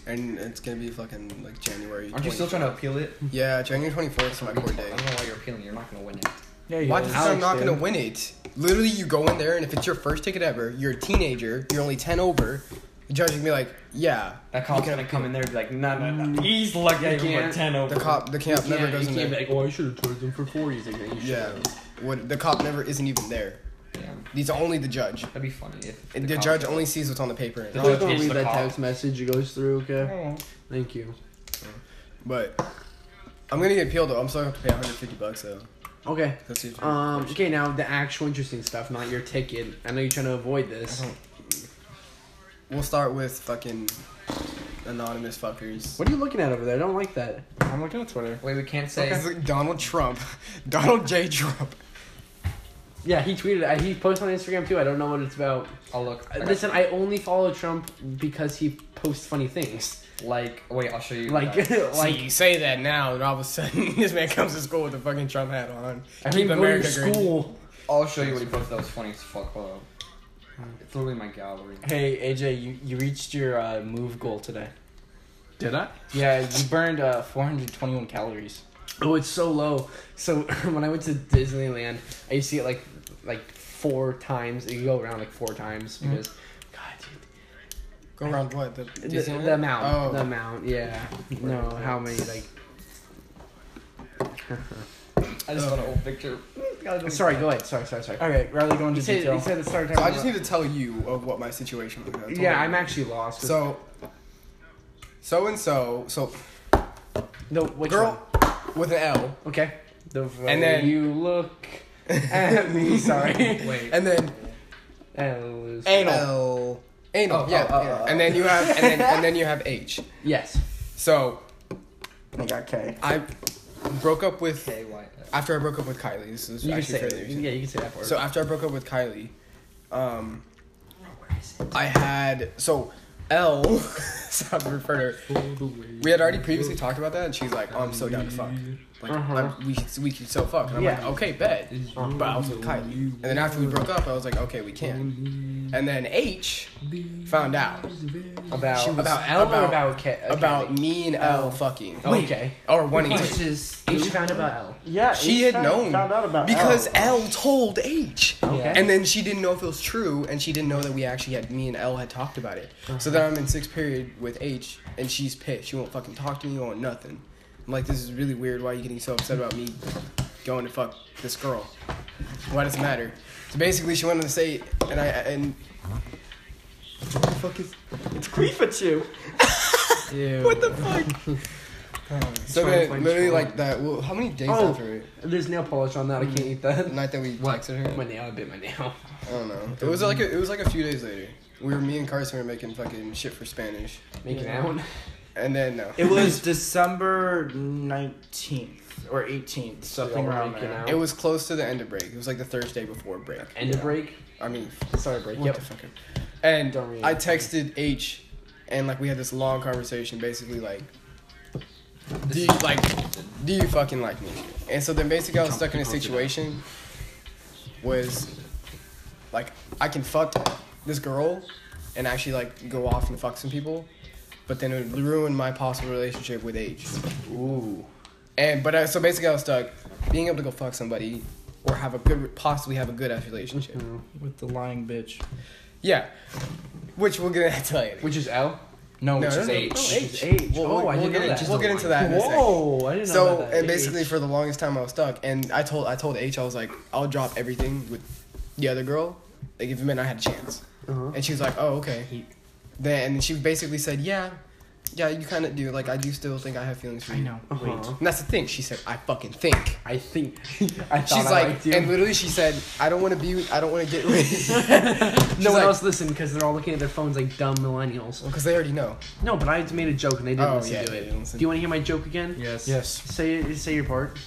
And it's gonna be fucking like January. Aren't you still 24th. trying to appeal it? Yeah, January 24th is my court I day. don't know why you're appealing. You're not gonna win it. There you Why go. does I'm not Alex, gonna dude. win it? Literally, you go in there, and if it's your first ticket ever, you're a teenager, you're only 10 over, the judge can be like, yeah. That cop's You gonna can't- come in there and be like, no, no, no. He's lucky I even put can't. 10 over. The cop, the cop never goes in there. like, oh, I should have charged him for four years. Like, you should've. Yeah. What, the cop never isn't even there. Yeah. He's only the judge. That'd be funny if And the, cop- judge only sees what's on the paper. I'm just gonna read that text message. It goes through. Okay. Thank you. But I'm gonna get appealed though. I'm still gonna have to pay 150 bucks though. Okay. That's usually. Um. Okay. Now the actual interesting stuff, not your ticket. I know you're trying to avoid this. we'll start with fucking anonymous fuckers. What are you looking at over there? I don't like that. I'm looking at Twitter. Wait, we can't say. This is like Donald Trump, Donald J. Trump. Yeah, he tweeted. uh, He posted on Instagram too. I don't know what it's about. I'll look. Uh, I got Listen, I only follow Trump because he posts funny things. you. like wait, I'll show you. Like, that. like you say that now, and all of a sudden this man comes to school with a fucking Trump hat on. I didn't go to school. I'll show you what he posted. That was funny as fuck. Hold up. It's literally in my gallery. Hey AJ, you, you reached your uh, move goal today. Did I? Yeah, you burned uh, 421 calories. Oh, it's so low. So when I went to Disneyland, I used to get like like four times. You go around like four times because God, dude, Go around what? The, The, Disneyland? the amount. Oh. The amount, yeah. No, how many, like. I just found an old picture. Sorry, go ahead. Sorry, sorry, sorry. All right, Riley, go into He said, detail. he said the start time. So I just need to tell you of what my situation was. I told yeah, you. I'm actually lost. So, so and so, so no, which girl one? with an L, Okay. The way And then- you look at me. Sorry. Wait. and then And Oh, anal. Anal. Oh, yeah. oh, oh, yeah. oh, oh. and then you have and then, and then you have H. yes. So I got K. I broke up with K Y S. after I broke up with Kylie. This is You can actually say fairly it. recent. Yeah, you can say that part. So after I broke up with Kylie, um, I had so L. so I refer to her. We had already previously talked about that, and she's like, "Oh, I'm so down to fuck. Like, Uh-huh. I'm, we should, we could so fuck." And I'm like, Yeah. "Okay, bet." But I was with Kylie, and then after we broke up, I was like, "Okay, we can." Mm. And then H found out about, she was- about L about- or about K? okay. about me and L fucking Okay. or wanting to. is H found about L. Yeah, She had known because L told H, Okay. and then she didn't know if it was true, and she didn't know that we actually had me and L had talked about it. So then I'm in sixth period with H, and she's pissed. She won't fucking talk to me. won't nothing. I'm like, this is really weird. Why are you getting so upset about me going to fuck this girl? Why does it matter? So basically, she went on to say, and I and what the fuck is it's Cleefachu. what the fuck? so trying to then, find literally his phone. like that. Well, how many days Oh. after it? There's nail polish on that. I can't eat that. The night that we texted her. My nail. I bit my nail. I don't know. It was like a, it was like a few days later. We were me and Carson were making fucking shit for Spanish, Making out. and then no, It was December 19th or 18th, something around making there. out. it was close to the end of break. It was like the Thursday before break. End of break. I mean, Sorry, break. what Yep. the fuck? And Don't read I it. texted H, and like we had this long conversation, basically like, do you, like, do you fucking like me? And so then basically I was stuck in a situation was like I can fuck this girl and actually like go off and fuck some people, but then it would ruin my possible relationship with H. Ooh. And but I, so basically I was stuck being able to go fuck somebody or have a good possibly have a good ass relationship. with the lying bitch. Yeah. Which we're gonna tell you. Which is L? No, which no, is no, H. no, H. H. We'll, oh, we'll, I we'll didn't get know in- that. we'll get into that. in a sec. Whoa, I didn't know So about that. and basically H. for the longest time I was stuck, and I told I told H I was like I'll drop everything with the other girl, like if it meant I had a chance, Uh-huh. and she was like oh okay, then and she basically said yeah, yeah you kind of do like I do still think I have feelings for you. I know. Wait. And that's the thing. She said I fucking think. I think. She's like and literally she said I don't want to be I don't want to get with No one like- "Oh, else listened because they're all looking at their phones like dumb millennials. because they already know. No, but I made a joke and they didn't Oh, listen yeah, to they it. didn't listen. Do you want to hear my joke again? Yes. Yes. Say say your part.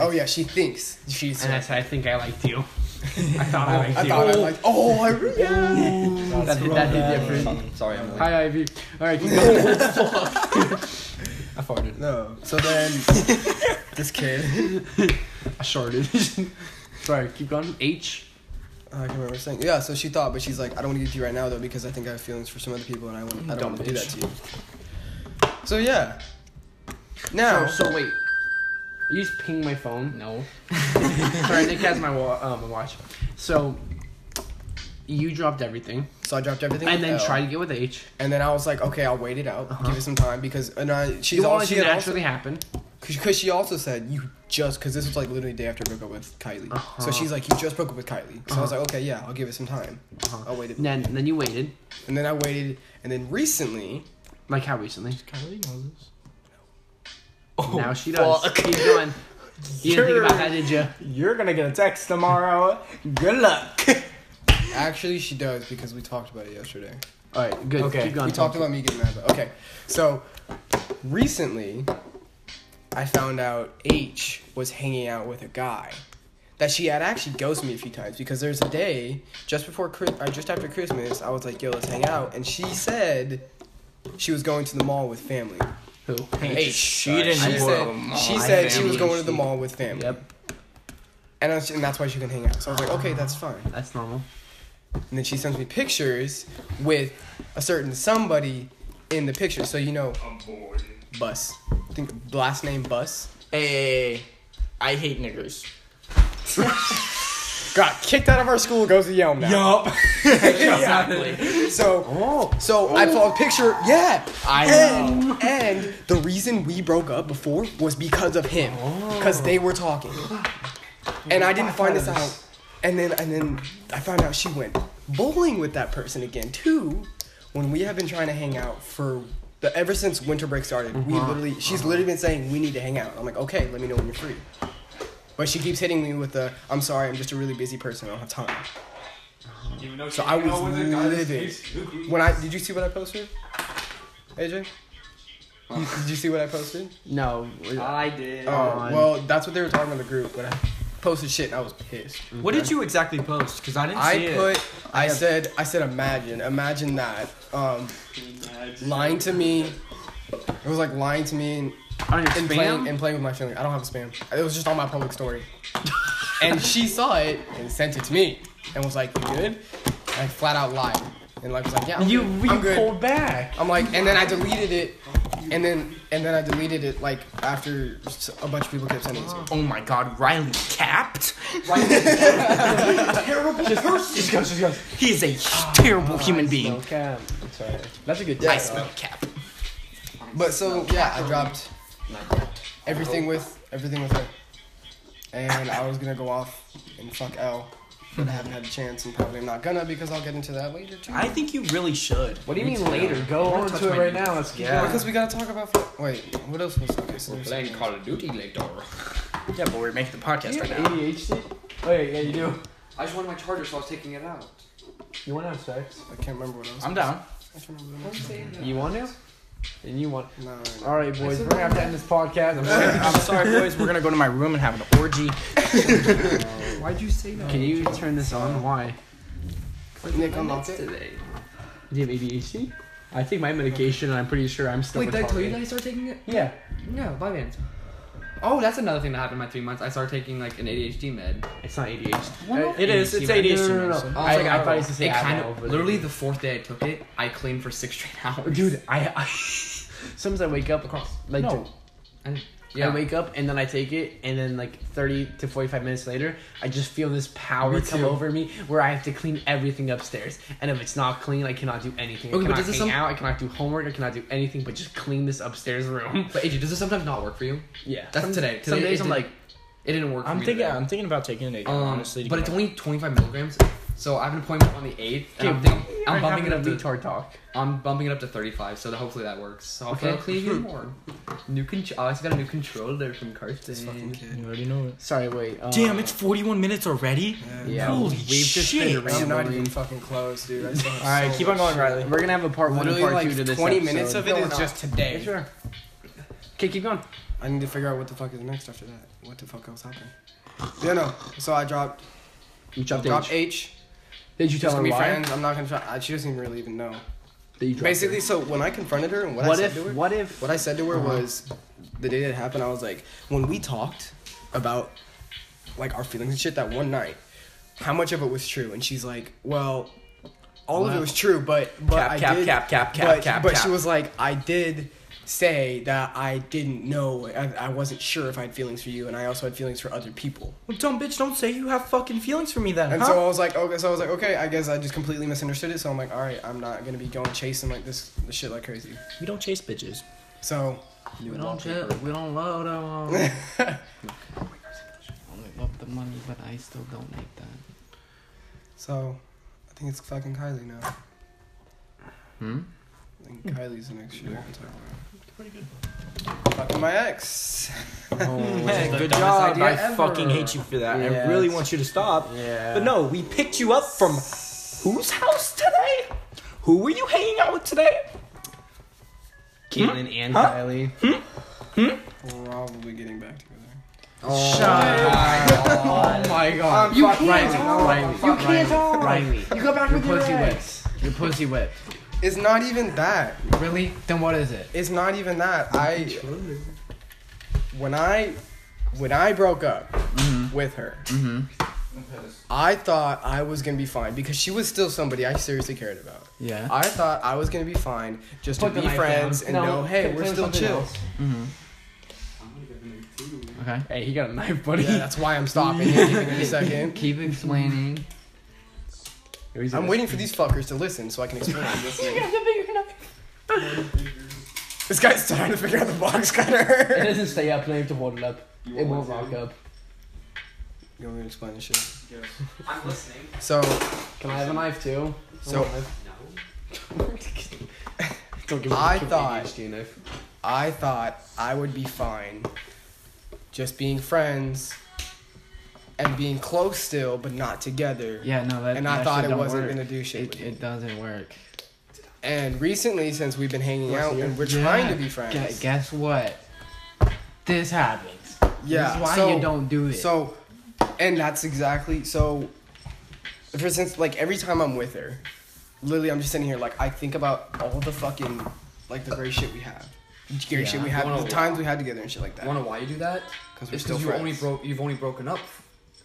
Oh yeah, she thinks she And I said. said, I think I liked you. I thought I liked I you. thought I like oh I really that hit, that hit different. Sorry, Emily. Hi, Ivy. All right, keep going. I farted. no. So then this kid. I sharded. Sorry, keep going. H. I can't remember saying. Yeah, so she thought, but she's like, I don't want to get to you right now though because I think I have feelings for some other people and I want I don't want to do that to you. So yeah. Now Oh, so wait. You just ping my phone? No. Sorry, Nick has my, wa- uh, my watch. So, you dropped everything so I dropped everything and then L. tried to get with H. and Uh-huh. then I was like, okay, I'll wait it out, give it some time because and I she's You all wanted she to had also naturally happen. because she also said you just because this was like literally the day after I broke up with Kylie, so she's like, you just broke up with Kylie, so I was like, okay, yeah, I'll give it some time, I'll wait it, And then, and then you waited. and then I waited, and then recently Like how recently? now she does. Keep going. You didn't think about that, did you? You're gonna get a text tomorrow. Good luck. actually she does because we talked about it yesterday. All right, good. Okay, Keep going. We talked about me getting mad. About, okay, so recently, I found out H was hanging out with a guy that she had actually ghosted me a few times because there's a day just before Chris- or just after Christmas, I was like, "Yo, let's hang out," and she said she was going to the mall with family. Who? H. She didn't. She go to the said mall she with said she family. was going to the mall with family. Yep. And, I was, and that's why she can hang out. So I was like, okay, that's fine. That's normal. And then she sends me pictures with a certain somebody in the picture. So you know, Bus. I think last name Bus Hey, I hate niggers. got kicked out of our school. Goes to Yelm now. Yup. Yup. so, so I saw a picture. Yeah. Oh. I and, know. And the reason we broke up before was because of him, because they were talking, and I didn't find this out. And then and then I found out she went bowling with that person again too. When we have been trying to hang out for the ever since winter break started, we literally she's literally been saying we need to hang out. I'm like, okay, let me know when you're free. But she keeps hitting me with the "I'm sorry, I'm just a really busy person. I don't have time." So I was livid. When I did you see what I posted, AJ? You- did you see what I posted? No. I did. Oh well, that's what they were talking about in the group. But I posted shit and I was pissed. What did you exactly post? Because I didn't see I it. put. I said. I said. Imagine. Imagine that. Um, lying to me. It was like lying to me and, On your and playing and playing with my feelings. I don't have a spam. It was just on my public story. and she saw it and sent it to me and was like, "You good?" And I flat out lied. And like was like, "Yeah, I'm You good. you I'm good." pulled back. I'm like, and then I deleted it, and then and then I deleted it like after s- a bunch of people kept sending it. to me. Oh my god, Riley capped? Just goes, just goes. He is a terrible human being. Okay. That's a good I smell cap. But so yeah, I dropped everything with everything with her, and I was gonna go off and fuck L, but I haven't had a chance, and probably I'm not gonna because I'll get into that later too. I think you really should. What do you mean later? Go on to it right now. Let's keep Well, going. because we gotta talk about. fu- Wait, what else was? Okay, so there's something else. of Duty later. Yeah, but we're making the podcast right now. ADHD? Wait, yeah, you do. I just wanted my charger, so I was taking it out. You want to have sex? I can't remember what else. I'm down. I can't remember what else. You want to? And you want. No, no, no. All right, boys. We're gonna have to end this podcast. I'm sorry. I'm sorry, boys. We're gonna go to my room and have an orgy. Why'd you say that? Can you turn this on? Why? Nick, unlock it. Do you have ADHD? I take my medication and I'm pretty sure I'm still Wait, did I tell you retarded. that I started taking it? Yeah. No, my man. Oh, that's another thing that happened in my three months. I started taking like an ADHD med. It's not ADHD. It is. It's ADHD. ADHD. no, no, no. medicine. I, I thought he was "Oh." It just saying kind Adderall, of but- literally the fourth day I took it, I claimed for six straight hours. Dude, I, I sometimes I wake up across like No. And, yeah. yeah, I wake up and then I take it and then like thirty to forty five minutes later I just feel this power come over me where I have to clean everything upstairs and if it's not clean I cannot do anything. I Okay, but does cannot hang this some- out. I cannot do homework. I cannot do anything but just clean this upstairs room. But AJ, does this sometimes not work for you? Yeah, That's today. Some Today days it didn't- I'm like, It didn't work. for I'm me thinking. today. I'm thinking about taking it again. Um, honestly, to but get it's my- only 25 milligrams. So I've been appointment on the 8th, and I'm, think- I'm bumping it up to retard talk. I'm bumping it up to 35. So that hopefully that works. So hopefully Okay. I'll clean even more. New con- I also got a new controller from Carson. You already know it. Sorry, wait. Um, Damn, it's 41 minutes already? oh, yeah. Holy we've just been shit. I'm not rambling. even fucking close, dude. I still have All right, so keep on much going, Riley. We're gonna have a part one and Literally part like two to this. 20 episode. minutes of it is just Yeah, today. Sure. Okay, keep going. I need to figure out what the fuck is next after that. What the fuck else happened? Yeah, no. So I dropped, You dropped dropped H. H. Did you Just tell her gonna be why? friends. I'm not gonna try. I, she doesn't even really even know. That you dropped Basically, her? so when I confronted her and what, what I said if? to her, What if? what I said to her was, the day that happened, I was like, when we talked about like our feelings and shit that one night, how much of it was true? And she's like, well, all of it was true, but but Cap, I cap, did, cap, cap, cap, but, cap, But she cap. was like, I did say that I didn't know, I, I wasn't sure if I had feelings for you, and I also had feelings for other people. Well, dumb bitch, don't say you have fucking feelings for me then. And huh? so I was like, okay, so I was like, okay, I guess I just completely misunderstood it. So I'm like, all right, I'm not gonna be going chasing like this, this shit like crazy. we don't chase bitches. So We don't, chill, we don't love them. I love the money, but I still don't like that. So, I think it's fucking Kylie now. Hmm? I think Kylie's the next shit we're gonna talk about. Pretty good. Fucking my ex. Hey, good dumbest job. idea I ever. fucking hate you for that. Yeah, I really it's- want you to stop. Yeah. But no, we picked you up from whose house today? Who were you hanging out with today? Caitlin and Huh? Kylie. We're probably getting back together. Oh my god. Um, you can't talk. Riley. You can't talk. Riley, You go back your with your pussy ex. whipped. Your pussy whipped. It's not even that. Really? Then what is it? It's not even that. I. When I, when I broke up Mm-hmm. with her, I thought I was gonna be fine because she was still somebody I seriously cared about. Yeah. I thought I was gonna be fine just Put to the be knife friends down. and No, know, hey, put- we're put still something chill. else. Mm-hmm. Okay. Hey, he got a knife, buddy. Yeah, that's why I'm stopping. Give me a second. Keep explaining. I'm waiting for these fuckers to listen so I can explain. this guy's trying to figure out the box It cutter. doesn't stay up. No, you have to hold it up. It won't rock up. You want me to explain this shit? I'm listening. So, Can I have a knife too? so Don't give I thought ADHD knife. I thought I would be fine, just being friends and being close still, but not together. Yeah, no, that. And that I shit thought it don't wasn't work. gonna do shit. It, with you. it doesn't work. And recently, since we've been hanging out and we're Yeah. trying to be friends, Gu- guess what? This happens. yeah. This is why so- you don't do it. So, and that's exactly so. For instance, like every time I'm with her, literally I'm just sitting here like I think about all the fucking like the great shit we have, great shit we have, Wanna- the times we had together and shit like that. Wanna know why you do that? Because we're It's still because you friends. only broke. You've only broken up,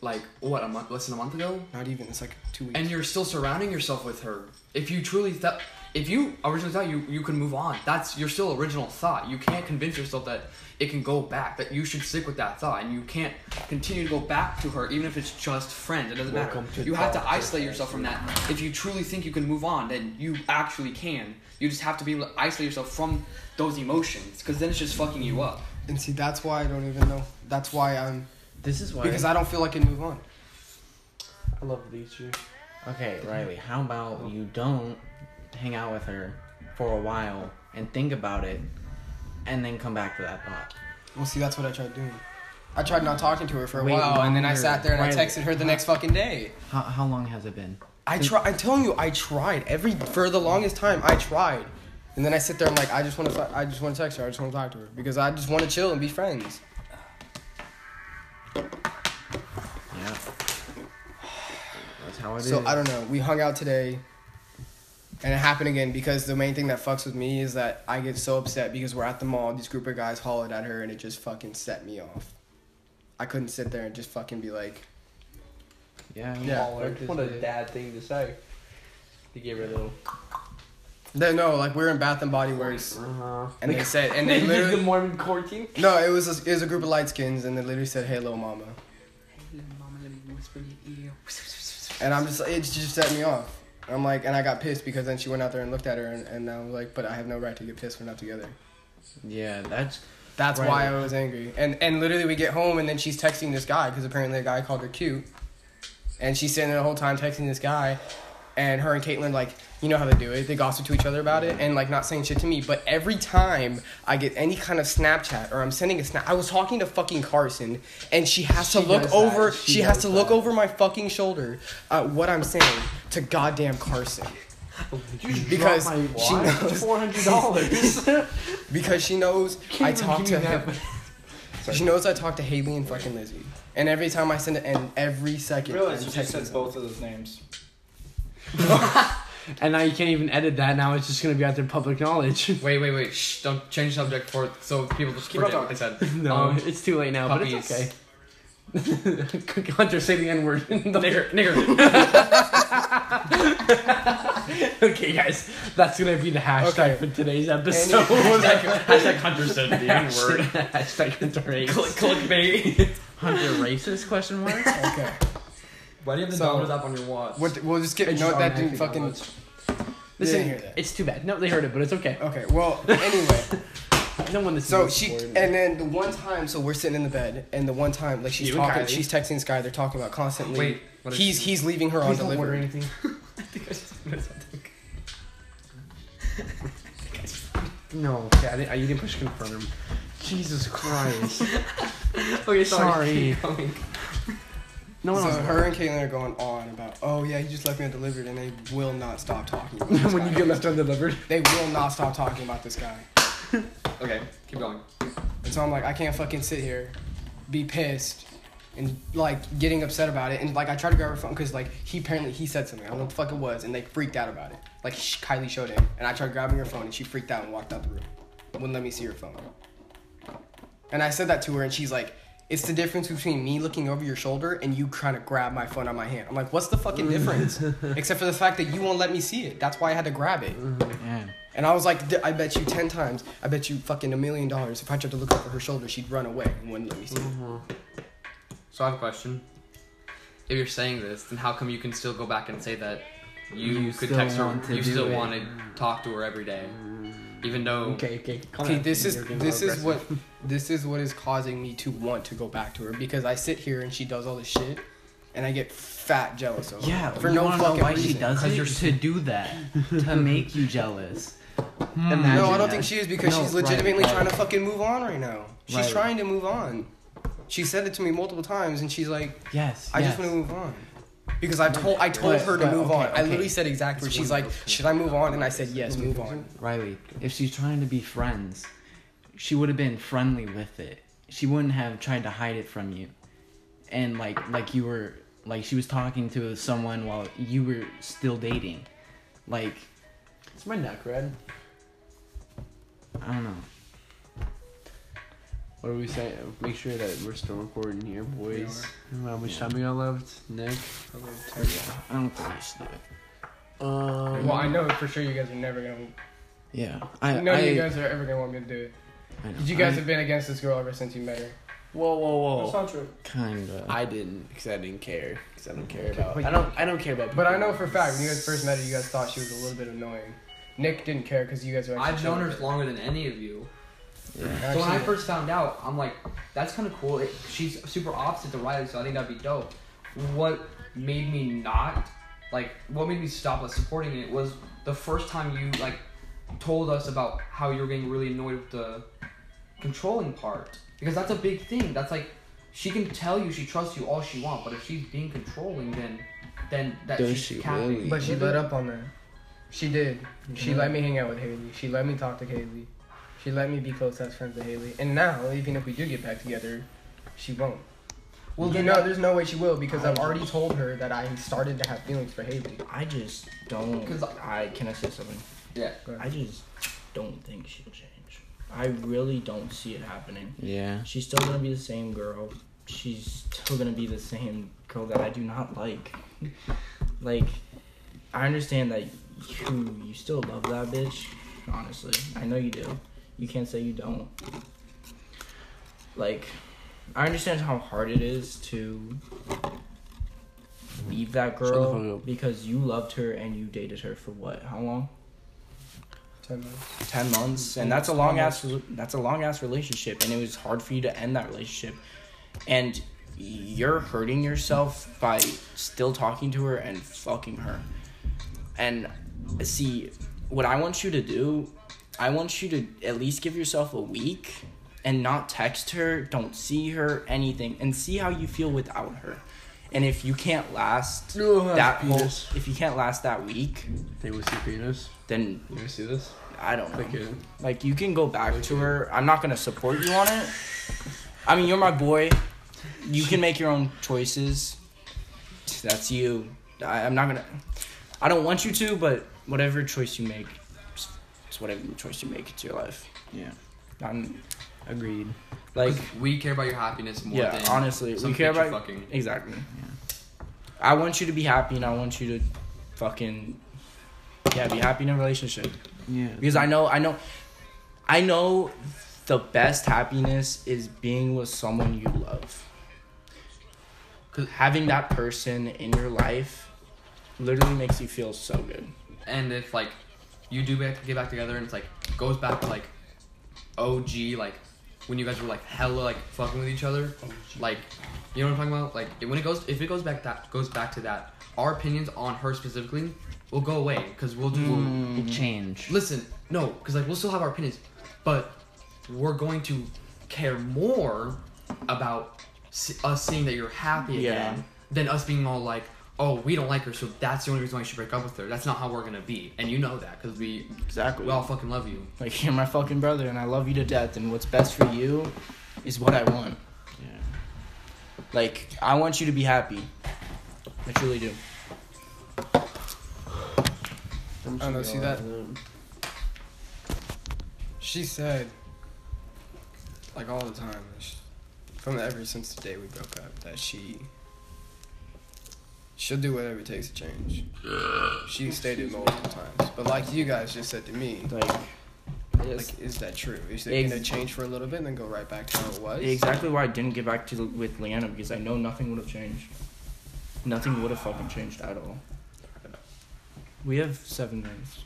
like what a month, less than a month ago, Not even. It's like two weeks. and you're still surrounding yourself with her. If you truly thought, if you originally thought you you could move on, that's your still original thought. You can't convince yourself that it can go back. That you should stick with that thought, and you can't continue to go back to her, even if it's just friends. It doesn't matter. You have to isolate yourself from that. If you truly think you can move on, then you actually can. You just have to be able to isolate yourself from those emotions, because then it's just fucking you up. and see, that's why I don't even know. That's why I'm this is why. because I don't feel I can move on. I love E these two. Okay, Riley, how about you don't hang out with her for a while and think about it and then come back to that thought? Well, see, that's what I tried doing. I tried not talking to her for a Wait, while, and then I longer. sat there and I Why- texted her the next fucking day. How, how long has it been? I try. I'm telling you, I tried every for the longest time. I tried, and then I sit there. I'm like, I just want to. I just want to text her. I just want to talk to her because I just want to chill and be friends. Yeah. That's how it is. So I don't know. We hung out today. And it happened again because the main thing that fucks with me is that I get so upset because we're at the mall, this group of guys hollered at her, and it just fucking set me off. I couldn't sit there and just fucking be like, Yeah. yeah. What a dad thing to say. To give her a little. They- no, like we were in Bath and Body Works, Uh-huh. and they said, and they literally, Mormon core team. no, it was a, it was a group of light skins, and they literally said, "Hey, little mama," Mama, let me whisper in your ear. and I'm just, it just set me off. And I'm like, and I got pissed because then she went out there and looked at her, and, and I was like, but I have no right to get pissed. We're not together. Yeah, that's That's Right. why I was angry. And and literally, we get home and then she's texting this guy because apparently a guy called her cute, and she's sitting there the whole time texting this guy, and her and Caitlyn like you know how they do it. They gossip to each other about it and like not saying shit to me. But every time I get any kind of Snapchat or I'm sending a snap, I was talking to fucking Carson, and she has to She look does that. over. She, She has does to look that. over my fucking shoulder at what I'm saying to goddamn Carson Because she knows- four hundred dollars. because she knows I talk to him. Sorry. She knows I talk to Haley and fucking Lizzie. And every time I send it, and every second. realize I'm you just texting said someone. both of those names. and now you can't even edit that. Now it's just gonna be out there public knowledge. Wait, wait, wait. Shh, don't change the subject for so people just Keep on forget what they said. no, Um, it's too late now, puppies. but it's okay. Hunter, say the N word. nigger, nigger. okay, guys, that's gonna be the hashtag Okay. for today's episode. Hashtag Hunter said the N word. hashtag Hunter Hayes. Click, clickbait. Hunter racist question mark. Okay. Why do you have the So- dollars up on your watch? What, we'll just get. It's No, just that didn't automatic fucking. downloads. Listen, Listen, it's too bad. No, they heard it, but it's okay. Okay, well, anyway. No one listens. So she. And then the one time, so we're sitting in the bed, and the one time, like, she's You and talking, Kylie. she's texting this guy, they're talking about constantly. Wait, what is He's he- he's leaving her on Please don't order delivery. anything. No, okay, I didn't, I, you didn't push confirm. Jesus Christ. okay, Sorry. Oh, Sorry. No So one else. her and Caitlin are going on about, oh yeah, he just left me undelivered, and they will not stop talking. About this when guy. you get left undelivered. they will not stop talking about this guy. Okay, keep going. And so I'm like, I can't fucking sit here, be pissed, and like getting upset about it. And like I tried to grab her phone because like he apparently he said something. I don't know what the fuck it was, and they freaked out about it. Like sh- Kylie showed him, and I tried grabbing her phone, and she freaked out and walked out the room. Wouldn't let me see her phone. And I said that to her, and she's like. It's the difference between me looking over your shoulder and you trying to grab my phone out of my hand. I'm like, what's the fucking difference? Except for the fact that you won't let me see it. That's why I had to grab it. Yeah. And I was like, "D- I bet you 10 times, I bet you fucking a million dollars, if I tried to look over her shoulder, she'd run away and wouldn't let me see. Mm-hmm. her. So I have a question. If you're saying this, then how come you can still go back and say that you, You could still text her? want to You do still it. want to talk to her every day, even though Okay, okay. calm Okay, down. this is You're getting this more is what this is what is causing me to want to go back to her because I sit here and she does all this shit and I get fat jealous of her. Yeah. for you no wanna know fucking why reason. she does 'Cause it? you're to do that to make you jealous. Hmm. No, I Imagine don't that. think she is because No, she's right, legitimately right. trying to fucking move on right now. She's Right. trying to move on. She said it to me multiple times and she's like, Yes. I just yes. want to move on. Because I told I told But- her to but, move okay, on. I okay. literally said exactly. where She's like, "Should I move on?" And I said, "Yes, move on." Riley, if she's trying to be friends, she would have been friendly with it. She wouldn't have tried to hide it from you. And like like you were like she was talking to someone while you were still dating. Like, It's my neck red. I don't know. What are we saying? Make sure that we're still recording here, boys. How much time we got left, Nick? I don't think I should do it. Um, Well, I know for sure you guys are never gonna. Yeah. I None I, of you guys are ever gonna want me to do it. I know. You guys I- have been against this girl ever since you met her. Whoa, whoa, whoa. kinda I didn't, because I didn't care. Because I don't care about. but I don't. I don't care about. But I people. know for a fact when you guys first met her, you guys thought she was a little bit annoying. Nick didn't care because you guys were. actually I've known her children. longer than any of you. yeah. So when I Actually, first found out, I'm like, that's kind of cool. It, she's super opposite to Riley, so I think that'd be dope. What made me not, like, what made me stop like, supporting it was the first time you, like, told us about how you were getting really annoyed with the controlling part. Because that's a big thing. That's like, she can tell you she trusts you all she wants, but if she's being controlling, then then that Does she's she capping. really? But she let up on that. She did. She let me hang out with Haley. She let me talk to Haley. She let me be close as friends with Haley. And now, even if we do get back together, she won't. Well, you know, there's no way she will because I've already told her that I started to have feelings for Haley. I just don't. 'Cause I can I say something? Yeah. I just don't think she'll change. I really don't see it happening. Yeah. She's still gonna be the same girl. She's still gonna be the same girl that I do not like. like, I understand that you you still love that bitch. Honestly, I know you do. You can't say you don't. Like, I understand how hard it is to leave that the fuck girl up. because you loved her and you dated her for what? How long? Ten months. ten months, and that's a long ass that's a long ass relationship, and it was hard for you to end that relationship, and you're hurting yourself by still talking to her and fucking her, and see what I want you to do, I want you to at least give yourself a week and not text her, don't see her, anything, and see how you feel without her. And if you can't last that whole, penis. if you can't last that week, They would see penis. then You ever see this? I don't know. Like a Like you can go back to her. I'm not gonna support you on it. I mean, you're my boy. You can make your own choices. That's you. I, I'm not gonna. I don't want you to, but whatever choice you make, it's- it's whatever choice you make. It's your life. Yeah. I'm agreed. like 'Cause we care about your happiness more yeah. than Honestly, some we care bitch you're about fucking. exactly. I want you to be happy, and I want you to fucking yeah, be happy in a relationship Yeah. because I know I know I know the best happiness is being with someone you love. 'Cause having that person in your life literally makes you feel so good. And if like you do back, get back together and it's like goes back to like OG like when you guys were like hella like fucking with each other, like you know what I'm talking about? Like it- when it goes if it goes back that goes back to that, our opinions on her specifically will go away because we'll do. we'll- Change. Listen, no, because like we'll still have our opinions, but we're going to care more about s- us seeing that you're happy Yeah. again than us being all like, oh, we don't like her, so that's the only reason why you should break up with her. That's not how we're gonna be, and you know that because we Exactly. we all fucking love you. Like you're my fucking brother and I love you to death and what's best for you is what I want. Yeah. Like I want you to be happy. I truly do. I don't know. See that? Oh, She said, like all the time, sh- from ever since the day we broke up, that she she'll do whatever it takes to change. She stated multiple times, but like you guys just said to me, Like it's- like is that true? Is it gonna Ex- change for a little bit and then go right back to how it was? exactly why I didn't get back to with Leanna because I know nothing would have changed. Nothing would have fucking changed at all. We have seven minutes.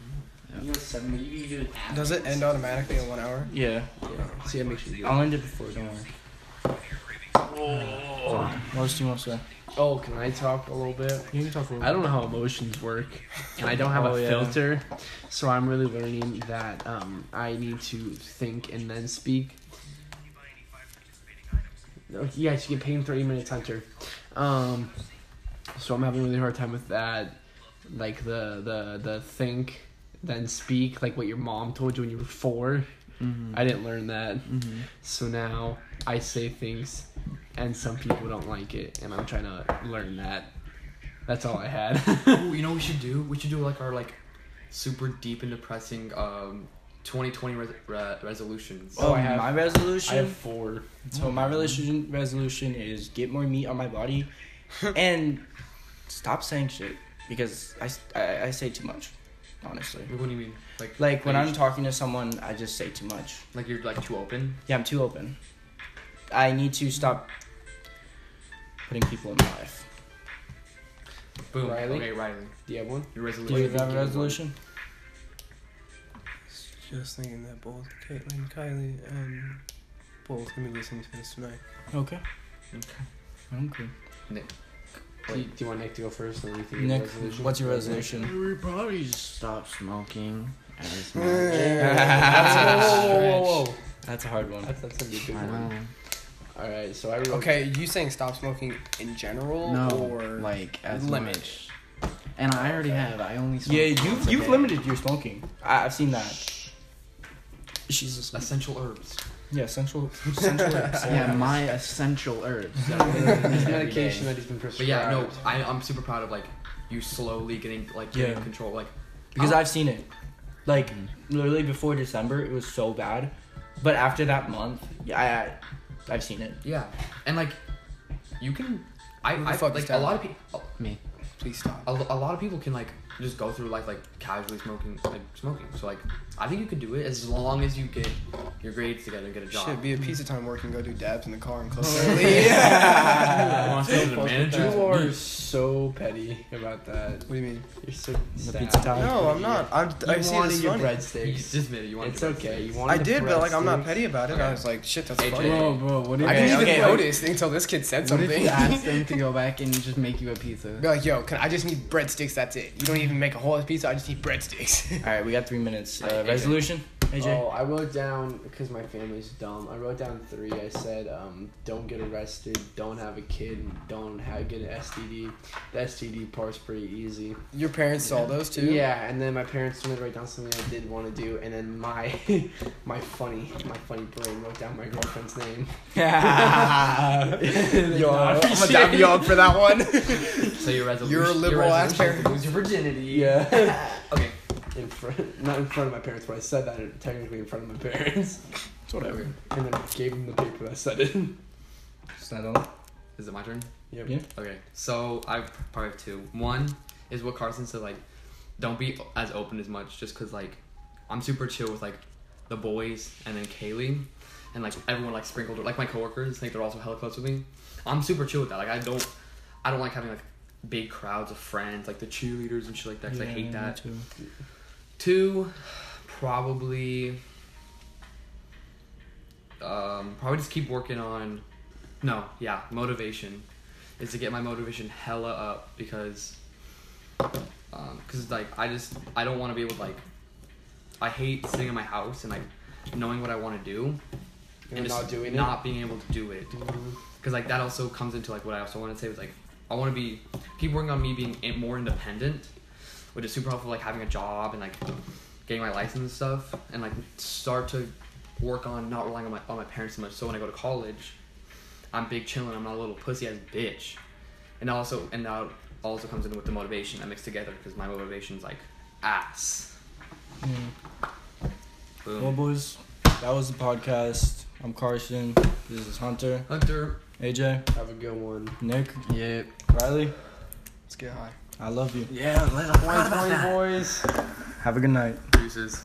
Does it end automatically in one hour? Yeah, See, I make sure you. I'll end it before. Don't worry. What else do you want to say? Oh, can I talk a little bit? You can talk a little. I don't know how emotions work, and I don't have Oh, a yeah. filter, so I'm really learning that um, I need to think and then speak. Oh, No, yes, you get paid in 30 minutes, Hunter. Um, so I'm having a really hard time with that, like the the the think, then speak, like what your mom told you when you were 4 Mm-hmm. I didn't learn that, so now I say things, and some people don't like it, and I'm trying to learn that. That's all I had. Ooh, you know what we should do? We should do like our like super deep and depressing um 2020 res- re- resolutions. Oh, my resolution. I have four. so my resolution resolution is get more meat on my body, and stop saying shit because I, s- I- I say too much, honestly. What do you mean? Like Like when are you- I'm talking to someone, I just say too much. like you're like too open. Yeah, I'm too open. I need to stop putting people in my life. Boom. Riley? Okay, Riley. Do you have one? Your Do you resolution. have a resolution? Just thinking that both Caitlin, Kylie, and both gonna be listening to this tonight. Okay. Okay. Do you, do you want Nick to go first? And then we can Nick, do resolution? what's your resolution? Everybody stop smoking. Every That's a hard one. That's, that's gonna be a good I one. know. All right, so I wrote. Okay, you saying stop smoking in general No. or Like as limit? much. And I already have. I only smoke Yeah, once you've a you've day. limited your smoking. I, I've seen that. She's a smoker. Essential herbs. Yeah, central. central Yeah, my essential herbs. His medication that he's been But prescribed. yeah, no, I, I'm super proud of like you slowly getting like getting Yeah. control. Like because I've seen it. Like literally before December, it was so bad, but after that month, yeah, I, I've seen it. yeah, and like you can. I, Who the I fuck is like a that? lot of people. Me. Please stop. A, a lot of people can like just go through life like casually smoking, like smoking. So like, I think you could do it as long as you get your grades together and get a job. Shit, be a piece of time working. Go do dabs in the car and close early. yeah. I want to be the manager. You are so petty about that. What do you mean? You're so The sad. pizza time. No, I'm not. I'm, You I see it wanted as your funny. You breadsticks. just admit it. You want It's to do okay. You I wanted the did, but like I'm not breadsticks. petty about it. I was like, shit, that's Hey, funny. Jay. Bro, bro, what if I you, didn't okay, even okay. notice until this kid said what if something. you asked them to go back and just make you a pizza? Be like, yo, can I just need breadsticks? That's it. You don't even make a whole pizza. I just need breadsticks. All right, we got three minutes. Uh, AJ. resolution, AJ. Oh, I wrote down because my family's dumb. I wrote down three. I said, um, don't get arrested, don't have a kid, and don't have, get an STD. The STD part's pretty easy. Your parents saw those too. Yeah, and then my parents told me to write down something I did want to do, and then my my funny my funny brain wrote down my girlfriend's name. yo, I'm gonna dab you up for that one. it. So your resolution. You're a your liberal resolution ass is parent. to Lose your virginity. Yeah. Okay. in front, not in front of my parents, but I said that technically in front of my parents, It's whatever. and then gave them the paper that said it. Is it my turn? Yep. Yeah. Okay, so I probably have two. One is what Carson said, like, don't be as open as much, just because, like, I'm super chill with, like, the boys and then Kaylee, and, like, everyone, like, sprinkled, like, my coworkers, like, they're also hella close with me. I'm super chill with that. Like, I don't, I don't like having, like, big crowds of friends, like, the cheerleaders and shit like that, 'cause I hate that. Two, probably, um, probably just keep working on, no, yeah, motivation is to get my motivation hella up because because like I just I don't want to be able to like I hate sitting in my house and like knowing what I want to do And just not doing it? not being able to do it Mhm. because like that also comes into like what I also want to say was like I want to be keep working on me being in- more independent which is super helpful like having a job and like getting my license and stuff and like start to work on not relying on my, on my parents so much so when I go to college I'm big chillin'. I'm not a little pussy ass bitch. And also, and that also comes in with the motivation that mixed together because my motivation's like ass. Mm. Well, Boom. boys, that was the podcast. I'm Carson. This is Hunter, Hunter. AJ, Have a good one. Nick, Yep. Riley. Let's get high. I love you. Boys, boys, boys. Have a good night. Deuces.